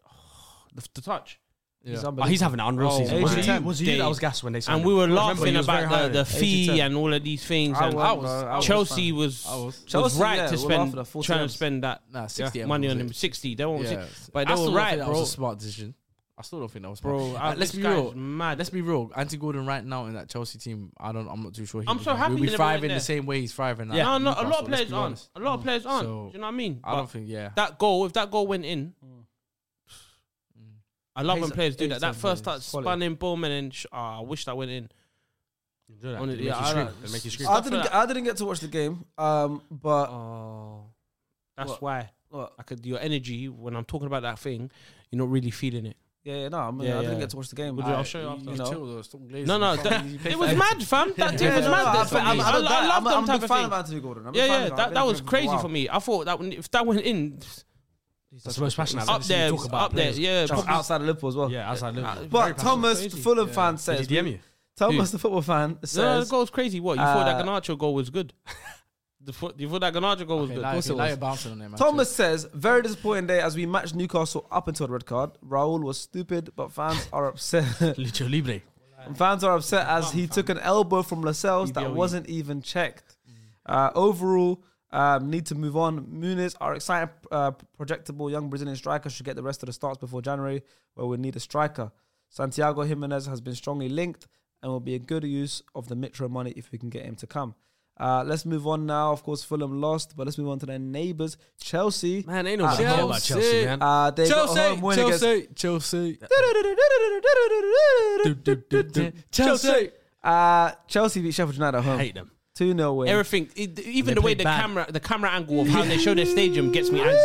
S4: the, the touch.
S3: Yeah.
S2: Oh, he's having an unreal
S4: Oh,
S2: season.
S1: man.
S2: Was it, you,
S1: 80-10.
S2: was it you that was gas when they signed
S4: And
S2: him?
S4: we
S2: I
S4: were
S2: remember
S4: laughing
S2: he was very high
S4: about the, the
S2: rated.
S4: fee
S1: 80-10.
S4: and all of these things.
S1: I
S4: and
S1: was, bro, I was
S4: Chelsea
S1: fine.
S4: was,
S3: I was-
S4: was
S1: Chelsea,
S4: right
S1: yeah,
S4: to
S1: we
S4: spend
S1: laughed at that 40
S4: trying to spend that
S3: Nah, 60
S4: yeah,
S3: M
S4: money
S3: was
S4: on
S3: it.
S4: him. Sixty, they won't.
S3: Yeah.
S4: But
S3: I
S4: they
S3: still
S4: were
S3: don't
S4: right,
S3: think that was
S4: bro.
S3: a smart decision. I still don't think that was smart.
S4: Bro,
S3: Uh, let's
S4: this
S3: be
S4: guy
S3: real.
S4: is Mad.
S3: Let's be real. Anti Gordon right now in that Chelsea team, I don't. I'm not too sure. He
S4: I'm
S3: would
S4: so
S3: be-
S4: happy
S3: He'll
S4: he
S3: be
S4: never
S3: thriving
S4: went
S3: the
S4: there.
S3: same way he's thriving. at
S4: no, no, a lot
S3: Newcastle,
S4: of
S3: let's
S4: players
S3: be
S4: aren't.
S3: honest.
S4: A lot of players aren't.
S3: So-
S4: Do you know what I mean?
S3: I don't
S4: But
S3: think. Yeah.
S4: that goal, if that goal went in, I love when
S1: Pays-
S4: players do
S1: pays
S4: that. That
S1: some
S4: first touch,
S1: players. Quality.
S4: spun in, boom, and then sh- ah, I wish that went in.
S2: Do that.
S4: On
S2: They
S4: it,
S2: make
S4: yeah,
S2: you
S4: I
S2: scream.
S4: don't-
S2: They make you scream.
S1: I
S4: Stuff
S1: didn't,
S4: like
S1: get, I didn't get to watch the game, um, but
S4: Oh, that's
S1: What?
S4: why.
S1: What?
S4: I could your energy when I'm talking about that thing, you're not really feeling it.
S1: yeah, yeah, no, I, mean,
S4: Yeah,
S1: I didn't
S4: yeah.
S1: get to watch the game.
S4: We'll do-
S1: but-
S4: I'll show you after.
S1: You know.
S3: Chill, though, stop glazing.
S4: No, no,
S3: You
S4: that,
S3: can't- you
S4: it
S3: play
S4: was
S3: for-
S4: <laughs> mad, fam. That team
S1: Yeah,
S4: was
S1: no,
S4: mad.
S1: no,
S4: That's-
S1: I'm-
S4: I,
S1: I'm- I'm-
S4: I, I love
S1: I'm-
S4: them
S1: I'm a
S4: type
S1: big
S4: of
S1: fan of
S4: things.
S1: Anthony Gordon. I'm a
S4: Yeah,
S1: fan
S4: yeah,
S1: of him. I've
S4: that,
S1: been a
S4: that was
S1: fan
S4: crazy
S1: while.
S4: for me. I thought that when- if that went in,
S2: That's the most passionate I've
S4: up
S2: ever seen
S4: there,
S2: you talk about.
S4: up there,
S2: players.
S4: yeah,
S1: Just
S4: probably-
S1: outside of Liverpool as well.
S2: Yeah, outside Liverpool.
S1: But Thomas, the
S4: crazy.
S1: Fulham fan says,
S2: Did he DM you?
S1: Thomas, the football fan
S4: No, the
S1: says,
S4: goal's crazy. What you thought that
S1: Uh,
S4: Ganacho goal was good? <laughs> the foot, you thought that Ganacho goal was
S3: Okay,
S4: good.
S3: lie-
S4: Of course
S3: okay,
S4: it
S3: lie
S4: was.
S3: you're bouncing on there, man.
S1: Thomas says, very disappointing day as we matched Newcastle up until the red card. Raul was stupid, but fans are upset. <laughs>
S2: Lucio Libre.
S1: fans are upset as he took an elbow from Lascelles that
S4: EBLE.
S1: wasn't even checked. Uh, overall, um, need to move on. Muniz, our exciting, uh, projectable young Brazilian striker, should get the rest of the starts before January, where we need a striker. Santiago Jimenez has been strongly linked and will be a good use of the Mitro money if we can get him to come. Uh, let's move on now. Of course, Fulham lost, but let's move on to their neighbours, Chelsea.
S2: Man, ain't nobody care about Chelsea,
S3: Chelsea.
S2: man.
S1: Uh, they
S3: Chelsea,
S1: got a home win against.
S3: Chelsea,
S4: <laughs>
S3: Chelsea, Chelsea.
S1: Uh, Chelsea beat Sheffield United at home.
S2: Hate them.
S1: 2 0 win.
S4: Everything, it, even the
S2: play
S4: way the
S2: bad.
S4: camera, the camera angle of how they show their stadium gets me angry.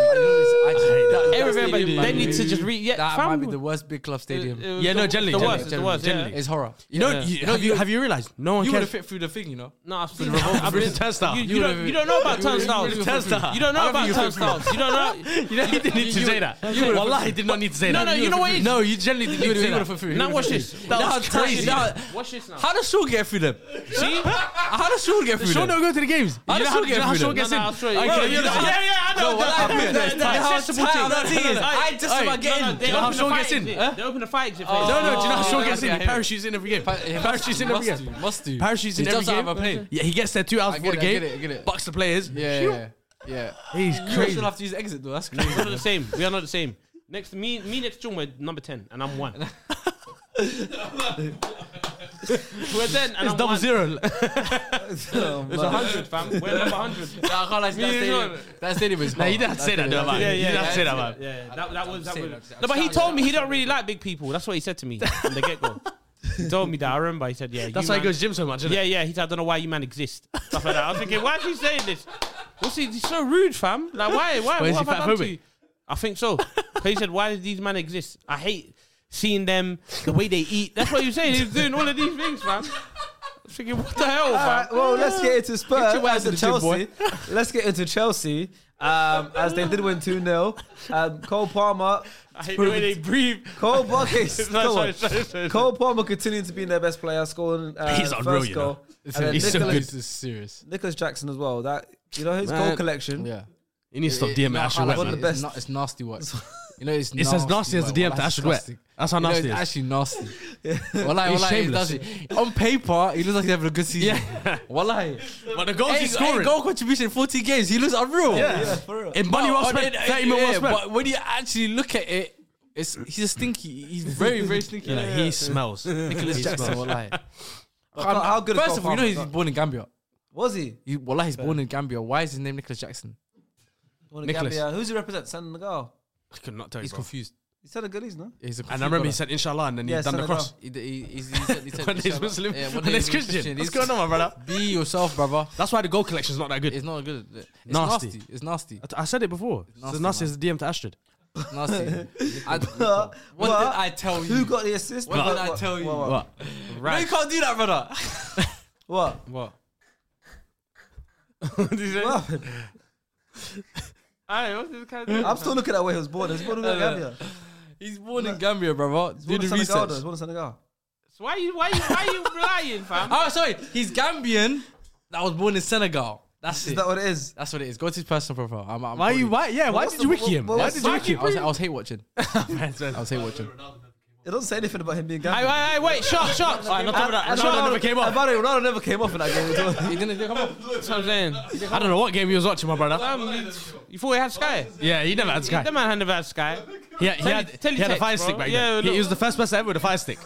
S4: Everything, but they need to just re. Yeah,
S3: That
S4: fam,
S3: might be the worst big club stadium.
S4: it was
S2: Yeah,
S4: the-
S2: no, generally,
S4: the
S2: generally,
S4: worst, the
S2: generally,
S4: worst.
S2: generally.
S4: Yeah.
S3: It's horror.
S2: You know,
S4: Yeah.
S2: you, have, you, have you realized no one
S3: You would have
S2: cares?
S3: fit through the thing, you know.
S4: No, I've seen
S2: revolving
S4: I've
S2: prison
S4: been-
S2: turnstile.
S4: You, you
S3: You
S4: don't,
S3: would've-
S4: you don't know about
S3: you would've-
S4: turnstiles.
S3: you
S4: You
S3: would've-
S2: Turnstile.
S4: don't
S3: I
S4: know
S3: don't
S4: about
S3: think you would've-
S4: turnstiles. You
S2: <laughs>
S4: don't know.
S2: You know, he didn't need to
S3: You
S2: say
S3: would-
S2: that.
S3: you would-
S2: Wallah, he did not need to say
S4: No,
S2: that.
S4: no, you know what it is?
S2: No, you generally
S3: You
S2: didn't
S3: would've-
S2: need
S3: you
S2: to
S3: would've fit
S2: say that.
S3: through.
S4: Now
S3: You
S4: watch
S3: would've
S4: this.
S3: fit through.
S4: That
S2: That
S4: was
S2: was
S4: crazy.
S2: crazy.
S4: That- Watch this now.
S3: How does Shaw get through them?
S4: See, how does Shaw get through?
S2: Sean
S4: them?
S2: don't go to the games.
S4: How
S2: you know
S4: does
S2: how,
S4: Shaw
S2: you know how
S4: get
S2: Shaw
S4: through?
S2: gets in.
S4: them? No, no, I'll show
S3: Oh,
S4: you.
S2: Okay,
S4: No, no,
S2: you
S4: you
S2: know
S4: know-
S2: how-
S4: Yeah, yeah, I know.
S2: No, what
S4: that-
S2: happened there?
S4: that- that-
S2: That's
S4: that's
S2: how
S4: sensible thing.
S2: tired that
S4: No, no,
S2: he is.
S4: no, I just
S2: Hey,
S4: about
S2: no, no,
S4: getting.
S2: they open the fight exit.
S4: They open the fight exit.
S3: Oh,
S2: No, no, do you know how Shaw gets in?
S3: Yeah,
S2: He
S3: yeah.
S2: parachutes in every game. Parachutes in every
S3: Must do.
S2: game.
S3: Must do.
S2: Parachutes
S3: He
S2: in every
S3: jumps out of a
S2: game.
S3: plane.
S2: Yeah, he gets there two hours
S3: I
S2: before the
S3: get it, I
S2: game.
S3: get it, I get it.
S2: Bucks the players.
S3: Yeah, yeah.
S2: He's
S3: You
S2: crazy.
S3: still have to use exit though. <laughs> That's
S4: We're not the
S3: crazy.
S4: same. We are not the same. Next, me, me next to him, we're number ten, and
S2: <laughs>
S4: I'm one. we're ten, and
S2: It's
S4: I'm
S2: double
S4: one.
S2: zero.
S4: It's a hundred, fam. We're number hundred.
S3: Nah, I can't
S2: <laughs>
S3: lie, that stadium- That stadium is.
S2: Nah, you didn't have to say that, though, man. You didn't have to say that, man.
S4: Yeah, that, that was that
S3: saying,
S4: was.
S3: I'm
S4: No, but he
S3: saying,
S4: told
S3: I'm
S4: me he don't really like big people. That's what he said to me from the get go. He told me that. I remember he said, "Yeah, you
S2: That's why he
S4: man-
S2: goes gym so much. isn't it?
S4: Yeah, yeah. He said, "I don't know why you man exist." Stuff like that. I was thinking, why is he saying this? What's he? He's so rude, fam. Like, why? Why?
S2: But is
S4: what
S2: he
S4: have I done to
S2: fatphobic?
S4: you? I think so. 'Cause he said, "Why do these men exist?" I hate seeing them, the way they eat. That's what he was saying. He was doing all of these things, fam. I was thinking, what the hell,
S1: All
S4: fam?
S1: right, <laughs> well, let's get into Spurs.
S3: your ass
S1: and
S3: in the gym,
S1: Chelsea. <laughs>
S3: boy.
S1: let's get into Chelsea um, as they did win 2 0. Um, Cole Palmer,
S4: I hate the way they breathe.
S1: Cole
S3: <laughs>
S1: Buckets.
S4: No,
S1: come
S4: <laughs> sorry,
S1: on.
S4: sorry, sorry,
S1: Cole Palmer continuing to be their best player, scoring uh,
S2: He's
S1: the
S2: unreal,
S1: first
S2: you
S1: goal.
S2: know.
S1: And then
S2: He's so
S1: Nicholas,
S2: good.
S3: This is serious.
S1: Nicholas Jackson as well. That you know his
S2: Man.
S1: goal collection.
S3: Yeah.
S1: <laughs>
S2: You need to stop DMing
S3: No, I
S2: Ashley
S3: can't lie,
S1: One
S2: Webb,
S1: of
S2: man.
S1: the best.
S3: It's, na- it's nasty work. You know, it's,
S2: It's as nasty as the
S3: bro.
S2: DM to
S3: Wallahi, it's
S2: Ashwood Wet.
S3: disgusting.
S2: That's how
S3: You know,
S2: nasty it
S3: it's
S2: is.
S3: actually
S2: <laughs>
S3: nasty. <laughs> Wallahi,
S2: He's
S3: wallahi, it's
S2: shameless.
S3: nasty. On paper, he looks like he's having a good season.
S2: <laughs>
S3: Yeah. Wallahi.
S2: But the goals
S3: Eight-
S2: he's
S3: eight
S2: scoring.
S3: goal contribution, 40 games. He looks unreal.
S1: yeah, for real.
S2: In money well
S3: But-
S2: spent,
S3: but-
S2: 30 mil well
S3: yeah,
S2: spent.
S3: But when you actually look at it, it's he's a stinky. He's very, very stinky.
S2: You know, he smells.
S3: Nicholas Jackson, wallahi.
S1: <laughs> How- how good is
S3: First of all, you know
S1: Cole
S3: he's
S1: Palmer?
S3: born in Gambia.
S1: Was he?
S3: He, wallahi, he's born in Gambia. Why is his name Nicholas Jackson?
S1: Well,
S3: Nicholas.
S1: Gambia. uh, Who's he represent? Senegal.
S2: I could not tell you.
S3: He's
S2: bro.
S3: confused.
S1: He said a good, no?
S3: He's a
S2: And I remember he
S3: confused
S2: said inshallah and then
S1: Yeah,
S2: he done the
S1: Senegal.
S2: cross.
S3: brother. He- he- he's- he said- he said-
S2: When
S3: he
S2: he's
S3: said-
S2: Muslim,
S3: yeah,
S2: when
S3: day
S2: he's
S3: he's
S2: Christian. What's
S3: He's-
S2: going on, my brother?
S3: Be yourself, brother.
S2: That's why the goal collection's not that good.
S3: It's not good. It's
S2: Nasty.
S3: nasty. It's nasty.
S2: I t- I said it before. It's
S3: nasty,
S2: as nasty
S3: man.
S2: as the DM to Astrid.
S3: It's nasty. I,
S1: But-
S3: what
S1: but
S3: did I tell you?
S1: Who got the assist?
S3: What did I tell you?
S1: What? What?
S2: What?
S3: No, you can't do that, brother.
S1: what?
S4: What?
S1: What happened?
S4: <laughs> Aye, what's this kind of
S1: I'm still looking at where he was born. He was
S3: <laughs>
S1: born
S3: Uh,
S1: in Gambia. He
S3: He's born in Gambia, brother.
S1: was
S3: Do
S1: born in
S3: the
S1: Senegal. though. He
S3: research.
S1: was born in Senegal.
S4: So why you why you why you lying, <laughs> fam?
S3: Oh, sorry. He's Gambian. That was born in Senegal. That's
S1: Is
S3: it.
S1: that what it is?
S3: That's what it is. Go to his personal profile. I'm, I'm
S2: Why
S3: probably-
S2: you? Why? Yeah. Why
S1: what's
S2: did you
S1: the-
S2: wiki him?
S1: what-
S2: Why
S1: what's
S2: did
S1: the-
S2: you
S3: I
S2: wiki
S3: was, I
S2: him?
S3: was hate watching.
S2: "Oh, <laughs>
S3: I was hate watching.
S1: It doesn't say anything about him being
S4: Aye,
S1: Gambian.
S4: aye, aye, wait, shark, shark.
S2: Alright, not talking about that. Ronaldo never came
S1: By
S2: off.
S1: the way, Ronaldo never came off in that game. at all.
S3: He didn't come up.
S4: That's what I'm saying.
S2: I don't know what game he was watching, my brother.
S4: Um, you thought we had Sky?
S2: Yeah, he never had Sky.
S4: That man had never had Sky.
S2: He had, he had,
S4: Tele-
S2: he had a
S4: teletext,
S2: fire
S4: bro.
S2: stick back
S4: Yeah,
S2: then. He,
S4: look.
S2: he was the first person ever with a fire <laughs> stick.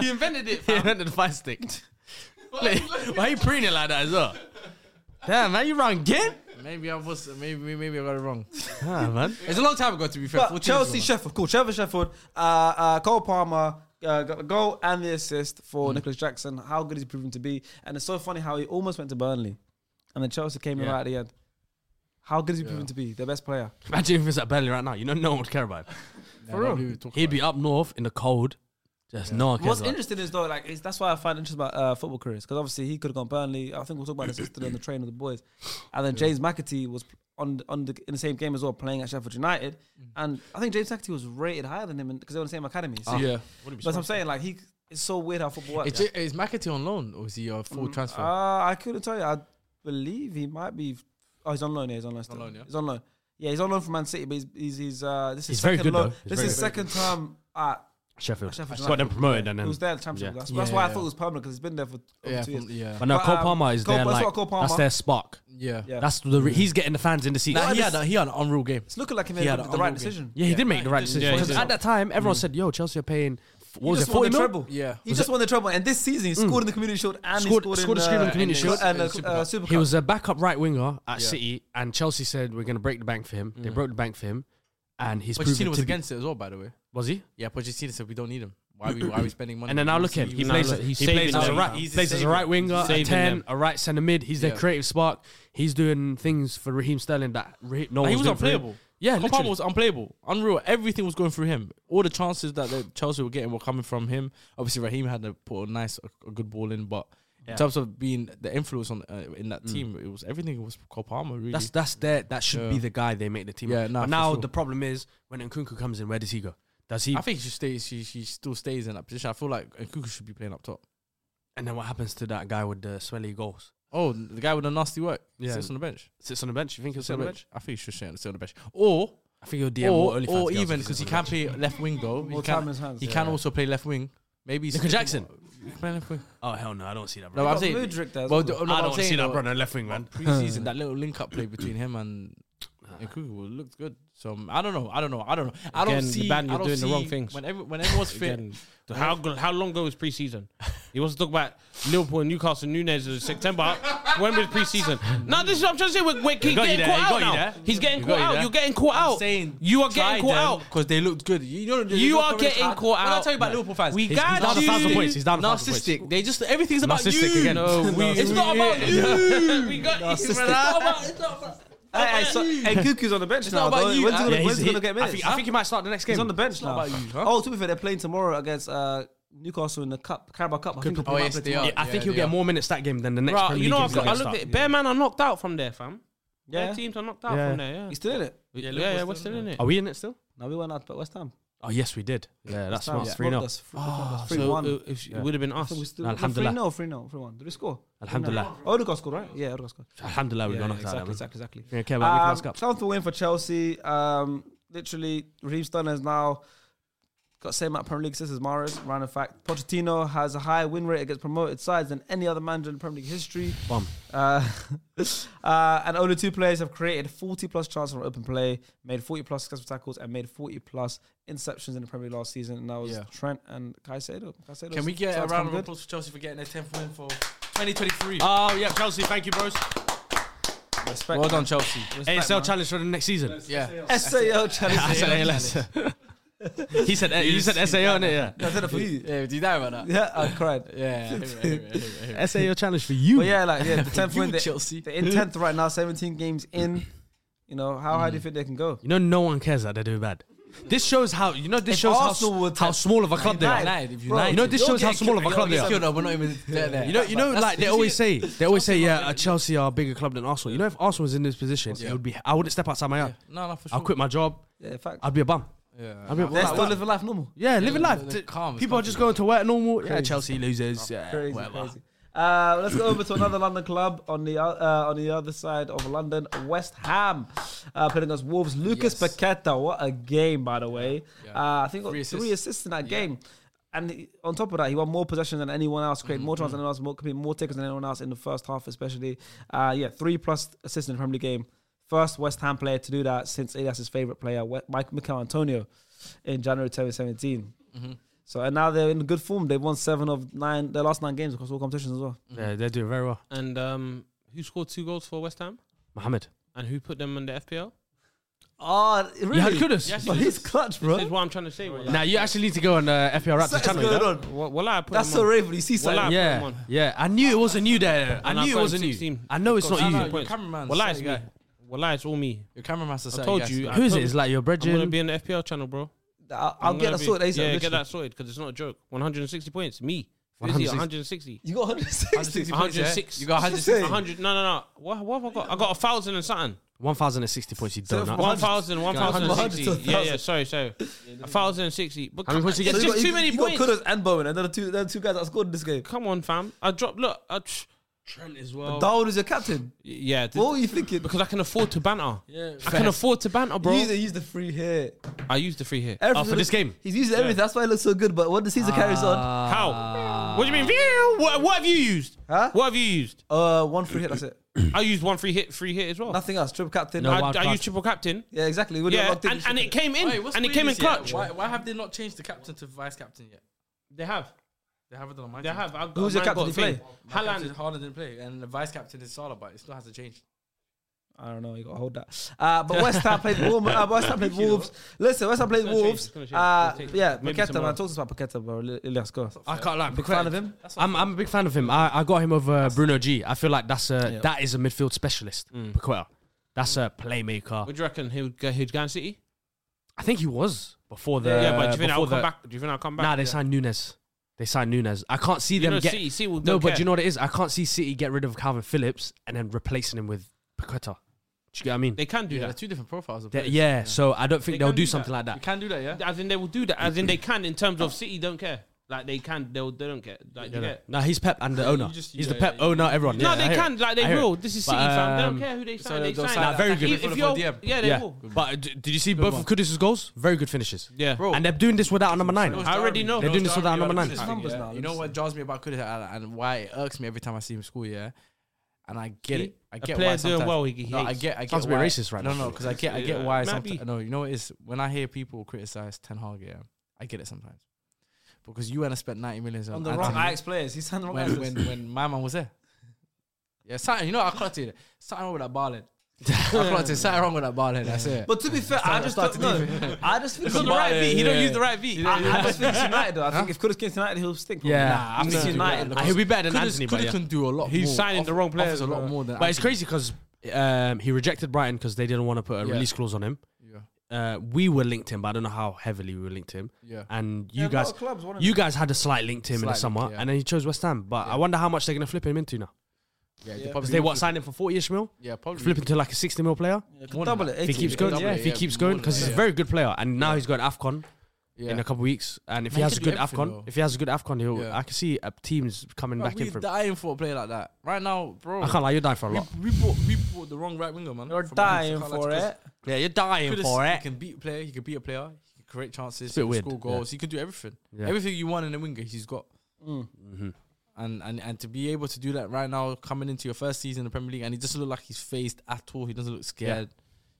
S4: He invented it.
S2: he
S4: Fam.
S2: invented the fire stick. Like, <laughs> why <laughs> you preening like that
S3: <laughs>
S2: as well? Damn, man, you wrong again?
S3: Maybe I was. Maybe maybe I got it wrong.
S2: Ah, man.
S3: It's a long time ago. To be fair,
S1: But
S3: 14 years
S1: Chelsea
S3: ago.
S1: Sheffield, cool. Trevor Sheffield, uh, uh, Cole Palmer uh, got the goal and the assist for
S2: Hmm.
S1: Nicholas Jackson. How good he's proven to be, and it's so funny how he almost went to Burnley, and then Chelsea came in
S2: Yeah.
S1: right at the end. How good is he proven to be? Their best player.
S2: Imagine if he was at Burnley right now. You know, no one would care about him.
S3: For real.
S2: He'd be up north in the cold. Just no one cares
S1: What's
S2: about him.
S1: interesting is though, like it's, that's why I find interesting about uh, football careers because obviously he could have gone Burnley. I think we'll talk about this yesterday on the train of the boys, and then James McAtee was on on the, in the same game as well, playing at Sheffield United, and I think James McAtee was rated higher than him because they were in the same academy. So
S3: Ah. Yeah.
S1: But I'm saying, like, he it's so weird how football works.
S3: Is, is McAtee on loan or is he a full
S2: Mm,
S3: transfer?
S1: uh, I couldn't tell you. I believe he might be. Oh, he's on loan. Yeah, he's on loan. Still.
S3: loan, yeah.
S1: He's on loan. Yeah, he's on loan from Man City, but he's he's, he's uh this is
S2: He's very
S1: second
S2: good,
S1: loan.
S2: though. He's
S1: This
S2: very
S1: is second time at
S2: Sheffield.
S1: Sheffield
S2: Just got them
S1: United.
S2: promoted and
S1: It
S2: then.
S1: was there at the championship.
S2: Yeah.
S1: That's, that's
S3: Yeah,
S1: why I
S3: yeah.
S1: thought it was permanent because it's been there for over
S3: yeah,
S1: two
S3: from,
S1: years.
S3: yeah,
S2: But no,
S1: But,
S2: Cole
S1: um,
S2: Palmer is
S1: Cole-
S2: there.
S1: that's
S2: Like,
S1: what Cole
S2: That's
S1: Palmer-
S2: their spark.
S3: yeah.
S1: Yeah.
S2: That's the re- he's getting the fans in the seat.
S3: Nah, he
S1: this-
S3: had a, he had an unreal game.
S1: It's looking like he made
S3: He had
S1: the,
S3: an
S1: right
S3: unreal game.
S1: decision.
S2: Yeah, he did make the right decision.
S4: he
S2: Because
S4: did.
S2: at that time, everyone said, "Yo, Chelsea are paying. f- What
S1: Mm. He
S2: was it?
S1: just won
S2: Forty
S1: the
S2: mil?
S1: treble.
S3: Yeah.
S1: he just won the treble, and this season he scored in the Community Shield and
S2: Scored-
S1: he scored,
S2: scored a
S1: in,
S2: screaming Community Shield
S1: and the
S3: and
S1: uh, Super
S2: He
S1: Cup.
S2: was a backup right winger at City, and Chelsea said we're going to break the bank for him. They
S1: Mm.
S2: broke the bank for him, and he's proven
S3: Pochettino was
S2: to be-
S3: against it as well, by the way.
S2: was he?
S3: Yeah, Pochettino said we don't need him. Why are we, why are we spending money?
S2: And then now look at him. He plays.
S4: look,
S2: He
S4: he's
S2: plays
S4: saving
S2: as a
S4: them.
S2: right.
S3: He's
S2: plays as a
S3: saving
S2: right
S3: them.
S2: winger, a
S4: Saving
S2: ten,
S4: them.
S2: a right centre mid. He's their
S3: Yeah.
S2: creative spark. He's doing things for Raheem Sterling that Raheem, no
S3: Like, he
S2: one's
S3: was
S2: doing for him.
S3: unplayable.
S2: Yeah,
S3: Cole
S2: literally.
S3: Palmer was unplayable, unreal. Everything was going through him. All the chances that the Chelsea were getting were coming from him. Obviously, Raheem had to put a nice, a, a good ball in, but in terms of being the influence on uh, in that team, it was everything was Cole Palmer. Really,
S2: Mm. That's that's their that should
S3: Yeah.
S2: be the guy they make the team.
S3: Yeah,
S2: of.
S3: nah,
S2: but
S3: for
S2: now
S3: sure.
S2: the problem is when Nkunku comes in, where does he go? Does he?
S3: I think she stays. She she still stays in that position. I feel like Nkuku should be playing up top.
S2: and then what happens to that guy with the swelly goals?
S3: Oh, the guy with the nasty work
S2: Yeah.
S3: sits on the bench.
S2: Sits on the bench. You think he'll
S3: Sit on the bench. I think he should sit on sit on the bench. Or
S2: I think he'll DM more
S3: or,
S2: early
S3: or even because he can play left wing though.
S1: More
S3: he can,
S1: time in his hands,
S3: he
S1: yeah.
S3: can also play left wing. Maybe he's
S2: Nico Jackson.
S3: <laughs> He can play left wing.
S2: Oh hell no, I don't see that.
S3: No,
S2: Bro.
S3: I'm
S1: got
S3: saying.
S1: Mudryk there as
S3: well,
S1: well.
S3: do- no,
S2: I
S3: but I'm
S2: don't want to
S3: saying
S2: see that
S3: though,
S2: bro. No left wing
S3: <laughs>
S2: man.
S3: Preseason, that little link up play between him and Nkuku looked good. So I don't know. I don't know. I don't know. I don't
S4: Again, the
S3: see.
S4: band,
S3: I
S4: you're
S3: don't
S4: doing the wrong
S3: see-
S4: things.
S3: When, every, when everyone's fit,
S4: Again, how good, how long ago was preseason? He wants to talk about Liverpool and Newcastle Nunes in September. When was preseason? No, this is what I'm trying to say. We're, we're keep
S2: got you there,
S4: getting caught
S2: he
S4: out
S2: got you
S4: now.
S2: there.
S4: He's getting
S3: You got
S4: caught
S3: you
S4: out.
S3: there.
S4: You're getting caught
S3: I'm
S4: out.
S3: saying
S4: you are getting caught out.
S3: because they looked good. You know, there's
S4: You
S3: no
S4: are
S3: comment-
S4: getting
S3: I-
S4: caught
S3: What I
S4: out.
S3: tell you about Liverpool fans?
S4: We
S3: He's-
S4: got
S3: he's
S2: down a
S4: you.
S2: thousand points. He's down a thousand points.
S3: narcissistic. They just everything's about
S2: Narcissistic
S3: you.
S2: again.
S4: No, <laughs> we,
S3: It's not about you.
S4: we got you,
S1: Narcissistic.
S4: brother. It's not about-
S1: Hey, hey, so, and Kuku's on the bench now.
S3: not about
S1: though.
S3: you.
S1: When's he
S3: Yeah,
S1: gonna-
S3: he's-
S1: when's he
S2: he-
S1: gonna get
S2: I
S1: minutes?
S2: think, I think he might start the next game.
S1: He's on the bench now.
S3: not about you, huh?
S1: Oh, to be fair, they're playing tomorrow against uh, Newcastle in the Cup, Carabao Cup. I think
S3: Oh, yes, they are.
S2: Yeah, I
S3: Yeah,
S2: think he'll
S3: they
S2: get
S3: are.
S2: more minutes that game than the next.
S4: Bro,
S2: Premier
S4: you know,
S2: League games
S4: I've got, I
S2: that
S4: looked
S2: start.
S4: at Bear Man are knocked out from there, fam. Yeah,
S1: Yeah.
S4: teams are knocked out
S2: Yeah.
S4: from there. Yeah,
S1: He's still in it.
S4: yeah,
S3: Liverpool's
S4: yeah.
S3: still
S4: We're still
S3: in
S4: in it.
S1: Oh,
S2: Are we in it still?
S1: No, we went out at West Ham.
S2: Oh yes, we did. Yeah, Ah,
S1: West
S2: that's
S1: Ham smoked
S2: smart. Three uh, 0
S1: us fr- us 3-1.
S4: So it, it would have been us.
S1: So we still-
S2: Alhamdulillah.
S1: No, 3 0, 3 1. Did we score?
S2: Alhamdulillah.
S1: Oh, Odegaard scored, right? Yeah, Odegaard scored.
S2: Alhamdulillah, we
S1: Yeah,
S2: got
S1: yeah,
S2: knocked
S1: exactly, Um,
S2: out. of that, man.
S3: Um,
S1: exactly, exactly.
S2: Yeah, care about making us
S1: Um,
S2: cups.
S1: comfortable win for Chelsea. Um, literally Raheem Sterling has now got the same amount of Premier League assists as Maris. Random fact: Pochettino has a higher win rate against promoted sides than any other manager in Premier League history.
S2: Bum.
S1: Uh, <laughs> uh, and only two players have created 40 plus chances from open play, made 40 plus successful tackles, and made 40 plus interceptions in the Premier League last season. And that was
S3: Yeah.
S1: Trent and Caicedo. Caicedo
S3: Can we get a
S1: sounds
S3: round of
S1: good.
S3: applause for Chelsea for getting their 10th win for 2023?
S2: Oh yeah, Chelsea. Thank you, bros.
S1: Respect,
S3: well done,
S1: <laughs> man.
S3: Chelsea.
S1: Respect,
S2: ASL
S1: man.
S2: challenge for the next season.
S3: <laughs> Yeah.
S1: SAO challenge.
S3: <laughs>
S2: I said ALS. <laughs> he said you said SAO, innit?
S1: I said it for you.
S3: Yeah, do you die about that?
S1: Yeah, I cried.
S3: Yeah. I hear it, I hear it, I hear it, I
S2: <laughs>
S3: hear it.
S2: Yeah. SAO challenge for you.
S1: But yeah, like yeah,
S3: <laughs>
S1: the tenth
S3: You,
S1: win. They,
S3: Chelsea.
S1: They're in tenth right
S3: <laughs>
S1: now, seventeen games in. You know how
S3: Mm.
S1: high do you think they can go?
S2: You know, no one cares that they're doing bad. This shows how you know. This
S1: If
S2: shows how,
S1: Arsenal
S2: s-
S1: would
S2: how
S1: have-
S2: small of a club they are.
S3: United, if
S1: Bro,
S3: United-
S2: You know, this
S3: You'll
S2: shows how
S3: get
S2: small of a
S3: killed-
S2: club they
S3: you'll get
S2: are.
S3: killed, no, We're not even there. there.
S2: You know, you know,
S3: That's-
S2: like they
S3: you
S2: always
S3: see
S2: say,
S3: it?
S2: they always say,
S3: Chelsea
S2: yeah,
S3: are
S2: uh, Chelsea are a bigger club than Arsenal. You know, if Arsenal was in this position, it would be. I wouldn't step outside my yard.
S3: No, no, for sure.
S2: I'll quit my job.
S1: Yeah, in fact,
S2: I'd be a bum.
S3: Yeah.
S2: I'd be a
S1: they're still
S2: like,
S1: living life normal.
S2: yeah, living
S3: they're-
S2: life.
S3: they're calm,
S2: People are
S3: calm.
S2: just going to work normal. Yeah, Chelsea losers. Yeah,
S1: Crazy,
S2: whatever.
S1: crazy. Uh, let's go over to another London club on the uh, on the other side of London, West Ham, uh, playing against Wolves. Lucas
S3: Yes.
S1: Paqueta, what a game by the way! Uh, I think he got
S3: Three
S1: three assists,
S3: assists.
S1: in that game, and he- on top of that, he won more possession than anyone else, created more chances than anyone else, more, could be more takers than anyone else in the first half, especially. Uh, yeah, three plus assists in the Premier League game. First West Ham player to do that since Elias' his favorite player, We- Mike Mikel Antonio, in January 2017. So and now they're in good form. They've won seven of nine their last nine games across all competitions as well.
S2: Yeah, they're doing very well.
S4: And um, who scored two goals for West Ham?
S2: Mohamed.
S4: And who put them in the FPL?
S1: Oh, really?
S2: You had Kudus.
S4: Yes,
S1: But
S4: he
S1: he's
S4: did.
S1: clutch,
S4: This is
S1: bro.
S4: what I'm trying to say. Well,
S2: Now you actually need to go on uh, FPL Raptors channel. you know?
S4: well, I put
S1: That's
S4: them
S1: so
S4: on.
S1: raven. You see
S4: Well, I
S1: something.
S4: put
S2: Yeah,
S4: them on.
S2: yeah. I knew it wasn't you there. I
S4: And I've
S2: knew it
S4: got
S2: wasn't you.
S4: 16.
S2: I know it's not
S4: Got no,
S2: you.
S4: no,
S3: Your cameraman.
S4: Well, it's me.
S3: guy.
S4: Well, it's all me.
S3: Your cameraman's the
S4: I
S3: same
S4: told
S3: guy.
S4: you. I
S2: Who is it?
S4: told
S2: It's
S4: you.
S2: like your
S4: I'm gonna
S2: brethren.
S4: be in the FPL channel, bro.
S1: I'll, I'll
S4: I'm
S1: get
S4: gonna
S1: that
S4: be-
S1: sorted. ASAP,
S4: Yeah, get
S1: literally.
S4: that sorted because it's not a joke. 160 points. Me. Fizzy, 160.
S1: You got 160.
S4: 106.
S3: You got
S1: What you say?
S3: 106.
S4: 100. No, no, no. What, what have I got? I got a thousand and something.
S2: One thousand and sixty points. You
S1: So
S2: don't
S1: from
S2: know.
S4: One
S1: Hundred-
S4: thousand, one
S1: Yeah,
S4: thousand
S1: hundred
S4: and
S1: to a
S4: sixty. Yeah, yeah.
S1: thousand.
S4: Sorry, sorry. A thousand and sixty. But
S2: How many
S4: come-
S2: points you
S4: it's
S2: get?
S1: you
S4: just
S1: got,
S4: too
S1: you-
S4: many
S1: you
S4: points.
S1: got Kudus and Bowen, and then the two, the two guys that scored in this game.
S4: Come on, fam. I dropped. Look, I tr- Trent as well.
S1: Darwin is your captain.
S4: yeah,
S1: What were you thinking?
S4: Oh. because I can afford to banter. Yeah, I can
S3: fair.
S4: afford to banter, bro. Oh,
S1: He used, he used the free here.
S4: I used the free hit.
S1: Everything
S2: for this
S1: looks-
S2: game?
S1: He's using everything. That's why it looks so good. But when the season carries on,
S2: Ah. Uh,
S4: How? What do you mean? Meow. What, what have you used?
S1: Huh?
S4: What have you used?
S1: uh, one free hit. That's it.
S4: I used one free hit, free hit as well.
S1: Nothing else. Triple captain.
S2: No,
S4: I,
S2: wild
S4: I
S2: card.
S4: used triple captain.
S1: yeah, exactly. We
S4: Oh. Yeah, and, and it came in,
S3: Wait, what's
S4: and it came in
S3: previous yet?
S4: clutch.
S3: Why, why have they not changed the captain to vice captain yet?
S4: They have,
S3: They haven't done a my
S4: they
S3: team.
S4: have. I got,
S1: Who's the
S4: man
S1: captain
S4: got
S1: to play?
S4: thing.
S3: My captain,
S4: Haaland.
S3: Haaland didn't play, and the vice captain is Salah, but it still hasn't changed.
S1: I don't know. You got to hold that. Uh, but West Ham
S4: <laughs>
S1: played Wolves. Uh, West Ham played Wolves. Listen, West Ham played
S4: gonna change,
S1: Wolves.
S4: it's gonna change,
S1: Uh,
S4: it's gonna change.
S1: yeah,
S4: Maybe
S1: Paqueta,
S4: tomorrow.
S1: man. Talk to us about Paqueta, bro. Li- Let's go.
S2: I can't lie.
S1: Big fan of him.
S2: I'm, I'm a big fan of him. I, I got him over Bruno G. I feel like that's a that is a midfield specialist. Paqueta. That's a playmaker.
S4: What do you reckon? He'll go. He'll go in City.
S2: I think he was before the
S4: yeah, but do you think
S2: before
S4: I'll
S2: the-
S4: come back? Do you think I'll come back?
S2: Nah, they
S4: Yeah.
S2: signed Nunes. They signed Nunes. I can't see
S4: You
S2: them
S4: know,
S2: get
S4: City- City will-
S2: no,
S4: don't
S2: but
S4: care.
S2: do you know what it is? I can't see City get rid of Calvin Phillips and then replacing him with Paqueta. Do you get what I mean?
S4: They can do
S3: Yeah, they're
S4: that.
S3: two different profiles. Of
S2: They-
S3: players.
S2: yeah, so I don't think
S4: They
S2: they will
S4: can
S2: do
S4: do that.
S2: something like
S3: You
S2: that.
S3: can do that, yeah.
S4: As in they will do that. As in they can in terms of City don't care. Like they can. They'll they don't care. Like <laughs> you get.
S2: No, he's Pep and the owner.
S3: just-
S2: he's
S3: yeah,
S2: the Pep
S3: yeah, you-
S2: owner. Everyone.
S4: No,
S2: Yeah, I
S4: they
S2: hear
S4: can.
S2: it.
S4: Like they
S2: I hear it.
S4: will. This is
S2: But,
S4: City, fam. They don't
S2: um,
S4: care who they sign.
S3: so
S4: they
S3: they'll
S4: sign.
S3: sign
S2: Nah,
S3: that.
S2: very
S3: Like,
S2: good.
S3: even for the
S4: you're-
S3: 4DM.
S4: yeah, they
S2: Yeah,
S4: will.
S2: but uh, d- did you see both of Kudus' goals? Very good finishes.
S4: Yeah. Bro.
S2: and they're doing this without number nine.
S4: I already know.
S2: They're doing this without
S3: Darwin,
S2: number
S3: you
S2: nine.
S3: know,
S1: nine. Numbers
S3: yeah.
S1: now,
S3: You know
S1: listen.
S3: what jars me about Kudus and and why it irks me every time I see him score, yeah. And I get it. I get
S4: player
S3: why
S4: doing
S3: sometimes-
S4: well, he- he
S3: no, I
S4: hates.
S3: get. I get
S2: Sounds a bit
S3: why-
S2: racist right
S3: no,
S2: now.
S3: No, because I get. I get
S4: Yeah,
S3: why.
S4: might
S3: someti-
S4: be.
S3: No, you know what it is when I hear people criticize Ten Hag, yeah, I get it sometimes because you and I spent ninety millions on,
S1: On the
S3: Anthony
S1: wrong Ajax players. He's on the wrong
S3: when
S1: Ajax.
S3: when when my man was there. Yeah, something. You know, I can't tell you that. Something wrong with that ball head. I can't tell you something wrong with that ball head. That's it.
S1: But to be fair, I just don't know. I just think it's
S3: on the right beat. He don't use the
S1: right beat. I I just think it's United though. I think if Kudus came to United, he'll stink. probably.
S2: Yeah.
S1: Nah, I think
S2: No.
S1: it's United.
S2: He'll be better than
S3: Kudus-
S2: Anthony, but
S3: Kudus
S2: yeah.
S3: can do a lot.
S4: He's
S3: more.
S4: signing the
S3: Off-
S4: wrong
S3: offers
S4: players,
S3: a lot
S4: bro.
S3: more than.
S2: But it's
S3: Anthony.
S2: crazy because um, he rejected Brighton because they didn't want to put a
S3: Yeah.
S2: release clause on him. Uh, we were linked to him, but I don't know how heavily we were linked to him.
S3: Yeah.
S2: And
S1: Yeah, a
S2: you
S1: lot
S2: guys,
S1: of clubs wanted
S2: you
S1: him.
S2: guys had a slight link to him in the
S3: Slight
S2: summer,
S3: link, yeah.
S2: and then he chose West Ham. But I wonder how much they're gonna flip him into now.
S3: Yeah, yeah.
S2: Because they what signed him for forty ish mil,
S3: Yeah, probably.
S2: flip him to like a sixty mil player.
S3: More than
S1: Double it.
S3: that.
S2: If he
S1: 18.
S2: keeps going,
S3: double
S2: yeah,
S3: it,
S2: if he
S3: yeah,
S2: keeps
S3: more
S2: going,
S3: than
S2: because
S3: that,
S2: he's a
S3: yeah.
S2: very good player, and now he's going Afcon in
S3: Yeah.
S2: a couple weeks, and if
S3: Man,
S2: he
S3: he
S2: has a
S3: can do
S2: good
S3: everything,
S2: Afcon,
S3: though.
S2: if he has a good Afcon, he'll
S3: Yeah.
S2: I can see uh, teams coming
S3: Bro,
S2: back in
S3: we
S2: for him.
S3: dying for a player like that right now, bro.
S2: I can't lie, you're dying for a
S3: we,
S2: lot.
S3: we bought we bought the wrong right winger, man.
S1: You're
S3: From Leeds, I
S1: dying
S3: can't lie
S1: for
S3: to you.
S1: it.
S2: Yeah, you're dying
S3: Could ass-
S2: for
S3: he
S2: it.
S3: can beat a player. He can beat a player. He can create chances.
S2: It's a
S3: He
S2: bit
S3: can score
S2: weird,
S3: goals. He can do everything.
S2: Yeah. Mm-hmm.
S3: Everything you want in a winger, he's got.
S1: Mm.
S3: And, and and to be able to do that right now, coming into your first season in the Premier League, and he doesn't look like he's phased at all. He doesn't look scared.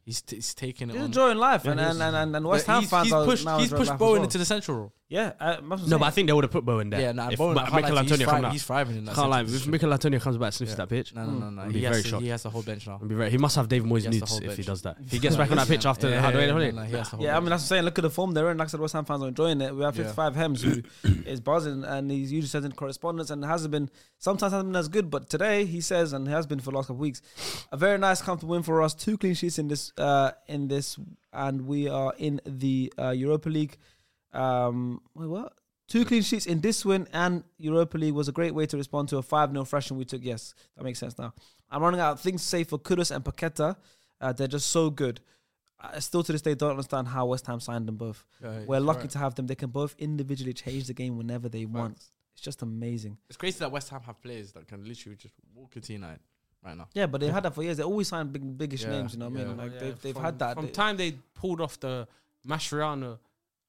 S3: He's t- he's taking it.
S1: He's
S3: on.
S1: enjoying life, and,
S2: he
S1: and,
S2: is.
S1: and, and, and
S3: But
S1: West Ham
S3: he's,
S1: fans
S3: he's
S1: are
S3: pushed,
S1: now
S3: He's
S1: enjoying life
S3: pushed
S1: as
S3: Bowen
S1: well.
S3: into the central role.
S1: yeah. Uh, that's what I'm
S2: No, but I
S1: saying.
S2: think they would have put Bowen there.
S3: Yeah, nah,
S2: if
S3: Bowen, I
S2: Ma-
S3: can't lie to you, he's
S2: Michelantonio come
S3: thriving-
S2: out.
S3: he's thriving in that
S2: Can't lie.
S3: centre
S2: If
S3: position.
S2: Michelantonio comes back and sniffs that pitch,
S3: No, no, no, no.
S2: I'd be
S3: He
S2: very
S3: has, to,
S2: shocked.
S3: he has the whole bench now.
S2: I'd be very- he must have David Moyes'
S3: has the
S2: nudes
S3: whole
S2: if he
S3: bench.
S2: does that. If he gets back on that pitch after
S3: Yeah,
S2: how do
S3: yeah,
S2: they
S3: yeah,
S2: hold
S3: no,
S2: it?
S3: no, he has the whole
S1: Yeah, I mean
S3: bench.
S1: that's what I'm saying. Look at the form they're in. Like I said, West Ham fans are enjoying it. We have
S3: Yeah.
S1: 55 Hems who is buzzing, and he's usually sends in correspondence and hasn't been sometimes hasn't been as good, but today he says and has been for the last couple of weeks. A very nice, comfortable win for us. Two clean sheets in this uh, in this, and we are in the uh, Europa League. Um, wait, what? Two clean sheets in this win and Europa League was a great way to respond to a 5 0 thrashing we took. Yes, that makes sense now. I'm running out of things to say for Kudus and Paqueta. Uh, they're just so good. I still to this day don't understand how West Ham signed them both.
S3: Yeah,
S1: We're
S3: it's
S1: lucky
S3: right.
S1: to have them. They can both individually change the game whenever they want. It's just amazing.
S3: It's crazy that West Ham have players that can literally just walk into United right
S2: <laughs>
S3: now.
S1: Yeah, but they've had that for years. They always sign big, biggish
S3: Yeah,
S1: names. You know what I
S3: yeah.
S1: mean? Like
S4: Yeah,
S1: they've, they've
S4: from-
S1: had that.
S4: From
S1: They-
S4: time they pulled off the Mascherano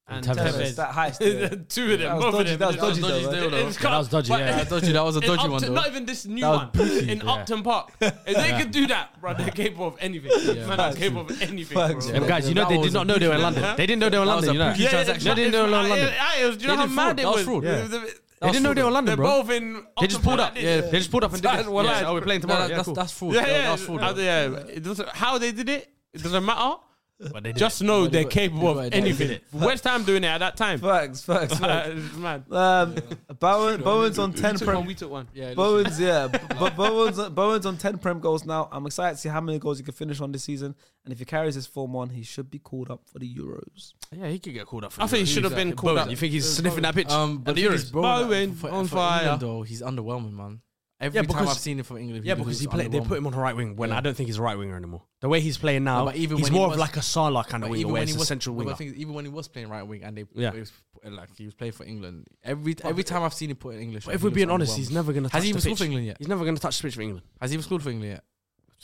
S4: and
S2: Tevez.
S4: Tevez.
S1: Tevez, that heist. yeah.
S4: <laughs> Two of them.
S1: That was
S4: both
S1: dodgy-
S4: of them.
S1: that was dodgy
S4: It was
S1: though,
S4: though.
S3: wasn't it?
S4: It was
S3: That
S4: cut-
S2: was dodgy,
S4: but-
S2: yeah.
S3: That dodgy, that was a
S4: in
S3: dodgy
S4: Upton-
S3: one though.
S4: Not even this new
S1: That was
S4: one.
S1: booty,
S4: in
S2: yeah.
S4: Upton Park. If they could do that, bro, they're capable of anything. Man, they're
S1: Facts.
S4: capable of anything, bro.
S1: Facts.
S2: Them guys, you know
S3: That
S2: they
S3: was
S2: did
S3: a
S2: not know they were in
S3: booty.
S2: London. They didn't know they were in
S3: That was a
S2: London. You know,
S3: booty transaction.
S2: they didn't know they were in London.
S4: I, I, I, do you know
S3: They
S4: how
S3: did fraud.
S4: mad it
S3: That was
S4: was?
S3: fraud.
S4: They-
S3: Yeah.
S4: they-
S2: They didn't know they were in London,
S4: They're
S2: bro.
S4: both in.
S2: They just
S4: Upton
S2: pulled
S4: Park
S2: up.
S4: like
S2: Yeah,
S4: this.
S2: they just pulled up and did
S4: That's
S2: it.
S4: what I-
S2: Yeah, oh, we're playing
S3: No,
S2: tomorrow.
S3: that-
S2: Yeah,
S3: that's,
S2: cool.
S3: that's fraud.
S4: Yeah, yeah.
S3: That was fraud.
S4: uh, yeah. It doesn't, how they did it, it doesn't matter.
S2: But they did
S4: Just
S2: it.
S4: know
S3: But they
S4: they're
S3: got-
S4: capable
S3: they
S4: of
S3: got it.
S4: anything. West Ham doing it at that time.
S1: Facts, facts,
S4: <laughs>
S1: facts.
S4: It's mad.
S1: Um, Bowen, Bowen's on ten
S4: Took one,
S1: prem.
S4: we took one.
S3: Yeah, literally.
S1: Bowen's <laughs> yeah, but Bowen's uh, Bowen's on ten prem goals now. I'm excited to see how many goals he can finish on this season. And if he carries his form on, he should be called up for the Euros.
S2: Yeah, he could get called up. for
S4: I think he
S2: Euros.
S4: should have been
S2: Bowen,
S4: called up.
S2: You think he's sniffing that pitch?
S3: Um, but
S2: At the
S3: the thing is,
S2: Euros.
S3: Bowen,
S4: Bowen,
S3: for,
S4: on
S3: for
S4: fire.
S3: England, though, he's underwhelming, man. Every
S2: Yeah,
S3: time
S2: because-
S3: I've seen him for England,
S2: Yeah, because he played. They put him on the right wing when
S3: Yeah.
S2: I don't think he's a right winger anymore. The way he's playing now,
S3: No, but even
S2: he's
S3: when he
S2: more
S3: was-
S2: of like a Salah kind of winger, where it's a central
S3: no, but
S2: winger.
S3: the thing is, even when he was playing right wing, and they
S2: Yeah.
S3: it was, like he was playing for England. Every every time I've seen him put in English,
S2: But if
S3: he
S2: we're
S3: looks
S2: being honest,
S3: underwhelmed.
S2: he's never going to touch
S3: has he even
S2: the
S3: scored
S2: pitch.
S3: for England yet?
S2: He's never going to touch the pitch for England.
S3: Has he even scored for England yet?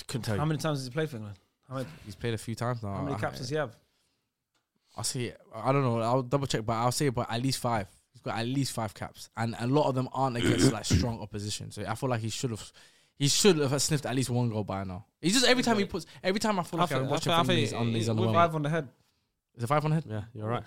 S2: Couldn't tell you.
S1: How many times has he played for England? How many,
S3: He's played a few times now.
S1: how many caps does he have?
S3: I'll say I don't know. I'll double check, but I'll say about at least five. He's got at least five caps, and a lot of them aren't against like strong opposition. So I feel like he should have, he should have sniffed at least one goal by now. He's just every time he puts, every time I feel like
S4: I
S3: I'm
S4: think-
S3: watching
S4: I
S3: him,
S4: think-
S3: he's on he's
S4: I
S3: on
S4: think-
S1: Five on the head.
S3: Is it five on head?
S2: Yeah, you're right.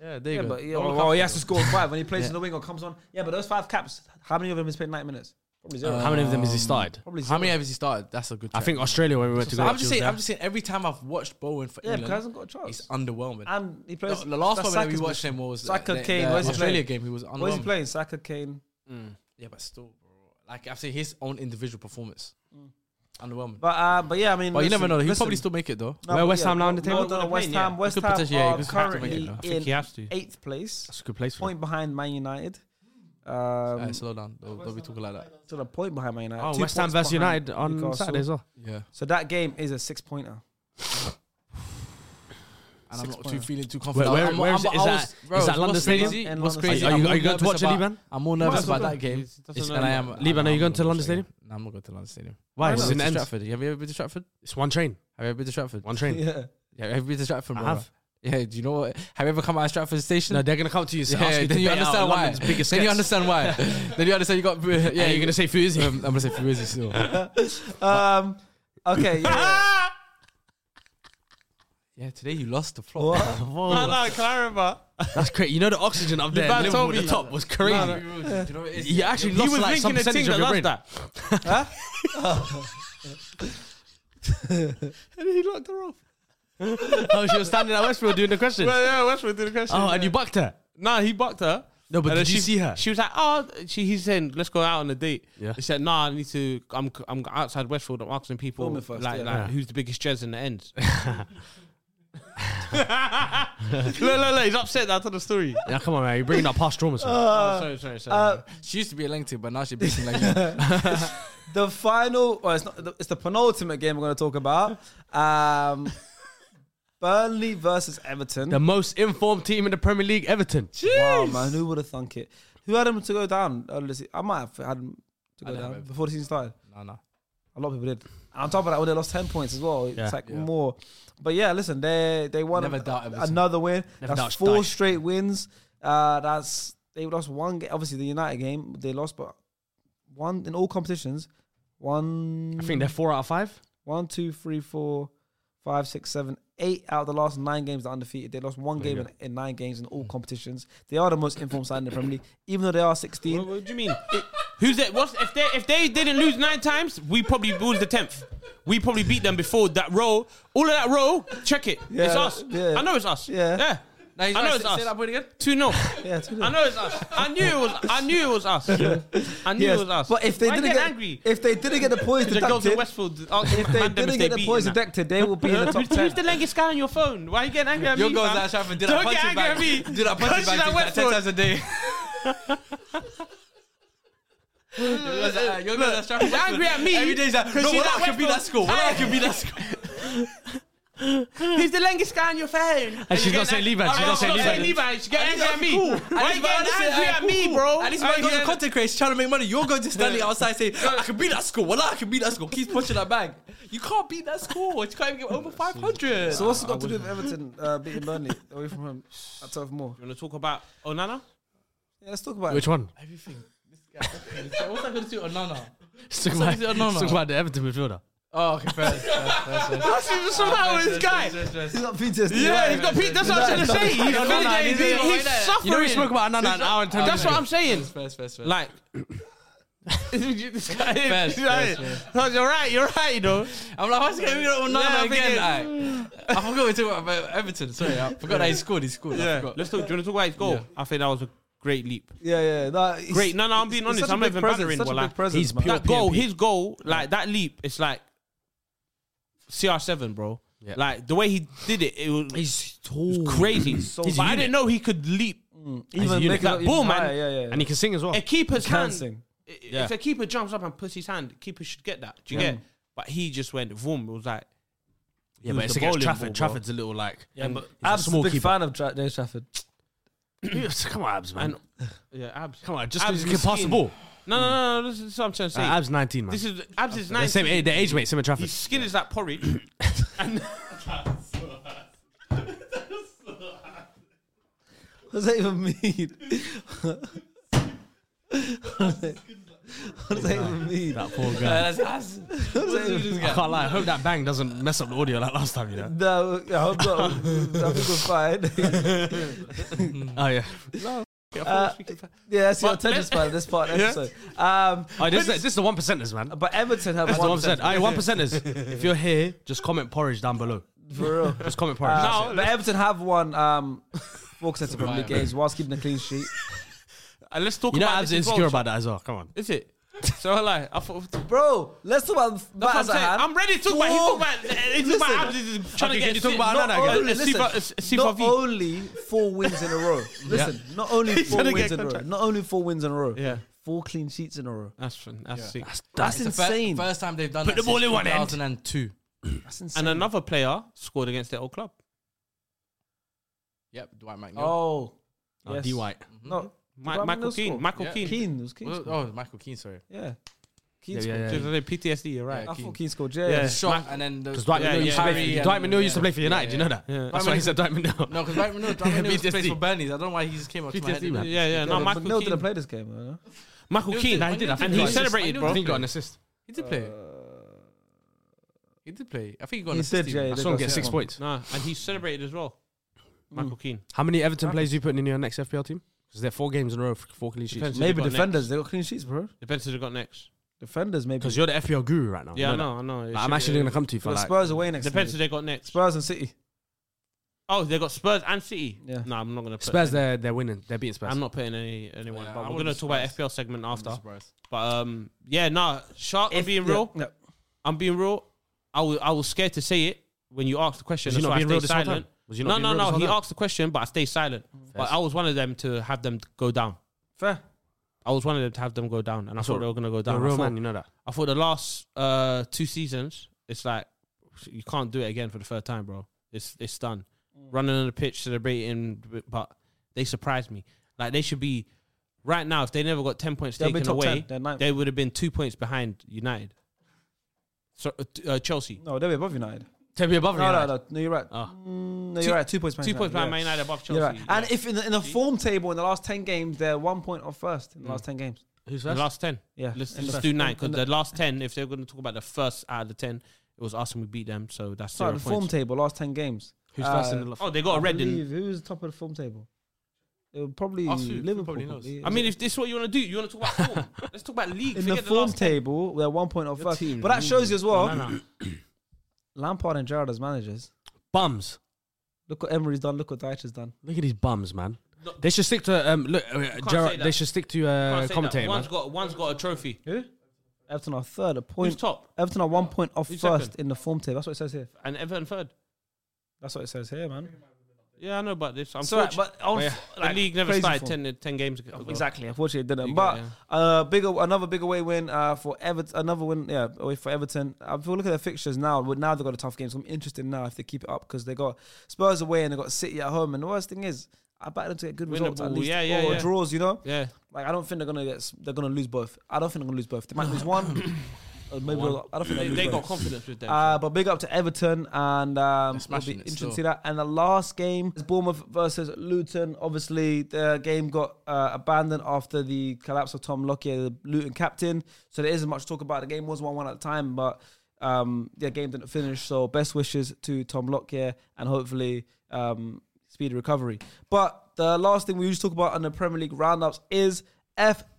S4: Yeah, there you
S1: Yeah,
S4: go.
S1: but yeah, well, well, Oh, he has to score five when he plays in the wing or comes on. Yeah, but those five caps, how many of them has played nine minutes? Probably zero.
S2: How many of them has he started?
S1: Probably zero.
S3: How many has he started? That's a good.
S2: I
S3: check.
S2: think Australia when we went to
S3: So
S2: go.
S3: I'm just
S2: she was
S3: saying. I'm
S2: there.
S3: just saying. Every time I've watched Bowen for
S1: Yeah, because he
S3: England,
S1: hasn't got a chance.
S3: he's underwhelming.
S1: And he plays.
S3: The- the last
S1: that's
S3: one that we
S1: Saka's-
S3: watched him was
S1: Saka,
S3: the,
S1: Kane,
S3: the
S1: where's he
S3: Australia
S1: playing?
S3: game. He was underwhelming.
S1: Where's he playing? Saka, Kane.
S3: Yeah, but still, bro. Like I've seen his own individual performance, underwhelming.
S1: But uh, but yeah, I mean,
S3: But you never
S1: listen-
S3: know. He'll
S1: listen.
S3: probably still make it though.
S1: No,
S2: Where
S1: but
S2: West Ham now in the
S1: no,
S2: table?
S1: No, no,
S4: He
S1: West
S4: could
S1: Ham. West Ham
S3: potentially- yeah, he
S1: are
S3: could have to make it,
S1: currently
S3: though. I
S4: I think he
S1: in
S4: has to.
S1: eighth place,
S2: That's a good place for him.
S1: point behind Man United.
S3: Alright,
S1: Um,
S3: slow down. Don't, don't be talking like that.
S1: to the point behind Man United.
S2: Oh,
S1: Two
S2: West Ham
S1: points
S2: versus
S1: behind
S2: United on
S1: Newcastle.
S2: Saturday as well.
S3: Yeah,
S1: So that game is a
S2: <laughs>
S1: six-pointer.
S3: and I'm
S1: Six
S3: not
S1: pointer.
S3: too feeling too
S2: Where,
S3: confident.
S2: where,
S3: I'm-
S2: where
S3: I'm-
S2: is it?
S3: I
S2: Is
S3: was-
S2: that,
S3: bro,
S2: is that London
S3: what's
S2: Stadium?
S3: crazy-
S1: And
S3: What's
S1: London
S3: crazy?
S1: Stadium. Are
S2: you-
S3: I'm
S2: are you
S3: more
S2: going
S3: nervous
S2: to watch it,
S3: about-
S2: Liban?
S3: I'm more nervous about that game.
S4: It's-
S3: And I am.
S2: Liban, are you going to London Stadium?
S3: No, I'm not going to London Stadium.
S2: Why?
S1: Why
S2: It's
S1: not?
S2: an
S3: Been to
S2: end.
S3: Stratford. Have you ever been to Stratford?
S2: It's one train.
S3: Have you ever been to Stratford?
S2: One train.
S1: Yeah.
S3: Yeah, have you been to Stratford?
S2: I
S3: bro?
S2: have.
S3: Yeah, do you know what? Have you ever come out of Stratford Station?
S2: No, they're gonna come to you. And
S3: yeah,
S2: ask you
S3: then
S2: to
S3: you
S2: bet out
S3: understand why.
S2: London's biggest
S3: Then you
S2: skets.
S3: understand why. then you understand you got. Yeah,
S2: Yeah, you're
S3: you-
S2: gonna say Fuzi.
S3: Um, I'm gonna say Fuizzi still.
S1: Um. Okay.
S2: <laughs>
S1: Yeah.
S3: Yeah, today you lost the plot.
S1: What?
S2: That's crazy. You know the oxygen up there. in
S4: Liban
S2: Liverpool
S4: told
S2: at
S4: me.
S2: the top was crazy.
S3: You know, it's,
S2: You actually lost
S4: was
S2: like some
S4: linking a
S2: percentage
S4: thing
S2: of
S4: that
S2: your brain.
S4: does
S2: oh, she was standing at Westfield doing the question.
S4: yeah, Westwood did the question.
S2: oh, and you bucked her.
S4: Nah, he bucked her.
S2: No, but
S4: And then
S2: did you
S4: she,
S2: see her?
S4: She was like, "Oh, she." He's saying, "Let's go out on a date."
S2: Yeah.
S4: He said, "Nah, I need to. I'm I'm outside Westfield. I'm asking people
S1: Film it first,
S4: like,
S1: yeah.
S4: like
S2: Yeah.
S4: who's the biggest jazz in the
S2: <laughs>
S4: end." <laughs> look, look, look, he's upset that I told the story.
S2: Yeah, come on, man. You're bringing up past traumas. man.
S4: oh, sorry, sorry, sorry.
S1: uh,
S3: She used to be a lengthy, but now she's beating like
S4: <laughs>
S3: you.
S1: the final. Well, it's not. the- It's the penultimate game we're going to talk about.
S2: <laughs>
S1: Um. Burnley versus Everton.
S2: the most informed team in the Premier League, Everton.
S1: Wow, man, who would have thunk it? Who had him to go down? earlier this se- I might have had him to go down before the season started.
S3: no, no.
S1: A lot of people did. And on top of that, when they lost ten points as well, it's
S2: Yeah.
S1: like more. But yeah, listen, they they won
S3: Never doubt Everton.
S1: another win.
S2: Never
S1: that's
S2: doubt
S1: four
S2: Dyche.
S1: straight wins. Uh, that's they lost one game. Obviously, the United game they lost, but one in all competitions. One,
S2: I think they're four out of five.
S1: one, two, three, four, five, six, seven, eight out of the last nine games they're undefeated. They lost one game in, in nine games in all competitions. They are the most informed side in the Premier League, even though they are
S4: What,
S1: 16.
S4: what do you mean? Who's that? What's if they if they didn't lose nine times, we probably lose the tenth. We probably beat them before that row. All of that row, check it. it's
S1: Yeah,
S4: us.
S1: yeah.
S4: I know it's us.
S1: Yeah.
S4: Yeah.
S3: Now he's
S4: I
S3: right,
S4: know it's
S3: say-
S4: us.
S3: Say that point again.
S4: Two no.
S1: Yeah, two nil.
S4: I know it's us. I knew it was. I knew it was us. I knew
S1: Yes,
S4: it was us.
S1: But if they
S4: Why
S1: didn't
S4: get,
S1: get
S4: angry,
S1: if they didn't get the points
S4: the girls in
S1: deducted,
S4: Westfield asked
S1: if they didn't get the points deducted, they will be
S4: <laughs>
S1: in the top
S4: Who's the
S1: ten.
S4: longest guy on your phone? Why are you getting angry at
S3: Your
S4: me?
S3: girls
S4: fam?
S3: at Stratford did
S4: Don't
S3: a punching
S4: get angry
S3: bag.
S4: at me.
S3: Did a punching
S4: Punches
S3: bag
S4: at
S3: to you like ten
S4: Westfield.
S3: times a
S4: <laughs>
S3: day. Your girls at- Your girls at Stratford.
S4: He's angry at me.
S3: Every day he's like,
S4: because
S3: no,
S4: she's
S3: well, I
S4: at
S3: could be that
S4: Westfield.
S3: school. Well, I
S4: Hey.
S3: could be that school.
S4: He's the longest guy on your phone.
S2: And she's not saying Levi. She's
S4: She's
S2: not
S4: not
S2: saying
S4: saying
S2: Levi.
S4: Levi. She's getting angry
S3: least
S4: at me.
S3: cool.
S4: Why are you getting angry at me, bro?
S3: At least
S4: Why
S3: my
S4: you
S3: goes to
S4: getting-
S3: content creators trying to make money. You're going to standing outside saying, I could beat that school. Well, I could beat that school. Keeps punching that bag. You can't beat that school. You can't even get over 500.
S1: So what's it got to do with Everton uh, beating Burnley away from
S4: <laughs>
S1: home at Turf Moor?
S4: You want to talk about Onana?
S1: Yeah, let's talk about
S2: Which
S1: it.
S2: one?
S3: Everything. This guy. this guy. What's that going to do on Nana?
S2: Let's talk
S3: Something
S2: about,
S3: to- no,
S2: let's
S3: no.
S2: talk about the Everton midfielder.
S3: Oh, okay, fair. <laughs> That's
S4: What's wrong with this
S1: <laughs>
S4: guy?
S1: He's got PTSD.
S4: Yeah, he's got Pete. That's what I'm trying to say. He's
S3: No, no, no,
S4: feeling-
S3: he's-
S4: he's-
S3: he's
S4: He's
S3: like-
S4: suffering.
S2: You know we spoke about Anana an hour and ten minutes
S4: That's what
S2: ago.
S4: I'm saying.
S3: First, first, first.
S4: Like, <laughs> this guy.
S3: Fair,
S4: He's like-
S3: fair,
S4: You're right. You're right. You know.
S3: I'm like, what's going on with
S4: Yeah,
S3: Nana
S4: I'm
S3: again? Aye. I forgot we talked about Everton. Sorry, I forgot that he scored. He scored. I forgot.
S4: Let's talk. Do you want to talk about his goal?
S3: Yeah.
S4: I think that was a great leap.
S1: Yeah, yeah. Nah, he's-
S4: Great. No, no. I'm being
S1: he's
S4: honest.
S1: such a
S4: I'm not
S1: big
S4: even
S1: presence,
S4: battering.
S1: such a
S4: wallah.
S1: big presence,
S2: He's
S1: man.
S2: pure.
S4: that goal,
S2: PNP.
S4: his goal, like that leap, it's like CR7, bro.
S2: Yeah.
S4: Like the way he did it, it was,
S2: He's tall.
S4: it was crazy.
S1: so
S4: but
S2: He's a
S4: I
S2: unit.
S4: didn't know he could leap.
S2: He's a
S1: Even
S2: unit.
S1: making
S4: That
S1: up even
S4: ball, man.
S1: higher, Yeah, yeah. yeah.
S2: And he can sing as well.
S4: A keeper's
S1: Can
S4: hand.
S1: sing.
S4: i- i-
S2: Yeah.
S4: If a keeper jumps up and puts his hand, keeper should get that. Do you
S1: Yeah.
S4: get? it? But he just went boom. It was like
S2: Yeah,
S4: He
S2: but
S4: was
S2: it's
S4: the
S2: against
S4: bowling
S2: Trafford.
S4: ball, bro.
S2: Trafford's a little like. <laughs> Yeah,
S4: but
S1: Ab's a big fan of Tra- James Trafford.
S2: Come on, Abs, man.
S4: yeah, abs.
S2: Come on, just because
S4: Abs
S2: you can
S4: is
S2: pass the
S4: skin.
S2: ball.
S4: No, no, no, no. This is what I'm trying to
S2: Uh,
S4: say.
S2: Abs 19, man.
S4: This is abs is
S2: the
S4: nice.
S2: same age, the age mate, same as Trafford.
S4: His <laughs> skin is like
S2: <coughs>
S4: porridge. and
S1: <laughs> What does that even mean? what does that even mean?
S2: that poor guy.
S3: Uh, that's, that's,
S1: What does that even mean?
S2: I can't lie. I hope that bang doesn't mess up the audio like last time, you know.
S1: No, I hope not. I
S4: <laughs>
S1: think we're fine.
S2: Oh yeah. <laughs>
S1: Uh, <laughs> yeah, that's your
S4: But
S1: attention
S4: let-
S1: span of this part of the
S4: Yeah.
S1: episode. Um,
S2: Oh, this, is- this is the one percenters, man.
S1: but Everton have
S2: That's the
S1: one
S2: one percent. Aye, one percenters. If you're here, just comment porridge down below.
S1: for real.
S2: Just comment porridge.
S1: Uh,
S4: No,
S1: but
S4: let's-
S1: Everton have won um, four consecutive Premier League games whilst keeping a clean sheet.
S4: and let's talk
S2: you know,
S4: about
S2: Abs
S4: this as well.
S2: insecure about that as well. Come on.
S4: Is it? So I lie. I thought.
S1: Bro, let's talk about the
S4: That's what I'm,
S1: matters at
S4: saying.
S1: hand.
S4: I'm ready to talk about. He
S1: Four-
S4: talk about. He talk about abs. He's trying
S2: Okay,
S4: to
S2: can
S4: get.
S2: you talk
S4: fit.
S2: about
S4: Not
S2: Anana
S1: Not
S2: again?
S4: only-
S1: only,
S4: let's see if I- let's
S1: listen,
S4: see if I
S1: not
S4: view.
S1: only four wins in a
S4: <laughs>
S1: row. Listen, not only four
S4: trying to
S1: wins
S4: get
S1: in a row.
S4: contract.
S1: Not only four wins in a row.
S4: Yeah.
S1: Four clean sheets in a row.
S4: That's fun. That's sick.
S1: That's
S3: the fir-
S1: insane.
S3: first time they've done
S4: Put
S3: that
S4: the ball
S3: since
S4: in one end.
S3: 2002.
S1: That's insane.
S4: and another player scored against their old club.
S3: Yep, Dwight McNeil.
S1: Oh.
S2: Oh, D White.
S1: No.
S4: Mi-
S1: Did
S4: Michael
S1: Ramon
S4: Keane.
S1: score?
S4: Michael
S3: Yeah.
S4: Keane.
S1: Keane. It was Keane.
S3: Well,
S1: scored.
S3: oh, Michael Keane, sorry.
S1: Yeah. Keane
S2: Yeah,
S1: scored.
S2: yeah,
S4: Just
S2: yeah.
S4: a PTSD. You're
S1: I
S4: right.
S3: Keane.
S1: thought Keane scored. Yeah.
S4: Yeah.
S1: yeah.
S3: Shot and then the,
S2: Because Dwight
S4: Yeah,
S2: Manoa
S4: yeah,
S2: used to play.
S3: Harry
S2: For, Dwight
S3: and-
S2: Manoa used to
S3: yeah.
S2: play for United.
S3: Yeah,
S2: You know that. That's why he said Dwight Manoa.
S3: No, because Dwight Manoa,
S2: <laughs>
S3: Dwight Manoa was
S2: PTSD.
S3: played for Burnley. I don't know why he just came up to my head.
S2: PTSD,
S4: Yeah,
S2: man.
S4: yeah, yeah. No,
S1: No,
S4: Michael
S1: Michael
S4: Keane.
S1: didn't play this game. huh?
S4: Michael
S3: He
S4: Keane.
S3: did, he did, I think
S4: And
S3: he
S4: he
S3: got an
S4: celebrated,
S3: assist.
S4: bro.
S2: I think he got an assist.
S3: He did
S1: Uh,
S3: play. He did play. I think he got an
S1: He
S3: assist.
S1: did, yeah.
S3: even.
S1: he
S2: I
S1: did
S2: saw him
S1: go
S2: get six
S1: second.
S2: points.
S4: Nah, and he celebrated as well. Michael Keane.
S2: How many Everton players are you putting in your next FPL team? Because they're four games in a row, four clean sheets.
S4: Depends.
S1: Maybe
S4: They got
S1: defenders. They got clean sheets, bro.
S4: Depends who they got next.
S1: Defenders, maybe.
S2: Because you're the FPL guru right now.
S4: Yeah, I
S2: You
S4: know,
S2: that.
S4: I know. It
S2: Like,
S4: should
S2: I'm
S4: be-
S2: actually going to come to you for
S1: Got
S2: like.
S1: Spurs away next.
S4: Depends who
S1: Monday.
S4: they got next.
S1: Spurs and City.
S4: Oh, they got Spurs and City.
S1: Yeah.
S4: No, I'm not gonna put
S2: Spurs,
S4: any-
S2: they're they're winning. They're beating Spurs.
S4: I'm not putting any anyone.
S3: Yeah, I
S4: but we're
S3: wouldn't
S4: gonna
S3: be
S4: talk about
S3: surprised.
S4: FPL segment
S3: I'm
S4: after.
S3: surprised.
S4: But um, yeah, nah. Shark, I'm being real.
S1: Yeah.
S4: I'm being real. I was I was scared to say it when you asked the question.
S2: Was you
S4: that's
S2: not
S4: why
S2: being
S4: I
S2: real
S4: stayed
S2: this whole
S4: silent.
S2: time? Was you not
S4: no,
S2: being real
S4: no,
S2: this
S4: no.
S2: whole
S4: He
S2: time?
S4: asked the question, but I stayed silent. But
S2: Fair.
S4: I was one of them to have them go down.
S1: Fair.
S4: I was one of them to have them go down, and I
S2: That's all-
S4: thought they were gonna go
S2: You're
S4: down.
S2: a
S4: I
S2: real
S4: thought-
S2: man, you know that.
S4: I thought the last uh, two seasons, it's like you can't do it again for the third time, bro. It's it's done.
S1: Mm.
S4: Running on the pitch, celebrating, but they surprised me. Like they should be right now. If they never got ten points
S1: They'll be
S4: taken
S1: top
S4: away,
S1: 10, they're ninth.
S4: they would have been two points behind United. So, uh, t- uh, Chelsea.
S1: No, they'll be above United.
S4: To be above
S1: No,
S4: United.
S1: no, no, no. You're right.
S4: Ah.
S1: Mm, no,
S4: Two-
S1: you're right. Two points. behind
S4: Two points behind Man
S1: yeah.
S4: United above Chelsea.
S1: You're right. And
S4: Yeah.
S1: if in the, in the form table in the last ten games, they're one point off first
S4: Mm.
S1: in the last ten games.
S2: Who's
S4: the last ten,
S1: Yeah,
S4: let's,
S1: in the
S4: let's
S1: first-
S4: do nine because
S1: in the-
S4: the last ten, if they're going to talk about the first out of the ten, it was us and we beat them, so that's
S1: Sorry,
S4: zero
S1: the form
S4: points.
S1: table last ten games.
S2: Who's
S1: Uh,
S2: first in the last?
S4: oh, they got
S1: I
S4: a red. In.
S1: believe- who's top of the form table? It would probably
S3: Ask Fu, Fu
S1: Liverpool.
S3: probably knows.
S1: probably.
S4: I mean, if this is what you want to do, you want to
S1: <laughs>
S4: talk about form. Let's talk about league.
S1: in the
S4: Forget the,
S1: form
S4: last ten.
S1: table, they're one point off
S2: Your
S1: first.
S2: team's
S1: But that shows you as well.
S4: No, no.
S1: Lampard and Gerrard as managers.
S2: Bums.
S1: Look what Emery's done. Look what Deitch has done.
S2: Look at these bums, man.
S4: No.
S2: They should stick to um. Look, uh,
S4: say
S2: Gerard,
S4: that.
S2: they should stick to
S4: Can't
S2: uh,
S4: say that.
S2: commentating.
S4: One's
S2: Man.
S4: got one's got a trophy.
S1: Who? Everton are third, a point.
S4: Who's top?
S1: Everton are one point off
S4: Who's
S1: first
S4: second?
S1: in the form table. That's what it says here.
S4: And Everton third.
S1: That's what it says here, man.
S4: Yeah, I know about this. I'm
S1: Sorry,
S4: sorry,
S1: but on
S4: yeah.
S1: f-
S4: the
S1: like,
S4: league never
S1: crazy
S4: started
S1: form.
S4: 10, 10 games ago.
S1: Exactly. Unfortunately, it didn't.
S4: You
S1: but
S4: got it,
S1: uh, bigger, another big away win uh, for Everton. Another win, yeah, away for Everton. Uh, if we look at their fixtures now, well, now they've got a tough game. So I'm interested now if they keep it up because they got Spurs away and they got City at home. And the worst thing is, I back them to get good results at
S4: Winnable,
S1: least,
S4: yeah, yeah,
S1: or
S4: yeah.
S1: draws. You know,
S4: Yeah.
S1: like I don't think they're gonna get. s- They're gonna lose both. I don't think they're gonna lose both. They
S4: <coughs>
S1: might lose one. or maybe
S4: One.
S1: they'll- I don't think
S4: They,
S1: they'll
S4: they
S1: lose
S4: got
S1: both.
S4: confidence with them.
S1: Uh, but big up to Everton, and um, it'll be
S3: smashing it
S1: interesting to
S3: still.
S1: see that. And the last game is Bournemouth versus Luton. Obviously, the game got uh, abandoned after the collapse of Tom Lockyer, the Luton captain. So there isn't much talk about. it. The game was one-one at the time, but um, the game didn't finish. So best wishes to Tom Lockyer, and hopefully um, speedy recovery. But the last thing we usually talk about on the Premier League roundups is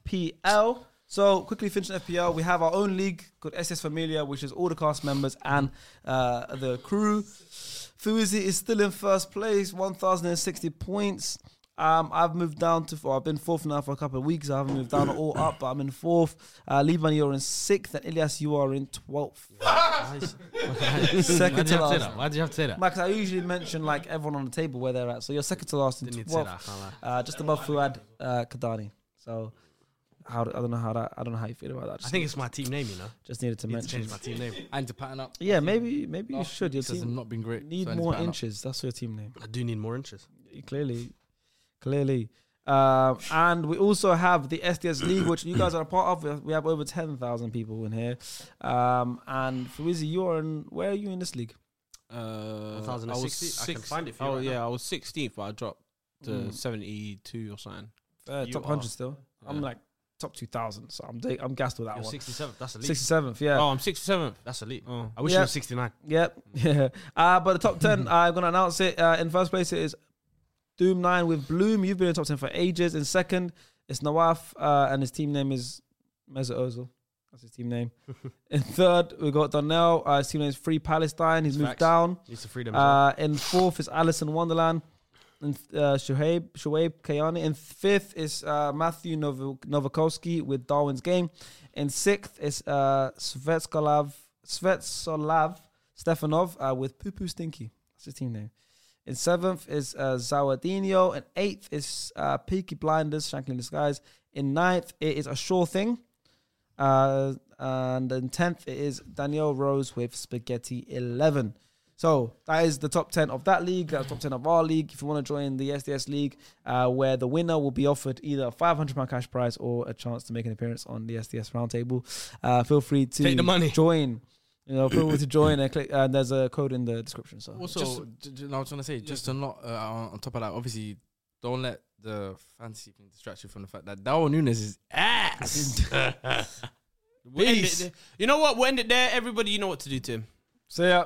S1: FPL. So quickly finishing FPL, we have our own league called SS Familia, which is all the cast members and uh, the crew. Fuzi is still in first place, 1,060 points. Um, I've moved down to four. I've been fourth now for a couple of weeks. I haven't moved down at all up, but I'm in fourth. Uh, Liban, you're in sixth, and Ilyas, you are in 12th.
S2: Why
S1: second
S2: do
S1: to
S2: you have to say
S1: last.
S2: that? Why do you have to say that?
S1: Max, I usually mention like everyone on the table where they're at. So you're second to last in
S2: Didn't need to say that. I
S1: 12th,
S2: can't lie.
S1: uh, just above Fuad uh, Kadani. So how, I don't know how that, I don't know how you feel about that. Just,
S2: I think it's my team name. You know,
S1: just needed to
S2: need to
S1: mention.
S2: change my team name.
S3: I need to pattern up.
S1: Yeah, maybe maybe you
S3: Last
S1: should. Your
S3: week's has
S1: team
S3: not been great.
S1: need
S3: so I to
S1: more
S3: pattern up.
S1: inches. That's your team name.
S2: I do need more inches.
S1: Clearly, clearly. Um, and we also have the SDS League, which you guys are a part of. We have over ten thousand people in here. Um, and Fuizi, you are in. Where are you in this league?
S4: Uh,
S2: 1060?
S4: I was
S2: I can
S4: sixth-
S2: find it for you
S4: Oh
S2: right
S4: yeah,
S2: now.
S4: I was 16th, but I dropped to
S1: Mm.
S4: 72 or something.
S1: Uh,
S4: You
S1: top
S4: are-
S1: hundred still. I'm
S4: yeah.
S1: like top two thousand, so I'm da- I'm gassed with that
S2: You're
S1: one.
S2: 67. That's elite.
S1: Sixty seventh, yeah.
S4: Oh, I'm 67th.
S2: That's elite.
S4: Oh. <laughs>
S2: I wish
S1: Yeah.
S2: you were 69.
S1: Yep. <laughs> Yeah. Uh, but the top 10, I'm going to announce it. Uh, in first place, it is Doom 9 with Bloom. You've been in the top 10 for ages. In second, it's Nawaf, uh, and his team name is Meza Ozil. That's his team
S2: <laughs>
S1: name. in third, we got Donnell. Uh, his team name is Free Palestine. He's moved
S2: Facts.
S1: down.
S2: Needs to freedom.
S1: Uh, in fourth is Alice in Wonderland. And uh, Shuaib, Shuaib Kayani. In fifth is uh, Matthew Nov- Novakovsky with Darwin's Game. In sixth is uh, Svetskolav, Svetslav Stefanov uh, with Poo Poo Stinky. That's his team name. In seventh is uh, Zawadinho. In eighth is uh, Peaky Blinders, Shankly in Disguise. In ninth, it is A Sure Thing. Uh, and in tenth, it is Danielle Rose with Spaghetti 11. So that is the top 10 of that league. That's top 10 of our league. If you want to join the SDS league, uh, where the winner will be offered either a £500 cash prize or a chance to make an appearance on the SDS roundtable, uh, feel free to
S4: Take the money.
S1: join. You know, feel free to join and click. And there's a code in the description. So
S3: Also, j- j- no, I was trying to say, just to not, uh, on on top of that, obviously, don't let the fantasy thing distract you from the fact that Darwin Nunes is
S4: <laughs>
S3: ass.
S4: We end it
S3: Peace.
S4: there. You know what? We'll end it there. Everybody, you know what to do, Tim.
S1: see ya.